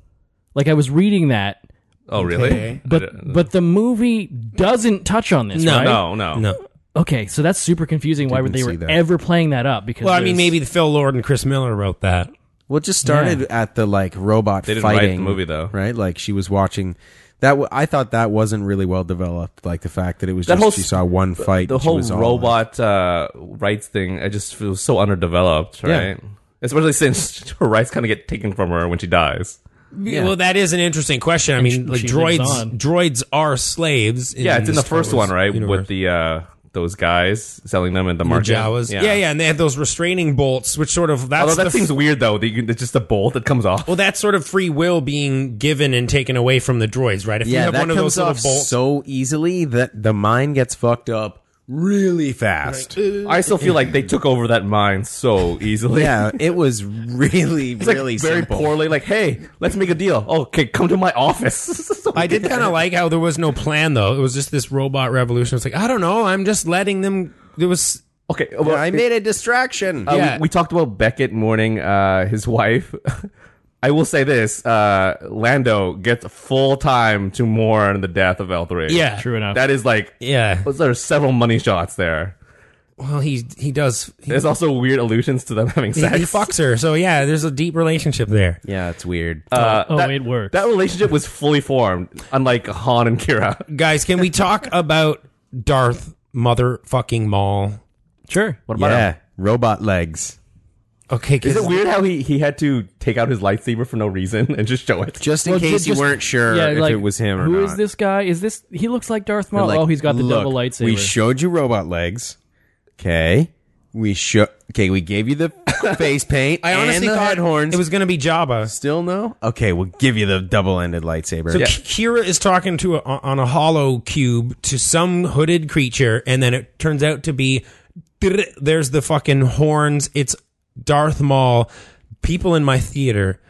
Speaker 9: Like I was reading that,
Speaker 8: Oh, really?
Speaker 9: but but the movie doesn't touch on this.
Speaker 6: No,
Speaker 9: right?
Speaker 8: no, no,
Speaker 6: no.
Speaker 9: Okay, so that's super confusing. Why would they
Speaker 7: Didn't
Speaker 9: were
Speaker 7: see that.
Speaker 9: ever playing that up? Because
Speaker 6: Well, I mean,
Speaker 9: there's-
Speaker 6: maybe Phil Lord and Chris Miller wrote that.
Speaker 7: Well, it just started at the like robot
Speaker 8: They didn't write the
Speaker 7: fighting
Speaker 8: movie, though.
Speaker 7: right? Like she was watching that. W- I thought that wasn't really well developed. Like the fact that it was
Speaker 8: That
Speaker 7: just
Speaker 8: whole
Speaker 7: she
Speaker 8: s-
Speaker 7: saw one fight.
Speaker 8: the
Speaker 7: and she
Speaker 8: whole
Speaker 7: was all-
Speaker 8: robot uh, rights thing. I just feel so underdeveloped,
Speaker 7: Yeah.
Speaker 8: right? Especially since her rights kind of get taken from her when she dies.
Speaker 6: Well, that is an interesting question. I mean,
Speaker 9: sh-
Speaker 6: like
Speaker 9: she
Speaker 6: droids,
Speaker 9: lives on.
Speaker 6: droids are slaves.
Speaker 8: yeah, it's in the
Speaker 6: Star
Speaker 8: first
Speaker 6: Wars
Speaker 8: one, right?
Speaker 6: universe.
Speaker 8: With the uh, those guys selling them in the
Speaker 6: the
Speaker 8: market.
Speaker 6: Jawas. Yeah. yeah, and they have those restraining bolts, which sort of that's
Speaker 8: Although that
Speaker 6: the
Speaker 8: seems weird, though. That you can, it's just a bolt that comes off.
Speaker 6: Well, that's sort of free will being given and taken away from the droids, right? If you
Speaker 7: Yeah,
Speaker 6: have
Speaker 7: that
Speaker 6: one of
Speaker 7: comes
Speaker 6: those little
Speaker 7: off
Speaker 6: bolts,
Speaker 7: so easily that the mind gets fucked up really fast.
Speaker 8: I still feel like they took over that mine so easily.
Speaker 7: yeah, it was really,
Speaker 8: It's like
Speaker 7: really
Speaker 8: very
Speaker 7: simple.
Speaker 8: poorly. Like, hey, let's make a deal. Oh, Okay, come to my office.
Speaker 6: I did kind of like how there was no plan though. It was just this robot revolution. It's like I don't know. I'm just letting them. There was
Speaker 8: okay, well,
Speaker 7: I made a distraction.
Speaker 8: Uh, we-
Speaker 6: Yeah.
Speaker 8: we, talked about Beckett mourning uh, his wife. I will say this: uh, Lando gets full time to mourn the death of L three.
Speaker 6: yeah,
Speaker 9: True enough.
Speaker 8: that is like
Speaker 6: yeah.
Speaker 8: those are several money shots there.
Speaker 6: Well, he he does. He,
Speaker 8: There's also weird allusions to them having
Speaker 6: he, he
Speaker 8: sex.
Speaker 6: fucks her. So yeah, there's a deep relationship there.
Speaker 7: yeah, it's weird.
Speaker 8: Uh,
Speaker 9: Oh,
Speaker 8: that-
Speaker 9: it works.
Speaker 8: That relationship was fully formed, unlike Han and Kira.
Speaker 6: Guys, can we talk about Darth motherfucking Maul?
Speaker 9: sure.
Speaker 8: What about
Speaker 7: yeah,
Speaker 8: him?
Speaker 7: robot legs.
Speaker 6: Okay, 'cause-
Speaker 8: Is it weird how he, he had to take out his lightsaber for no reason and just show it?
Speaker 7: Just in
Speaker 9: Well, ju-
Speaker 7: case
Speaker 9: just-
Speaker 7: you weren't sure if it was him or
Speaker 9: Who
Speaker 7: not.
Speaker 9: is this guy? Is this he looks like Darth Maul?
Speaker 7: They're like,
Speaker 9: oh, he's got the
Speaker 7: "Look,
Speaker 9: double lightsaber.
Speaker 7: We showed you robot legs. Okay. We show. Okay, we gave you the face paint.
Speaker 6: I honestly
Speaker 7: and the
Speaker 6: thought
Speaker 7: head horns.
Speaker 6: it was going to be Jabba.
Speaker 7: still no. Okay, we'll give you the double-ended lightsaber.
Speaker 6: So Kira is talking to a, on a hollow cube to some hooded creature, and then it turns out to be there's the fucking horns. It's Darth Maul. People in my theater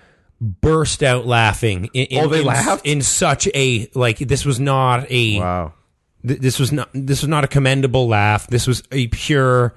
Speaker 6: burst out laughing. In, in,
Speaker 8: Oh, they
Speaker 6: in,
Speaker 8: laughed?
Speaker 6: in such a like. This was not a.
Speaker 7: Wow.
Speaker 6: th- this was not. This was not a commendable laugh. This was a pure.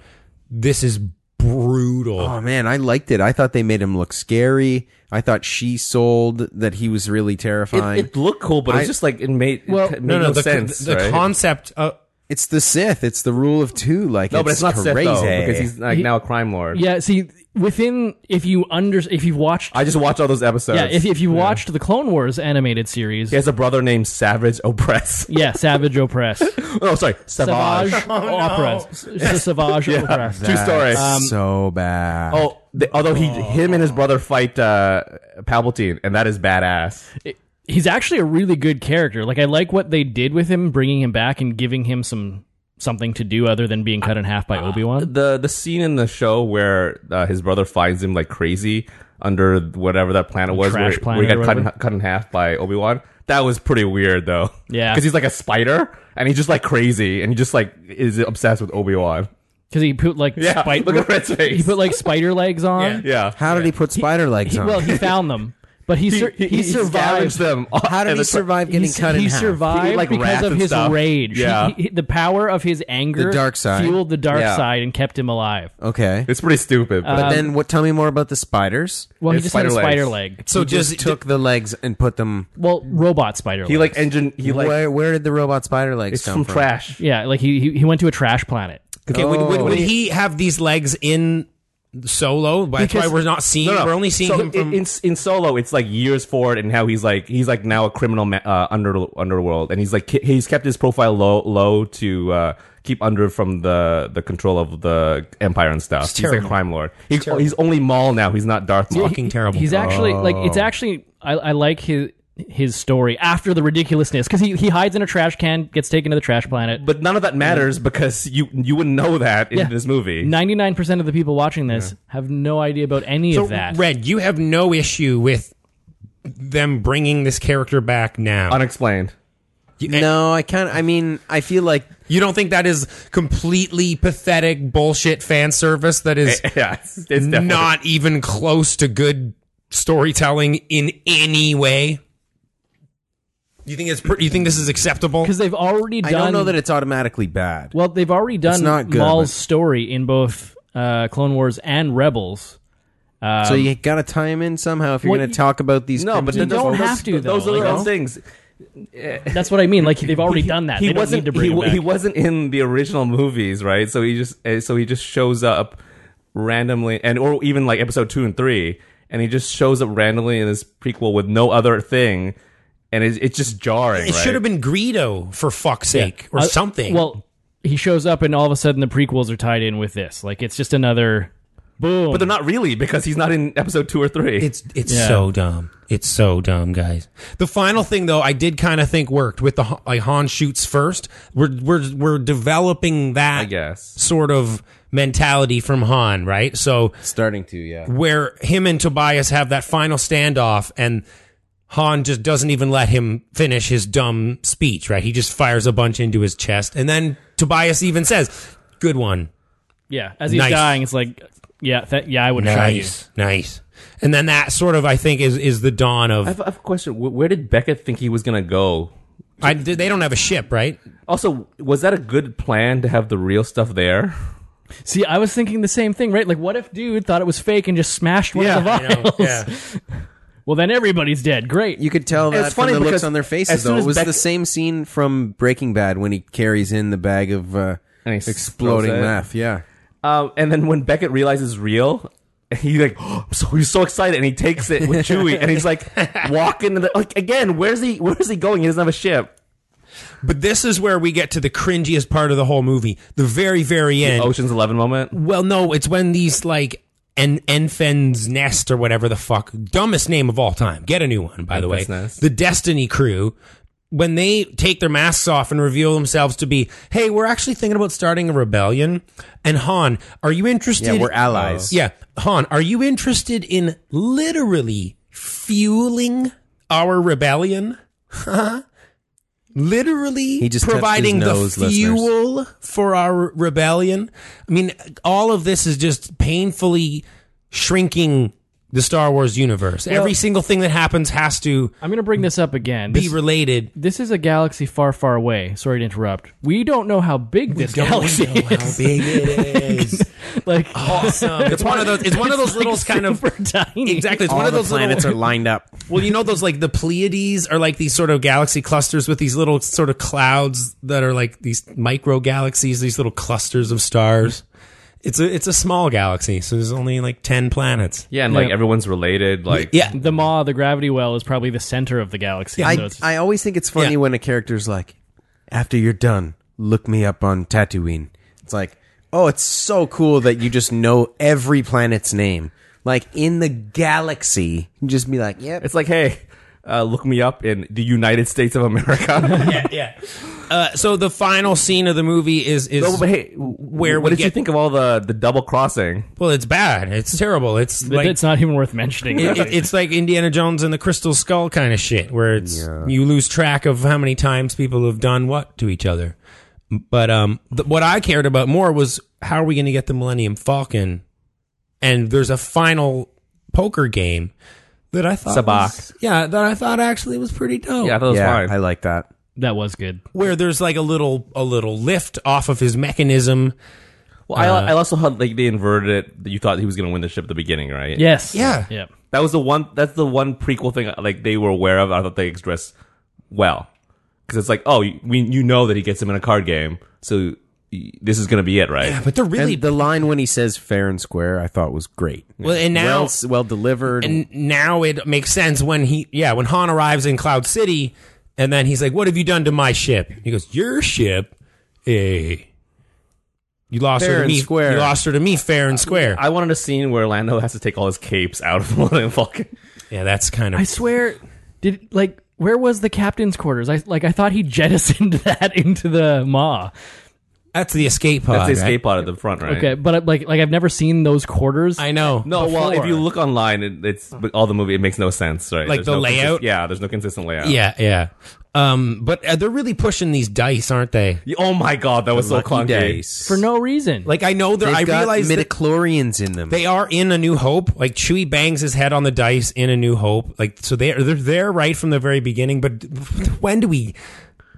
Speaker 6: This is brutal.
Speaker 7: Oh man, I liked it. I thought they made him look scary. I thought she sold that he was really terrifying.
Speaker 8: It, it looked cool, but
Speaker 7: I-
Speaker 8: it's just like it made, well, it Oh, made no,
Speaker 6: the,
Speaker 8: sense.
Speaker 6: the,
Speaker 8: right?
Speaker 6: concept. Of,
Speaker 7: it's the Sith. It's the rule of two. Like
Speaker 8: No, but it's not
Speaker 7: crazy.
Speaker 8: Sith though, because he's like
Speaker 9: He-
Speaker 8: now a crime lord.
Speaker 9: yeah, see within if you under if you've watched
Speaker 8: I just watched all those episodes.
Speaker 9: yeah if if you watched the Clone Wars animated series.
Speaker 8: he has a brother named Savage Opress.
Speaker 9: Yeah, Savage Oppress.
Speaker 8: oh, sorry, Savage. Oh,
Speaker 9: Savage Oppress. It's a Savage Oppress.
Speaker 8: True story.
Speaker 7: so bad.
Speaker 8: oh, they, although he, him and his brother fight uh, Palpatine, and that is badass.
Speaker 9: He's actually a really good character. Like I like what they did with him, bringing him back and giving him some something to do other than being cut in half by Obi Wan.
Speaker 8: The the scene in the show where uh, his brother finds him like crazy under whatever that planet was,
Speaker 9: trash
Speaker 8: where,
Speaker 9: planet
Speaker 8: where he
Speaker 9: or
Speaker 8: got cut in,
Speaker 9: whatever.
Speaker 8: cut in half by Obi Wan. That was pretty weird though.
Speaker 9: Yeah.
Speaker 8: because he's like a spider, and he's just like crazy, and he just like is obsessed with Obi Wan.
Speaker 9: Because he put like
Speaker 8: Yeah,
Speaker 9: spite-
Speaker 8: look at Red's face.
Speaker 9: He put like spider legs on.
Speaker 8: Yeah.
Speaker 7: How did he put spider legs
Speaker 9: He-
Speaker 7: on?
Speaker 9: well, he found them, but he sur- he, survived.
Speaker 8: scavenged them.
Speaker 7: How did
Speaker 8: And
Speaker 7: he
Speaker 8: it's like-
Speaker 7: survive
Speaker 9: He,
Speaker 7: getting
Speaker 9: s-
Speaker 7: cut in
Speaker 9: he
Speaker 7: half?
Speaker 9: survived
Speaker 8: like,
Speaker 9: because
Speaker 8: rats
Speaker 9: of
Speaker 8: and
Speaker 9: his
Speaker 8: stuff.
Speaker 9: rage. He-
Speaker 8: Yeah.
Speaker 9: he- the power of his anger,
Speaker 7: The dark side.
Speaker 9: fueled the dark
Speaker 8: Yeah.
Speaker 9: side and kept him alive.
Speaker 7: Okay.
Speaker 8: It's pretty stupid. But
Speaker 7: But then what? Tell me more about the spiders.
Speaker 9: Um, Well, he
Speaker 8: It's
Speaker 9: just had a
Speaker 8: spider
Speaker 9: spider
Speaker 8: legs.
Speaker 9: leg.
Speaker 6: so
Speaker 7: He just, took the legs and put them.
Speaker 9: Well, robot spider.
Speaker 8: he like
Speaker 9: legs.
Speaker 8: engine. He like
Speaker 7: where, where did the robot spider legs
Speaker 8: it's
Speaker 7: come
Speaker 8: from
Speaker 7: from?
Speaker 8: trash.
Speaker 9: yeah, like he, he he went to a trash planet.
Speaker 6: Okay, would, would, would he have these legs in solo? That's
Speaker 9: Because-
Speaker 6: why we're not seeing. We're only seeing
Speaker 8: So
Speaker 6: him from.
Speaker 8: in, in in solo. It's like years forward, and how he's like he's like now a criminal ma- uh, under underworld, and he's like ki- he's kept his profile low low to uh, keep under from the the control of the empire and stuff. he's like a
Speaker 6: terrible.
Speaker 8: crime lord. He's,
Speaker 6: terrible.
Speaker 8: he's only Maul now. He's not Darth Maul.
Speaker 6: fucking terrible. Uh,
Speaker 9: He's actually like it's actually I, I like his his story after the ridiculousness because he, he hides in a trash can, gets taken to the trash planet.
Speaker 8: but none of that matters because you you wouldn't know that in
Speaker 9: Yeah.
Speaker 8: this movie.
Speaker 9: Ninety nine percent of the people watching this have no idea about any
Speaker 6: so
Speaker 9: of that.
Speaker 6: Red, you have no issue with them bringing this character back now.
Speaker 8: Unexplained.
Speaker 6: you,
Speaker 7: No, Oh, I can't. I mean, I feel like
Speaker 6: you don't think that is completely pathetic bullshit fan service that is
Speaker 8: Yeah, it's, it's definitely-
Speaker 6: not even close to good storytelling in any way. You think it's pr- you think this is acceptable?
Speaker 9: because they've already done.
Speaker 7: I don't know that it's automatically bad.
Speaker 9: well, they've already done
Speaker 7: not good,
Speaker 9: Maul's
Speaker 7: but-
Speaker 9: story in both uh, Clone Wars and Rebels.
Speaker 7: so you got to tie him in somehow if you're
Speaker 9: Well,
Speaker 7: going
Speaker 9: you-
Speaker 7: to talk about these.
Speaker 8: No, but
Speaker 7: crimson
Speaker 8: then those-
Speaker 9: don't
Speaker 8: those-
Speaker 9: have to,
Speaker 8: Those
Speaker 9: though,
Speaker 8: are
Speaker 9: you
Speaker 8: those
Speaker 9: know?
Speaker 8: things.
Speaker 9: That's what I mean. Like they've already done that. They don't need to bring
Speaker 8: he,
Speaker 9: him
Speaker 8: wa-
Speaker 9: back.
Speaker 8: he wasn't in the original movies, right? eh, So he just uh, so he just shows up randomly, and or even like episode two and three, and he just shows up randomly in this prequel with no other thing, and it's, it's just jarring.
Speaker 6: It
Speaker 8: right?
Speaker 6: should have been Greedo for fuck's sake or
Speaker 9: Uh,
Speaker 6: something.
Speaker 9: Well, he shows up, and all of a sudden the prequels are tied in with this. Like it's just another boom.
Speaker 8: but they're not really because he's not in episode two or three.
Speaker 6: It's it's so dumb. It's so dumb, guys. The final thing though, I did kind of think worked with the Han- like Han shoots first. We're we're we're developing that
Speaker 8: I guess.
Speaker 6: sort of mentality from Han, right? So
Speaker 7: Starting to, yeah.
Speaker 6: where him and Tobias have that final standoff and Han just doesn't even let him finish his dumb speech, right? He just fires a bunch into his chest and then Tobias even says, "Good one."
Speaker 9: yeah, as he's
Speaker 6: Nice.
Speaker 9: dying, it's like yeah, th- yeah, I would try you.
Speaker 6: Nice. Nice. And then that sort of I think is is the dawn
Speaker 8: I
Speaker 6: of
Speaker 8: have, I have a question. Wh- Where did Beckett think he was gonna go?
Speaker 6: I, they don't have a ship, right?
Speaker 8: Also, was that a good plan to have the real stuff there?
Speaker 9: See, I was thinking the same thing, right? Like, what if dude thought it was fake and just smashed one of the
Speaker 6: I know,
Speaker 9: vials?
Speaker 6: yeah.
Speaker 9: Well, then everybody's dead. Great.
Speaker 7: You could tell
Speaker 8: It's
Speaker 7: that from
Speaker 8: funny
Speaker 7: the
Speaker 8: because
Speaker 7: looks on their
Speaker 8: as
Speaker 7: faces,
Speaker 8: soon
Speaker 7: though.
Speaker 8: as
Speaker 7: It was
Speaker 8: Beck-
Speaker 7: the same scene from Breaking Bad when he carries in the bag of uh,
Speaker 8: And he s-
Speaker 7: exploding
Speaker 8: throws it.
Speaker 7: meth. Yeah.
Speaker 8: Um, and then when Beckett realizes it's real, he like so he's so excited and he takes it with Chewie and he's like walking the like again. Where's he? Where's he going? He doesn't have a ship.
Speaker 6: But this is where we get to the cringiest part of the whole movie, the very, very end.
Speaker 8: Ocean's Eleven moment.
Speaker 6: well, no, it's when these like an Enfen's Nest or whatever the fuck, dumbest name of all time. Get a new one, by the way.
Speaker 8: Enfen's Nest.
Speaker 6: The Destiny Crew. When they take their masks off and reveal themselves to be, hey, we're actually thinking about starting a rebellion. And Han, are you interested? Oh.
Speaker 7: Yeah, we're allies.
Speaker 6: Yeah. Han, are you interested in literally fueling our rebellion? Huh? literally
Speaker 7: He just touched his
Speaker 6: providing
Speaker 7: nose,
Speaker 6: the
Speaker 7: listeners.
Speaker 6: fuel for our rebellion. I mean, all of this is just painfully shrinking the Star Wars universe. Every single thing that happens has to
Speaker 9: I'm gonna bring this up again.
Speaker 6: be
Speaker 9: This,
Speaker 6: related.
Speaker 9: this is a galaxy far, far away. Sorry to interrupt. We don't know how big this galaxy is.
Speaker 6: big it is.
Speaker 9: like,
Speaker 6: awesome. It's one of those. It's one of those little kind of
Speaker 9: super tiny.
Speaker 6: exactly. It's one of
Speaker 7: the
Speaker 6: those
Speaker 7: planets
Speaker 6: little,
Speaker 7: are lined up.
Speaker 6: Well, you know those like the Pleiades are like these sort of galaxy clusters with these little sort of clouds that are like these micro galaxies, these little clusters of stars. It's a it's a small galaxy, so there's only like ten planets.
Speaker 8: Yeah, and like
Speaker 9: Yeah.
Speaker 8: everyone's related. Like
Speaker 6: Yeah,
Speaker 9: The maw, the gravity well, is probably the center of the galaxy. so
Speaker 7: I,
Speaker 9: it's-
Speaker 7: I always think it's funny
Speaker 6: Yeah.
Speaker 7: when a character's like, after you're done, look me up on Tatooine. It's like, oh, it's so cool that you just know every planet's name. Like in the galaxy, you just be like, yep.
Speaker 8: it's like hey, uh, look me up in the United States of America.
Speaker 6: yeah, yeah. Uh, so the final scene of the movie is is
Speaker 8: No, but hey,
Speaker 6: Where
Speaker 8: where what
Speaker 6: we
Speaker 8: did you
Speaker 6: get-
Speaker 8: think of all the the double crossing?
Speaker 6: well, it's bad. It's terrible. It's
Speaker 9: but
Speaker 6: like
Speaker 9: it's not even worth mentioning.
Speaker 6: it, it- it's like Indiana Jones and the Crystal Skull kind of shit, where it's you lose track of how many times people have done what to each other. But um, th- what I cared about more was how are we going to get the Millennium Falcon? And there's a final poker game that I thought
Speaker 8: Sabacc.
Speaker 6: was- yeah, Uh, that I thought actually was pretty dope.
Speaker 8: Yeah, I thought it was
Speaker 7: yeah,
Speaker 8: fine.
Speaker 7: I like that.
Speaker 9: that was good.
Speaker 6: where there's like a little a little lift off of his mechanism.
Speaker 8: well, I,
Speaker 6: uh,
Speaker 8: I also had like they inverted it. that You thought he was going to win the ship at the beginning, right?
Speaker 9: Yes.
Speaker 6: Yeah.
Speaker 9: Yep.
Speaker 8: That was the one. That's the one prequel thing like they were aware of. I thought they expressed well because it's like, oh, you- we you know that he gets him in a card game, so y- this is gonna be it, right?
Speaker 6: But they're really
Speaker 7: And the line when he says fair and square, I thought was great.
Speaker 6: well, and now
Speaker 7: well, s- well delivered.
Speaker 6: and now it makes sense when he yeah when Han arrives in Cloud City and then he's like, "What have you done to my ship?" He goes, "Your ship, eh? You lost
Speaker 7: Fair
Speaker 6: her to
Speaker 7: and
Speaker 6: me.
Speaker 7: square."
Speaker 6: You lost her to me, fair and square."
Speaker 8: I wanted a scene where Lando has to take all his capes out of the Millennium Falcon.
Speaker 6: yeah, that's kind
Speaker 9: I
Speaker 6: of
Speaker 9: swear, did like where was the captain's quarters? I like I thought he jettisoned that into the maw.
Speaker 6: that's the escape pod.
Speaker 8: That's the
Speaker 6: right?
Speaker 8: escape pod at the front, right?
Speaker 9: Okay, but uh, like like I've never seen those quarters.
Speaker 6: I know.
Speaker 8: No, well, if
Speaker 9: Before.
Speaker 8: you look online, it, it's but all the movie. It makes no sense, right?
Speaker 6: Like the
Speaker 8: no consis-
Speaker 6: layout?
Speaker 8: yeah, there's no consistent layout.
Speaker 6: Yeah, yeah. Um, but uh, they're really pushing these dice, aren't they?
Speaker 8: Y- Oh my god, that was so clunky.
Speaker 9: for no reason.
Speaker 6: Like I know they're.
Speaker 7: They've
Speaker 6: I
Speaker 7: got
Speaker 6: realize that-
Speaker 7: midichlorians in them.
Speaker 6: they are in a new hope like chewie bangs his head on the dice in a new hope like so they are they're there right from the very beginning but when do we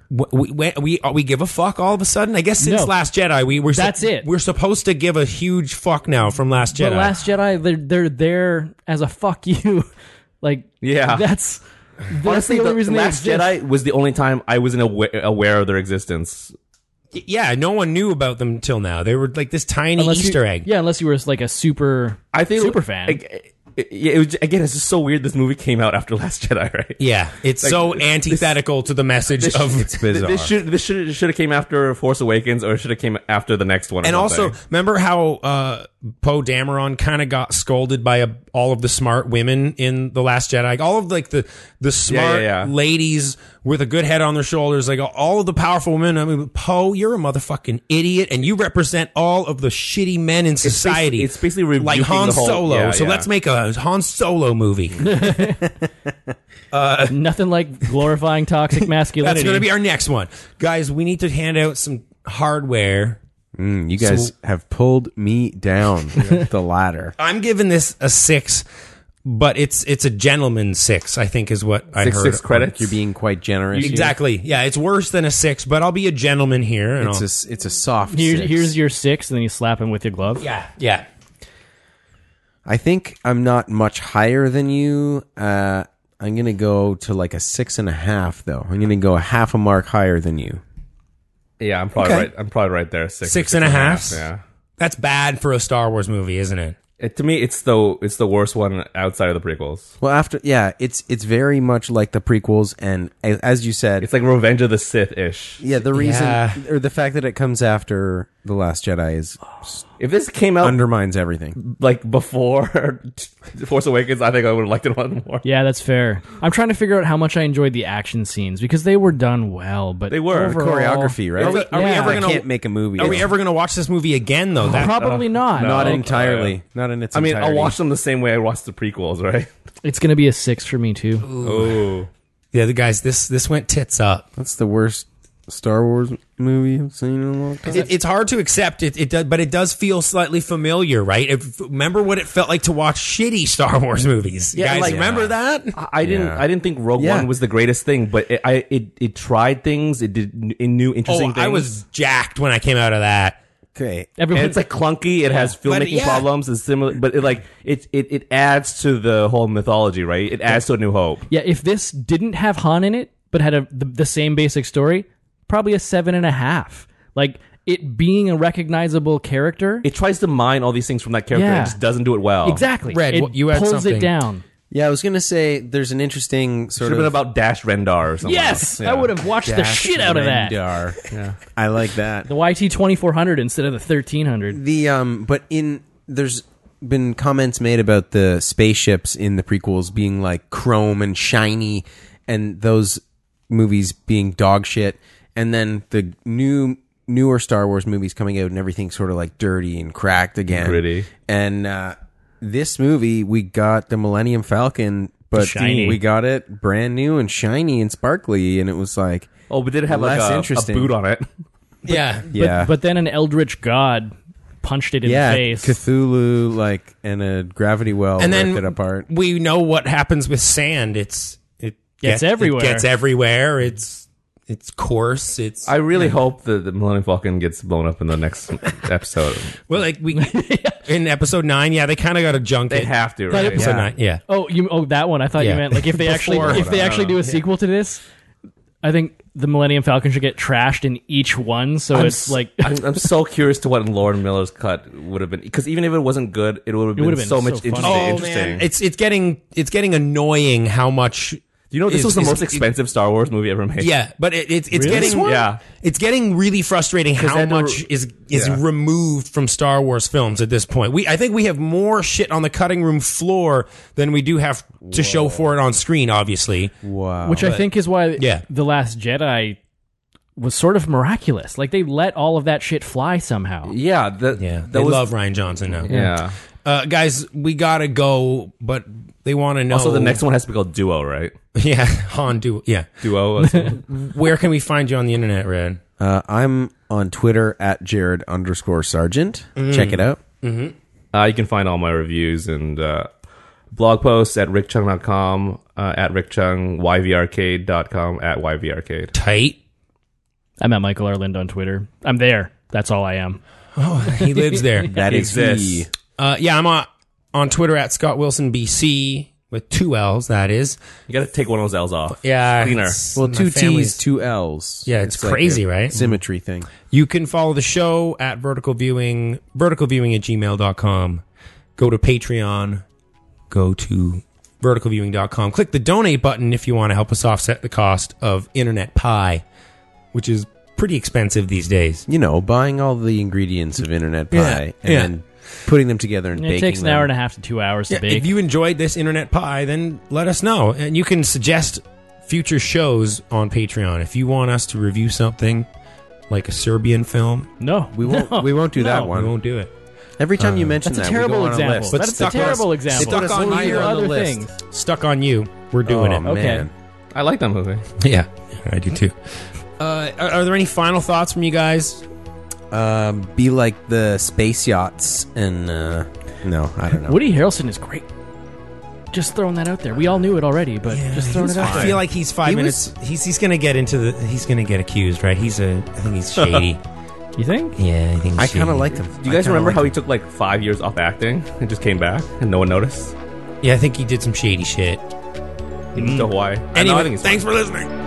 Speaker 6: wh- we when, we uh, we give a fuck all of a sudden i guess since
Speaker 9: No.
Speaker 6: last jedi we were
Speaker 9: That's it.
Speaker 6: we're supposed to give a huge fuck now from last
Speaker 9: the
Speaker 6: jedi
Speaker 9: Last Jedi, they're they're there as a fuck you. like
Speaker 8: Yeah.
Speaker 9: that's that's
Speaker 8: Honestly,
Speaker 9: the only
Speaker 8: the
Speaker 9: reason they
Speaker 8: Last
Speaker 9: exist.
Speaker 8: Jedi was the only time I wasn't aware, aware of their existence.
Speaker 6: Y- yeah no one knew about them till now they were like this tiny
Speaker 9: Unless you-
Speaker 6: easter egg
Speaker 9: Yeah, unless you were like a super
Speaker 8: I think
Speaker 9: super fan.
Speaker 8: Like, it, yeah, it was, again, it's just so weird. This movie came out after Last Jedi, right?
Speaker 6: Yeah, it's
Speaker 8: Like,
Speaker 6: so
Speaker 8: this-
Speaker 6: antithetical to the message
Speaker 8: This,
Speaker 6: of
Speaker 8: th- this should this should should have came after Force Awakens, or should have came after the next one. or
Speaker 6: And also,
Speaker 8: something.
Speaker 6: remember how uh, Poe Dameron kind of got scolded by a, all of the smart women in the Last Jedi, Like, all of like the the smart
Speaker 8: yeah.
Speaker 6: ladies with a good head on their shoulders, like all of the powerful women. I mean, Poe, you're a motherfucking idiot, and you represent all of the shitty men in society.
Speaker 8: it's basically
Speaker 6: like
Speaker 8: rebuking
Speaker 6: Han
Speaker 8: the whole-
Speaker 6: Solo.
Speaker 8: yeah,
Speaker 6: so
Speaker 8: yeah.
Speaker 6: let's make a Han Solo movie.
Speaker 9: Nothing like glorifying toxic masculinity.
Speaker 6: That's going to be our next one, guys. We need to hand out some hardware.
Speaker 7: Mm, you guys have pulled me down the ladder.
Speaker 6: I'm giving this a six, but it's it's a gentleman six. I think is what I
Speaker 8: Six-
Speaker 6: heard.
Speaker 8: six credits?
Speaker 7: You're being quite generous.
Speaker 6: Exactly. Yeah, it's worse than a six, but I'll be a gentleman here. And
Speaker 7: It's
Speaker 6: I'll-
Speaker 7: a it's a soft.
Speaker 9: Here's,
Speaker 7: six.
Speaker 9: here's your six, and then you slap him with your glove.
Speaker 6: yeah, yeah.
Speaker 7: I think I'm not much higher than you. Uh, I'm gonna go to like a six and a half, though. I'm gonna go a half a mark higher than you.
Speaker 8: yeah, I'm probably
Speaker 6: Okay.
Speaker 8: right. I'm probably right there. Six, or
Speaker 6: Six and a half.
Speaker 8: Yeah.
Speaker 6: That's bad for a Star Wars movie, isn't it?
Speaker 8: It, to me, it's the it's the worst one outside of the prequels.
Speaker 7: Well, after yeah, it's it's very much like the prequels, and a- as you said,
Speaker 8: It's like Revenge of the Sith ish.
Speaker 7: yeah, the reason
Speaker 6: Yeah.
Speaker 7: or the fact that it comes after the Last Jedi is
Speaker 8: If this came out
Speaker 7: undermines everything.
Speaker 8: like before Force Awakens, I think I would have liked it a lot more.
Speaker 9: Yeah, that's fair. I'm trying to figure out how much I enjoyed the action scenes because they were done well, but
Speaker 8: They were.
Speaker 9: overall-
Speaker 7: Choreography, right?
Speaker 6: Are we, are we
Speaker 9: Yeah.
Speaker 6: ever
Speaker 7: I
Speaker 6: gonna
Speaker 7: can't make a movie.
Speaker 6: Are we ever gonna watch this movie again though? That
Speaker 8: Uh,
Speaker 9: Probably not.
Speaker 7: Not
Speaker 8: Okay.
Speaker 6: Oh,
Speaker 7: entirely. Not in its.
Speaker 8: I mean, I'll
Speaker 7: entirety.
Speaker 8: watch them the same way I watched the prequels, right?
Speaker 9: It's gonna be a six for me too.
Speaker 8: Oh,
Speaker 6: the other guys, this this went tits up.
Speaker 7: That's the worst Star Wars movie I've seen in a long time.
Speaker 6: It, it's hard to accept it, it does, but it does feel slightly familiar, right? If, remember what it felt like to watch shitty Star Wars movies. You
Speaker 8: Yeah,
Speaker 6: guys
Speaker 8: like-
Speaker 6: remember that?
Speaker 8: I I didn't.
Speaker 7: Yeah.
Speaker 8: I didn't think Rogue
Speaker 7: Yeah.
Speaker 8: One was the greatest thing, but it, I it, it tried things. It did it new interesting
Speaker 6: Oh,
Speaker 8: things.
Speaker 6: I was jacked when I came out of that.
Speaker 7: Okay.
Speaker 8: And
Speaker 9: Everyone,
Speaker 8: it's like clunky. It has
Speaker 6: But,
Speaker 8: filmmaking
Speaker 6: yeah.
Speaker 8: problems. It's similar, but it like it, it it adds to the whole mythology, right? It adds to a new hope.
Speaker 9: yeah, if this didn't have Han in it, but had a, the, the same basic story, probably a seven and a half. Like it being a recognizable character.
Speaker 8: It oh. tries to mine all these things from that character
Speaker 9: Yeah.
Speaker 8: and it just doesn't do it well.
Speaker 9: exactly.
Speaker 6: Red,
Speaker 9: it
Speaker 6: what- you had
Speaker 9: pulls
Speaker 6: something.
Speaker 9: it down.
Speaker 7: Yeah, I was gonna say there's an interesting
Speaker 8: Should
Speaker 7: sort
Speaker 8: have
Speaker 7: of
Speaker 8: been about Dash Rendar or something.
Speaker 9: Yes, I would have watched the shit out of that.
Speaker 7: Rendar. I like that.
Speaker 9: The YT 2400 instead of the 1300.
Speaker 7: The um, but in there's been comments made about the spaceships in the prequels being like chrome and shiny, and those movies being dog shit, and then the new newer Star Wars movies coming out and everything sort of like dirty and cracked again,
Speaker 8: Gritty.
Speaker 7: and uh, this movie we got the Millennium Falcon. But
Speaker 9: Shiny.
Speaker 7: we got it brand new and shiny and sparkly, and it was like,
Speaker 8: Oh, but did it have like
Speaker 7: Less
Speaker 8: a, a
Speaker 7: interesting.
Speaker 8: boot on it?
Speaker 6: yeah.
Speaker 7: yeah,
Speaker 9: But, but then an eldritch god punched it in
Speaker 7: yeah,
Speaker 9: the face.
Speaker 7: Cthulhu like and a gravity well
Speaker 6: and
Speaker 7: ripped
Speaker 6: then
Speaker 7: it apart.
Speaker 6: We know what happens with sand. It's it
Speaker 9: Gets
Speaker 6: get-
Speaker 9: everywhere.
Speaker 6: It gets everywhere. It's it's coarse. It's
Speaker 8: I really hope that the Millennium Falcon gets blown up in the next episode.
Speaker 6: well, like we in episode nine. Yeah, they kind of got to junk
Speaker 8: They
Speaker 6: it.
Speaker 8: have to,
Speaker 9: But
Speaker 8: right?
Speaker 9: it-
Speaker 6: episode
Speaker 7: Yeah.
Speaker 6: nine. Yeah,
Speaker 9: Oh, you oh that one. I thought
Speaker 6: Yeah.
Speaker 9: you meant like if they actually
Speaker 6: Before-
Speaker 9: if they actually do a sequel to this, I think the Millennium Falcon should get trashed in each one. So it's
Speaker 8: s-
Speaker 9: like
Speaker 8: I'm, I'm so curious to what Lauren Miller's cut would have been because even if it wasn't good, it would have been,
Speaker 9: would've been
Speaker 8: so
Speaker 9: so
Speaker 8: much
Speaker 9: funny.
Speaker 8: interesting.
Speaker 6: Oh
Speaker 8: interesting.
Speaker 6: man, it's it's getting it's getting annoying how much.
Speaker 8: you know, this
Speaker 6: is-
Speaker 8: was the
Speaker 6: is-
Speaker 8: most
Speaker 6: it-
Speaker 8: expensive Star Wars movie ever made.
Speaker 6: Yeah, but it, it's it's
Speaker 8: Really? This
Speaker 6: getting
Speaker 8: one? Yeah.
Speaker 6: it's getting really frustrating
Speaker 8: they
Speaker 6: how
Speaker 8: had to
Speaker 6: much
Speaker 8: re-
Speaker 6: is is
Speaker 8: Yeah.
Speaker 6: removed from Star Wars films at this point. We I think we have more shit on the cutting room floor than we do have to show for it on screen. Obviously,
Speaker 7: Wow.
Speaker 9: which I think is why
Speaker 6: Yeah.
Speaker 9: the Last Jedi was sort of miraculous. Like they let all of that shit fly somehow.
Speaker 8: yeah, that,
Speaker 6: yeah,
Speaker 8: that
Speaker 6: they
Speaker 8: was,
Speaker 6: love Ryan Johnson now.
Speaker 8: Yeah.
Speaker 6: uh, guys, we gotta go, but they want to know.
Speaker 8: Also, the next one has to be called Duo, right?
Speaker 6: yeah, Han do yeah.
Speaker 8: Duo. or something.
Speaker 6: Where can we find you on the internet, Red?
Speaker 7: uh, I'm on Twitter at Jared underscore Sergeant. Check it out.
Speaker 8: uh, you can find all my reviews and uh, blog posts at rickchung.com, uh, at rickchung, yvarcade.com, at yvarcade.
Speaker 6: Tight.
Speaker 9: I'm at Michael Arland on Twitter. I'm there. That's all I am.
Speaker 6: He lives there.
Speaker 7: That is
Speaker 8: Exists.
Speaker 7: he.
Speaker 6: Uh, yeah, I'm on, on Twitter at Scott Wilson BC with two L's. That is.
Speaker 8: You got to take one of those L's off.
Speaker 6: Yeah,
Speaker 8: Cleaner.
Speaker 6: it's-
Speaker 7: Well,
Speaker 6: my
Speaker 7: two
Speaker 6: family's-
Speaker 7: T's, two L's.
Speaker 6: Yeah, it's crazy,
Speaker 7: a
Speaker 6: right?
Speaker 7: Symmetry thing.
Speaker 6: You can follow the show at vertical viewing, vertical viewing at gmail.com. Go to Patreon. go to verticalviewing.com. Click the donate button if you want to help us offset the cost of internet pie, which is pretty expensive these days.
Speaker 7: You know, buying all the ingredients of internet pie
Speaker 6: Yeah,
Speaker 7: and
Speaker 6: yeah.
Speaker 7: then putting them together and
Speaker 9: It
Speaker 7: baking
Speaker 9: takes an
Speaker 7: them.
Speaker 9: hour and a half to two hours to
Speaker 6: Yeah,
Speaker 9: bake.
Speaker 6: if you enjoyed this internet pie, then let us know. And you can suggest future shows on Patreon. If you want us to review something like a Serbian film,
Speaker 9: no,
Speaker 7: We won't.
Speaker 9: no,
Speaker 7: we won't do
Speaker 9: no.
Speaker 7: that
Speaker 6: we
Speaker 7: one.
Speaker 6: won't do it.
Speaker 7: Every time you mention
Speaker 9: That's a
Speaker 7: that, we
Speaker 9: terrible
Speaker 7: go on a
Speaker 9: example.
Speaker 7: list.
Speaker 9: That's a
Speaker 6: stuck on-
Speaker 9: terrible
Speaker 7: It's
Speaker 9: example.
Speaker 6: stuck
Speaker 7: on
Speaker 6: on
Speaker 7: higher
Speaker 6: you.
Speaker 7: on the
Speaker 9: Other
Speaker 7: list.
Speaker 9: things.
Speaker 6: Stuck on you. We're doing
Speaker 7: oh,
Speaker 6: it.
Speaker 7: man.
Speaker 8: I like that movie.
Speaker 6: Yeah, I do too. Uh, are, are there any final thoughts from you guys?
Speaker 7: Um, be like the space yachts and uh, no, I don't know.
Speaker 9: Woody Harrelson is great. Just throwing that out there. We all knew it already, but just throwing it out
Speaker 6: I
Speaker 9: there.
Speaker 6: feel like he's five
Speaker 7: He
Speaker 6: minutes. he's he's gonna get into the. He's gonna get accused, right? He's a. I think he's shady.
Speaker 9: You think?
Speaker 6: yeah, I think. He's
Speaker 7: I kind
Speaker 6: shady.
Speaker 7: of like him.
Speaker 8: Do you guys remember how he took like five years off acting and just came back and no one noticed?
Speaker 6: Yeah, I think he did some shady shit.
Speaker 8: He moved to Hawaii. I know,
Speaker 6: Mm.
Speaker 8: I think
Speaker 6: Anyway,
Speaker 8: he's
Speaker 6: thanks for listening.